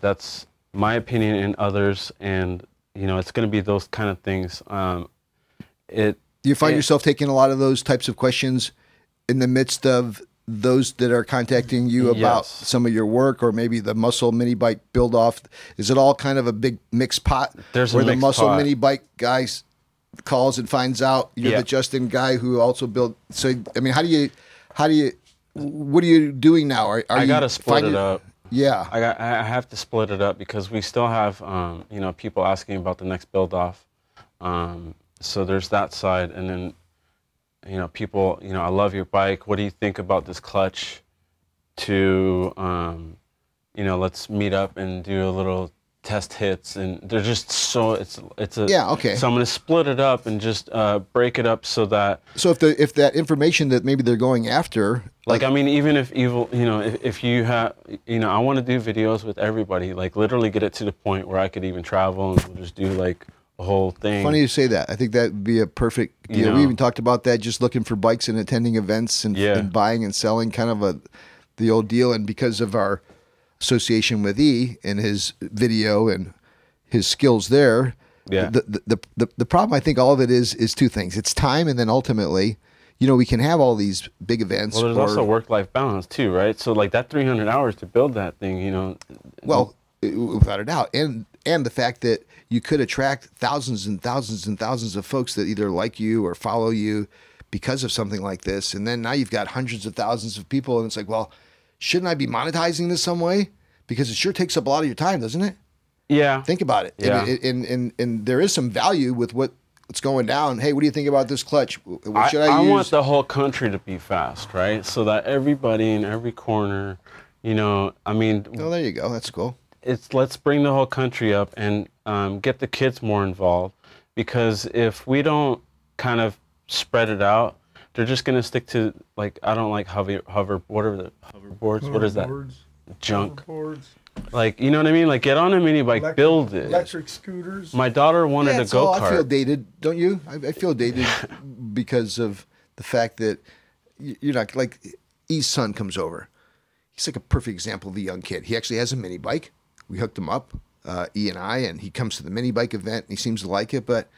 Speaker 3: that's my opinion and others and you know it's going to be those kind of things um, it
Speaker 1: Do you find
Speaker 3: Yeah.
Speaker 1: yourself taking a lot of those types of questions in the midst of those that are contacting you about
Speaker 3: Yes.
Speaker 1: some of your work or maybe the muscle mini bike build off? Is it all kind of a big mixed pot
Speaker 3: There's a
Speaker 1: where the
Speaker 3: mixed
Speaker 1: muscle
Speaker 3: pot.
Speaker 1: mini bike guys calls and finds out you're
Speaker 3: Yeah.
Speaker 1: the Justin guy who also built so I mean how do you how do you what are you doing now? Are, are
Speaker 3: i
Speaker 1: you
Speaker 3: got to split
Speaker 1: finding-
Speaker 3: it up
Speaker 1: Yeah.
Speaker 3: I, got, I I have to split it up because we still have um, you know people asking about the next build off um, so there's that side and then you know people you know i love your bike what do you think about this clutch to um, you know let's meet up and do a little test hits, and they're just so it's it's a
Speaker 1: Yeah, okay.
Speaker 3: So I'm gonna split it up and just uh, break it up so that
Speaker 1: So if the if that information that maybe they're going after,
Speaker 3: like I mean, even if evil, you know, if, if you have, you know, I want to do videos with everybody. Like literally, get it to the point where I could even travel and we'll just do like a whole thing.
Speaker 1: funny you say that. I think that would be a perfect deal.
Speaker 3: Yeah.
Speaker 1: We even talked about that, just looking for bikes and attending events and,
Speaker 3: Yeah.
Speaker 1: and buying and selling, kind of a the old deal. And because of our association with E and his video and his skills there,
Speaker 3: Yeah.
Speaker 1: the, the, the, the, the problem I think all of it is is two things. It's time and then ultimately, you know, we can have all these big events.
Speaker 3: Well, there's
Speaker 1: or-
Speaker 3: also work-life balance too, right? So like that 300 hours to build that thing, you know,
Speaker 1: Well, it- without a doubt, and and the fact that you could attract thousands and thousands and thousands of folks that either like you or follow you because of something like this, and then now you've got hundreds of thousands of people, and it's like, well, shouldn't I be monetizing this some way? Because it sure takes up a lot of your time, doesn't it?
Speaker 3: yeah.
Speaker 1: Think about it.
Speaker 3: Yeah.
Speaker 1: And, and and and there is some value with what what's going down. Hey, what do you think about this clutch? What should I, use?
Speaker 3: want the whole country to be fast, right? So that everybody in every corner, you know, I mean,
Speaker 1: oh, there you go. That's cool.
Speaker 3: it's let's bring the whole country up and um, get the kids more involved because if we don't kind of spread it out, they're just gonna stick to like I don't like hover hover whatever the hoverboards. What is that
Speaker 2: Boards,
Speaker 3: junk?
Speaker 2: boards,
Speaker 3: Like you know what I mean? Like get on a mini bike,
Speaker 2: elec-
Speaker 3: build it.
Speaker 2: Electric scooters.
Speaker 3: My daughter wanted
Speaker 1: Yeah,
Speaker 3: a
Speaker 1: it's all-
Speaker 3: go
Speaker 1: I feel
Speaker 3: kart.
Speaker 1: dated, don't you? I, I feel dated because of the fact that y- you're not like E's son comes over. He's like a perfect example of a young kid. He actually has a mini bike. We hooked him up, uh, E and I, and he comes to the mini bike event and he seems to like it, but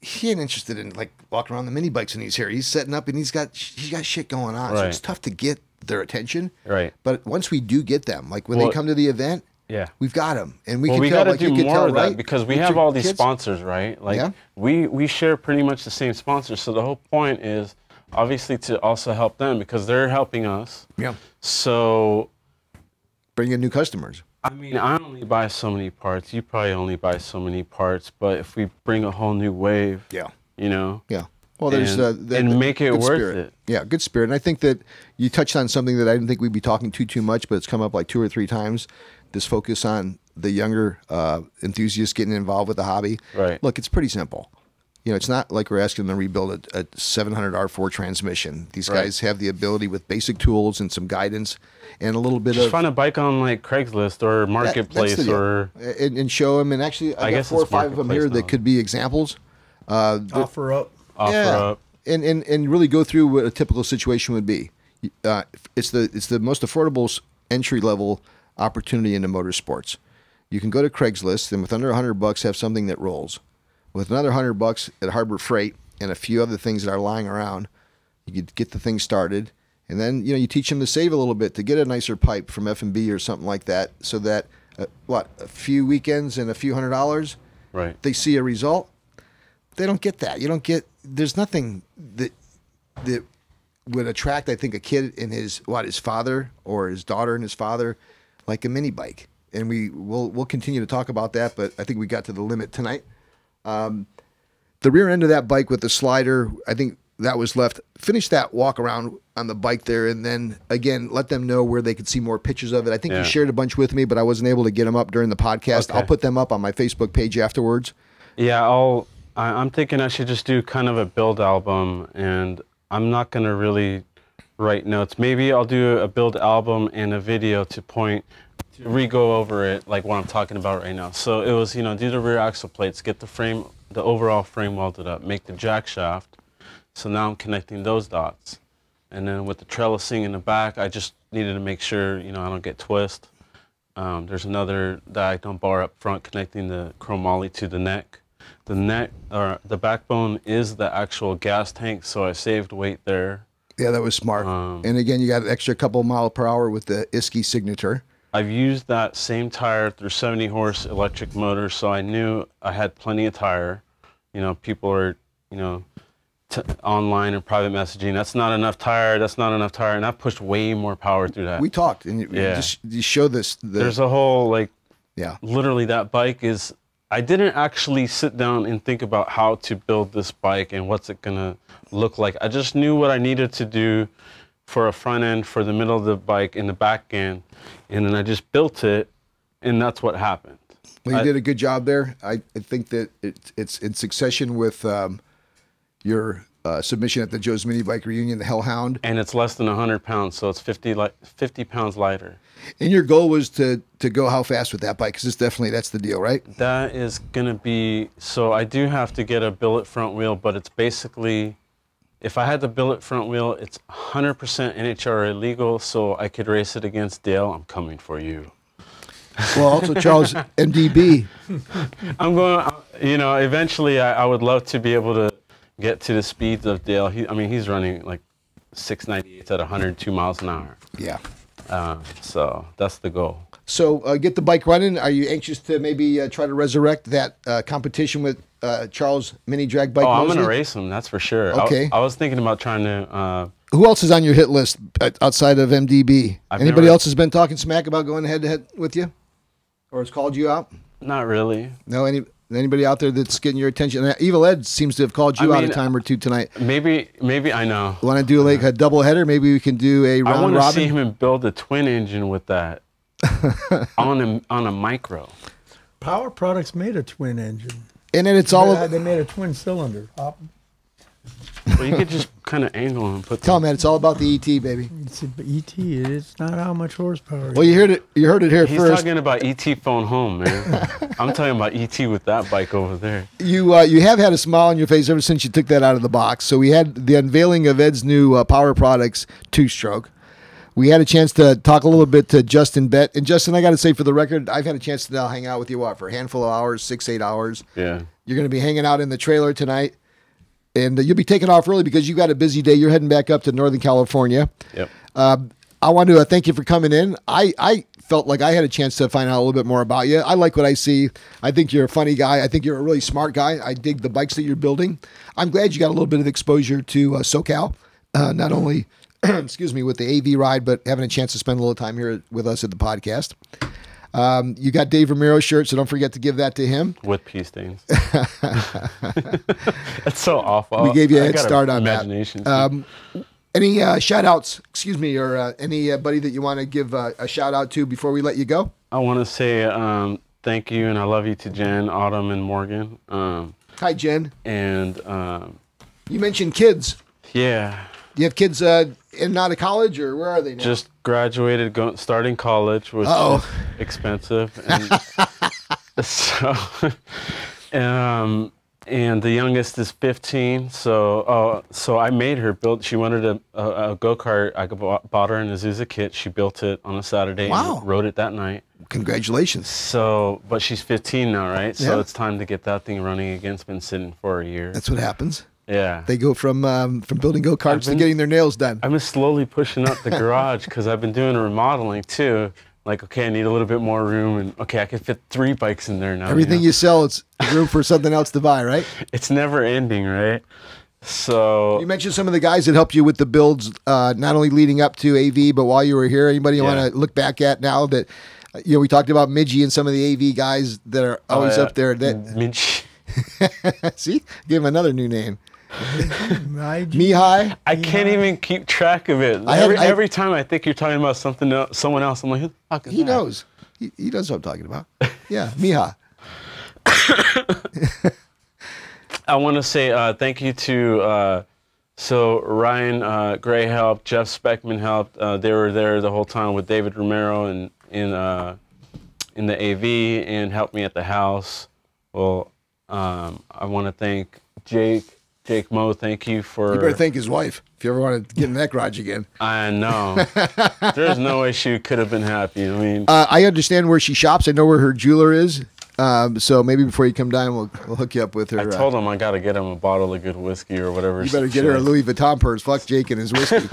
Speaker 1: he ain't interested in like walking around the mini bikes when he's here. He's setting up and he's got he's got shit going on, so
Speaker 3: Right.
Speaker 1: it's tough to get their attention.
Speaker 3: Right.
Speaker 1: But once we do get them, like when
Speaker 3: Well-
Speaker 1: they come to the event,
Speaker 3: Yeah.
Speaker 1: we've got them, and we
Speaker 3: well,
Speaker 1: can
Speaker 3: we
Speaker 1: tell.
Speaker 3: got to
Speaker 1: Like
Speaker 3: do
Speaker 1: you can
Speaker 3: more
Speaker 1: tell,
Speaker 3: of that
Speaker 1: right?
Speaker 3: because we
Speaker 1: With
Speaker 3: have
Speaker 1: your
Speaker 3: all these
Speaker 1: kids.
Speaker 3: sponsors, right? Like
Speaker 1: Yeah.
Speaker 3: we we share pretty much the same sponsors. So the whole point is obviously to also help them because they're helping us.
Speaker 1: Yeah.
Speaker 3: So
Speaker 1: bring in new customers.
Speaker 3: I mean, I only buy so many parts. You probably only buy so many parts. But if we bring a whole new wave,
Speaker 1: Yeah.
Speaker 3: you know,
Speaker 1: Yeah. Well, there's
Speaker 3: And-
Speaker 1: uh, the,
Speaker 3: and
Speaker 1: the
Speaker 3: make it
Speaker 1: good
Speaker 3: worth
Speaker 1: spirit.
Speaker 3: it.
Speaker 1: Yeah, good spirit. And I think that you touched on something that I didn't think we'd be talking to too much, but it's come up like two or three times. This focus on the younger uh, enthusiasts getting involved with the hobby.
Speaker 3: Right.
Speaker 1: Look, it's pretty simple. You know, it's not like we're asking them to rebuild a, a 700R4 transmission. These
Speaker 3: Right.
Speaker 1: guys have the ability with basic tools and some guidance and a little bit
Speaker 3: just
Speaker 1: of
Speaker 3: find a bike on like Craigslist
Speaker 1: that-
Speaker 3: or
Speaker 1: that's
Speaker 3: Marketplace
Speaker 1: the deal.
Speaker 3: or
Speaker 1: and, and show them. And actually, I,
Speaker 3: I
Speaker 1: got
Speaker 3: guess
Speaker 1: four or
Speaker 3: it's
Speaker 1: five of them here
Speaker 3: Marketplace
Speaker 1: that
Speaker 3: now.
Speaker 1: could be examples.
Speaker 2: offer up.
Speaker 3: offer up.
Speaker 1: and and and really go through what a typical situation would be. Uh, it's the it's the most affordable entry level opportunity into motorsports. You can go to Craigslist and with under hundred bucks have something that rolls. With another hundred bucks at Harbor Freight and a few other things that are lying around, you could get the thing started. And then you know you teach them to save a little bit to get a nicer pipe from F and B or something like that, so that uh, what a few weekends and a few hundred dollars,
Speaker 3: Right.
Speaker 1: they see a result they don't get that. You don't get. There's nothing that that would attract. I think a kid and his what his father or his daughter and his father like a mini bike. And we will we'll continue to talk about that. But I think we got to the limit tonight. Um, the rear end of that bike with the slider. I think that was left. Finish that walk around on the bike there, and then again let them know where they could see more pictures of it. I think
Speaker 3: Yeah.
Speaker 1: you shared a bunch with me, but I wasn't able to get them up during the podcast. I'll
Speaker 3: Okay.
Speaker 1: put them up on my Facebook page afterwards.
Speaker 3: Yeah, I'll. I, I'm thinking I should just do kind of a build album, and I'm not gonna really write notes. Maybe I'll do a build album and a video to point to re-go over it, like what I'm talking about right now. So it was, you know, do the rear axle plates, get the frame, the overall frame welded up, make the jack shaft. So now I'm connecting those dots, and then with the trellising in the back, I just needed to make sure, you know, I don't get twist. Um, there's another diagonal bar up front connecting the chromoly to the neck. The neck or the backbone is the actual gas tank, so I saved weight there.
Speaker 1: Yeah, that was smart.
Speaker 3: Um,
Speaker 1: and again, you got an extra couple mile per hour with the Iski signature.
Speaker 3: I've used that same tire through 70 horse electric motor, so I knew I had plenty of tire. You know, people are, you know, t- online and private messaging. That's not enough tire. That's not enough tire, and I pushed way more power through that.
Speaker 1: We talked, and you, you
Speaker 3: Yeah.
Speaker 1: just you show this. The,
Speaker 3: There's a whole like
Speaker 1: yeah,
Speaker 3: literally that bike is i didn't actually sit down and think about how to build this bike and what's it going to look like i just knew what i needed to do for a front end for the middle of the bike and the back end and then i just built it and that's what happened
Speaker 1: Well, you
Speaker 3: I-
Speaker 1: did a good job there. I, I think that it, it's in succession with um, your uh, submission at the Joe's Mini Bike Reunion, the Hellhound.
Speaker 3: and it's less than 100 pounds, so it's 50 li- 50 pounds lighter.
Speaker 1: And your goal was to to go how fast with that bike? Because it's definitely that's the deal, right?
Speaker 3: That is gonna be so. I do have to get a billet front wheel, but it's basically, if I had the billet front wheel, it's 100% NHRA legal, so I could race it against Dale. I'm coming for you.
Speaker 1: Well, also Charles MDB.
Speaker 3: I'm going. uh, You know, eventually, I, I would love to be able to get to the speeds of Dale. He, I mean, he's running like 698 at 102 miles an hour.
Speaker 1: Yeah.
Speaker 3: Uh, so that's the goal.
Speaker 1: So uh, get the bike running. Are you anxious to maybe uh, try to resurrect that uh, competition with uh, Charles Mini Drag Bike?
Speaker 3: Oh, I'm gonna
Speaker 1: Mosley?
Speaker 3: race him. That's for sure. I-
Speaker 1: Okay.
Speaker 3: I, was thinking about trying to. Uh,
Speaker 1: Who else is on your hit list uh, outside of MDB?
Speaker 3: I've
Speaker 1: Anybody
Speaker 3: never-
Speaker 1: else has been talking smack about going head to head with you, or has called you out?
Speaker 3: not really.
Speaker 1: No, any anybody out there that's getting your attention? Uh, Evil Ed seems to have called you
Speaker 3: I
Speaker 1: out a
Speaker 3: mean,
Speaker 1: time or two tonight.
Speaker 3: Maybe. Maybe I know.
Speaker 1: Want to do like a double header? Maybe we can do a
Speaker 3: I
Speaker 1: round
Speaker 3: want to see
Speaker 1: robin.
Speaker 3: him and build a twin engine with that on a on a micro.
Speaker 2: Power Products made a twin engine.
Speaker 1: And then it's all.
Speaker 2: All
Speaker 1: Of,
Speaker 2: they made a twin cylinder. Op-
Speaker 3: Well, you could just kind of angle him and put.
Speaker 1: tell
Speaker 3: the-
Speaker 1: him that it's all about the ET, baby.
Speaker 2: It's a E ET. It's not how much horsepower.
Speaker 1: Well, you heard it. You heard it here
Speaker 3: He's
Speaker 1: first.
Speaker 3: talking about ET phone home, man. I'm talking about ET with that bike over there.
Speaker 1: You uh, you have had a smile on your face ever since you took that out of the box. So we had the unveiling of Ed's new uh, Power Products two stroke. We had a chance to talk a little bit to Justin Bett. And Justin, I got to say for the record, I've had a chance to now hang out with you what for a handful of hours, six eight hours.
Speaker 3: Yeah.
Speaker 1: You're going to be hanging out in the trailer tonight, and uh, you'll be taking off early because you got a busy day. You're heading back up to Northern California.
Speaker 3: Yep.
Speaker 1: Um, I want to uh, thank you for coming in. I, I felt like I had a chance to find out a little bit more about you. I like what I see. I think you're a funny guy. I think you're a really smart guy. I dig the bikes that you're building. I'm glad you got a little bit of exposure to uh, SoCal, uh, not only, excuse me, with the AV ride, but having a chance to spend a little time here with us at the podcast. Um, you got Dave Romero's shirt, so don't forget to give that to him.
Speaker 3: With pee stains. That's so awful.
Speaker 1: We gave you a
Speaker 3: I
Speaker 1: head
Speaker 3: got
Speaker 1: start on that.
Speaker 3: imagination.
Speaker 1: Um, any uh, shout outs, excuse me, or uh, anybody that you want to give uh, a shout out to before we let you go?
Speaker 3: I want to say um, thank you and I love you to Jen, Autumn, and Morgan. Um,
Speaker 1: Hi, Jen.
Speaker 3: and um,
Speaker 1: You mentioned kids.
Speaker 3: yeah,
Speaker 1: Do you have kids uh, in and out of college, or where are they now?
Speaker 3: just graduated, go, starting college, which
Speaker 1: Uh-oh.
Speaker 3: is expensive. And so, um, and the youngest is 15. So, oh, so I made her build. She wanted a, a, a go kart. I bought bought her an Azusa kit. She built it on a Saturday.
Speaker 1: Wow.
Speaker 3: And rode it that night.
Speaker 1: Congratulations.
Speaker 3: So, but she's 15 now, right? So
Speaker 1: Yeah.
Speaker 3: it's time to get that thing running again. It's been sitting for a year.
Speaker 1: That's what happens.
Speaker 3: yeah.
Speaker 1: They go from um, from building go karts to
Speaker 3: been-
Speaker 1: getting their nails done.
Speaker 3: I've been slowly pushing up the garage because I've been doing remodeling too. Like, okay, I need a little bit more room, and okay, I can fit three bikes in there now.
Speaker 1: Everything
Speaker 3: you know?
Speaker 1: you sell, it's room for something else to buy, right?
Speaker 3: it's never ending, right? So
Speaker 1: You mentioned some of the guys that helped you with the builds, uh, not only leading up to AV, but while you were here. Anybody you
Speaker 3: Yeah.
Speaker 1: want to look back at now that uh, you know we talked about Midgie and some of the AV guys that are always
Speaker 3: uh,
Speaker 1: up there? That
Speaker 3: Midge-
Speaker 1: see, give him another new name,
Speaker 2: My G-
Speaker 1: Mihai.
Speaker 3: I can't even keep track of it.
Speaker 1: I had-
Speaker 3: every,
Speaker 1: I-
Speaker 3: every time I think you're talking about something, else, someone else, I'm like, who the fuck is
Speaker 1: He
Speaker 3: that?
Speaker 1: knows. He, he knows what I'm talking about. Yeah, Miha.
Speaker 3: I want to say uh, thank you to uh, so Ryan uh, Gray helped, Jeff Speckman helped. Uh, they were there the whole time with David Romero and in uh, in the AV and helped me at the house. Well, um, I want to thank Jake Jake Mo. Thank you for.
Speaker 1: You better thank his wife if you ever want to get in that garage again.
Speaker 3: I know. There's no way she could have been happy. I mean,
Speaker 1: Uh, I understand where she shops. I know where her jeweler is. Um, so maybe before you come down, we'll, we'll hook you up with her.
Speaker 3: I
Speaker 1: uh,
Speaker 3: told him I got to get him a bottle of good whiskey or whatever.
Speaker 1: You better
Speaker 3: she
Speaker 1: get her a
Speaker 3: likes.
Speaker 1: Louis Vuitton purse. Fuck Jake and his whiskey.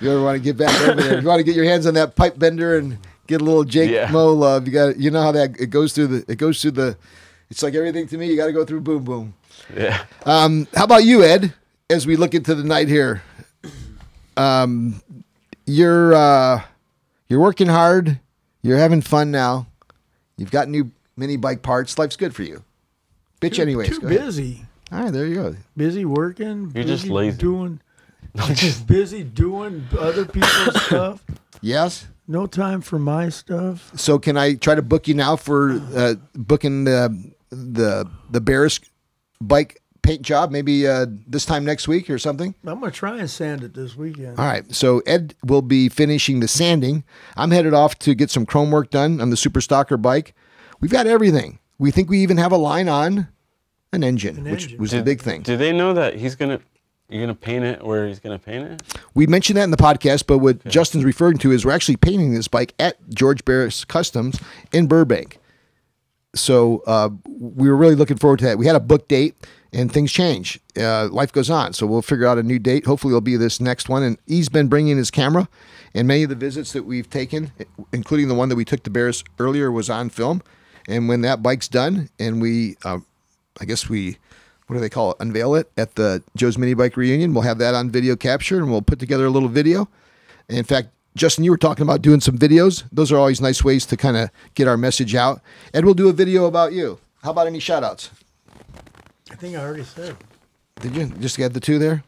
Speaker 1: you ever want to get back over there? You want to get your hands on that pipe bender and get a little Jake
Speaker 3: Yeah.
Speaker 1: Mo love. You got. You know how that it goes through the. It goes through the. It's like everything to me. You got to go through boom boom.
Speaker 3: Yeah.
Speaker 1: Um, how about you, Ed? As we look into the night here, um, you're uh, you're working hard. You're having fun now. You've got new mini bike parts. Life's good for you. Bitch,
Speaker 2: too,
Speaker 1: anyways.
Speaker 2: too
Speaker 1: go ahead.
Speaker 2: busy,
Speaker 1: All right, there you go.
Speaker 2: busy working.
Speaker 3: You're
Speaker 2: busy
Speaker 3: just lazy.
Speaker 2: Doing
Speaker 3: I'm just
Speaker 2: busy doing other people's stuff.
Speaker 1: Yes.
Speaker 2: No time for my stuff.
Speaker 1: So can I try to book you now for uh, booking the the the Bears bike paint job? Maybe uh, this time next week or something.
Speaker 2: I'm gonna try and sand it this weekend.
Speaker 1: All right. So Ed will be finishing the sanding. I'm headed off to get some chrome work done on the Super Stalker bike. We've got everything. We think we even have a line on an engine, which
Speaker 2: engine.
Speaker 1: was the big thing.
Speaker 3: Do they know that he's gonna you're gonna paint it where he's gonna paint it?
Speaker 1: We mentioned that in the podcast, but what Justin's referring to is we're actually painting this bike at George Barris Customs in Burbank. So uh, we were really looking forward to that. We had a book date, and things change. Uh, life goes on, so we'll figure out a new date. Hopefully, it'll be this next one. And he's been bringing his camera, and many of the visits that we've taken, including the one that we took to Barris earlier, was on film. And when that bike's done, and we, uh, I guess we what do they call it? Unveil it at the Joe's Mini Bike reunion. We'll have that on video capture and we'll put together a little video. And in fact, Justin, you were talking about doing some videos. Those are always nice ways to kind of get our message out. Ed, we'll do a video about you. How about any shout outs?
Speaker 2: I think I already said.
Speaker 1: Did you just get the two there?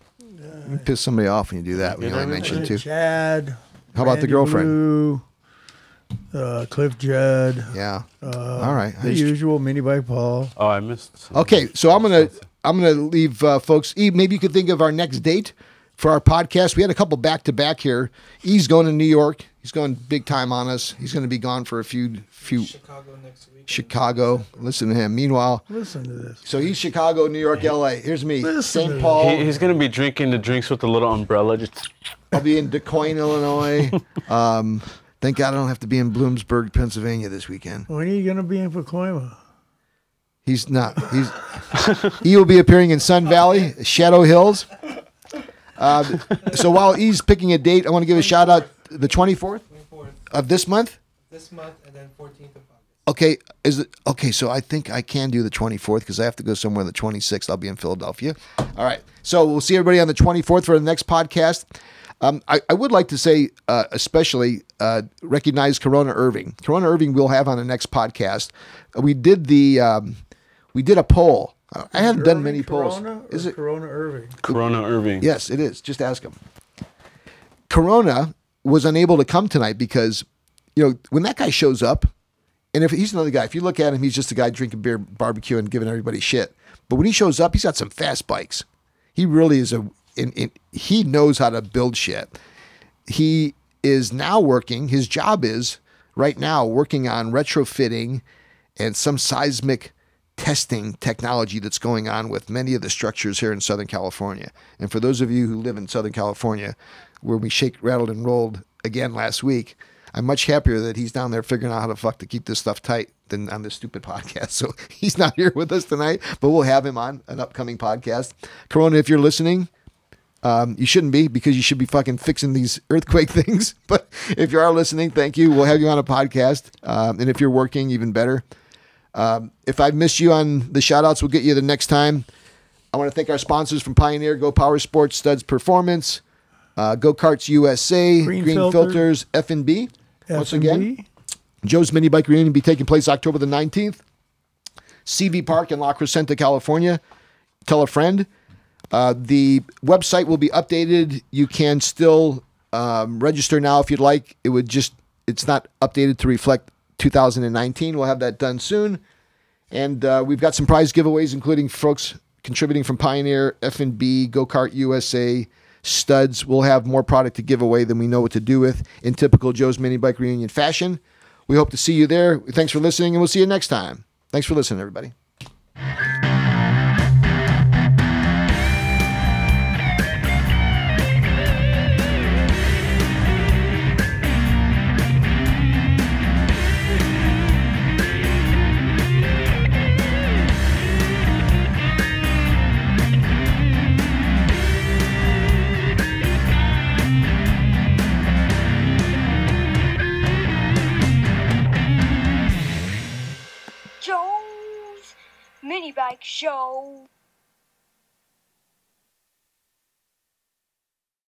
Speaker 1: You piss somebody off when you do that. When you
Speaker 3: Did I
Speaker 1: only
Speaker 3: mention
Speaker 1: mention two.
Speaker 2: Chad.
Speaker 1: How about the
Speaker 2: Randy
Speaker 1: girlfriend?
Speaker 2: Blue, uh, Cliff Judd.
Speaker 1: Yeah. All right. I
Speaker 2: The
Speaker 1: just-
Speaker 2: usual mini bike Paul.
Speaker 3: Oh, I missed. some.
Speaker 1: Okay, so I'm gonna I'm gonna leave uh, folks. E, maybe you could think of our next date for our podcast. We had a couple back to back here. E's going to New York. He's going big time on us. He's going to be gone for a few few
Speaker 6: Chicago next week.
Speaker 1: Chicago. Listen to him. Meanwhile,
Speaker 2: Listen to this.
Speaker 1: so he's Chicago, New York, L.A. Here's me,
Speaker 2: Listen to
Speaker 1: St.
Speaker 2: him.
Speaker 3: He,
Speaker 1: Paul.
Speaker 3: he's gonna be drinking the drinks with the little umbrella. Just
Speaker 1: I'll be in DeCoin, Illinois. Um, thank God I don't have to be in Bloomsburg, Pennsylvania this weekend.
Speaker 2: When are you gonna be in Pacoima?
Speaker 1: He's not. He's he will be appearing in Sun Valley, Shadow Hills. Uh, so while he's picking a date, I want to give a shout out the 24th
Speaker 6: 24th
Speaker 1: of this month.
Speaker 6: this month and then 14th of August.
Speaker 1: Okay, is it okay? So I think I can do the 24th because I have to go somewhere on the 26th. I'll be in Philadelphia. All right. So we'll see everybody on the 24th for the next podcast. Um, I, I would like to say, uh, especially uh, recognize Corona Irving. Corona Irving, we'll have on the next podcast. We did the um, we did a poll. I I haven't done many polls.
Speaker 2: Corona
Speaker 1: Is it
Speaker 2: Corona Irving?
Speaker 3: Corona Irving.
Speaker 1: Yes, it is. Just ask him. Corona was unable to come tonight because, you know, when that guy shows up, and if he's another guy, if you look at him, he's just a guy drinking beer, barbecue, and giving everybody shit. But when he shows up, he's got some fast bikes. He really is a, and, and he knows how to build shit. He is now working. His job is right now working on retrofitting and some seismic testing technology that's going on with many of the structures here in Southern California. And for those of you who live in Southern California, where we shake, rattled, and rolled again last week, I'm much happier that he's down there figuring out how to fuck to keep this stuff tight than on this stupid podcast. So he's not here with us tonight, but we'll have him on an upcoming podcast. Corona, if you're listening, um, you shouldn't be because you should be fucking fixing these earthquake things. But if you are listening, thank you. We'll have you on a podcast. Um, and if you're working, even better. Um, if I've missed you on the shout outs, we'll get you the next time. I want to thank our sponsors from Pioneer, Go Power Sports, Studs Performance, uh, Go Karts USA, Green,
Speaker 2: Green Filter.
Speaker 1: Filters, F&B. Once
Speaker 2: F&B?
Speaker 1: again, Joe's Mini Bike Reunion will be taking place October the 19th. CV Park in La Crescenta, California. Tell a friend. Uh, the website will be updated. You can still um, register now if you'd like. It would just, it's not updated to reflect 2019. We'll have that done soon. And uh, we've got some prize giveaways, including folks contributing from Pioneer, F&B, Go Kart USA, Studs. We'll have more product to give away than we know what to do with in typical Joe's Mini Bike Reunion fashion. We hope to see you there. Thanks for listening, and we'll see you next time. Thanks for listening, everybody.
Speaker 7: Joe's Mini Bike Show.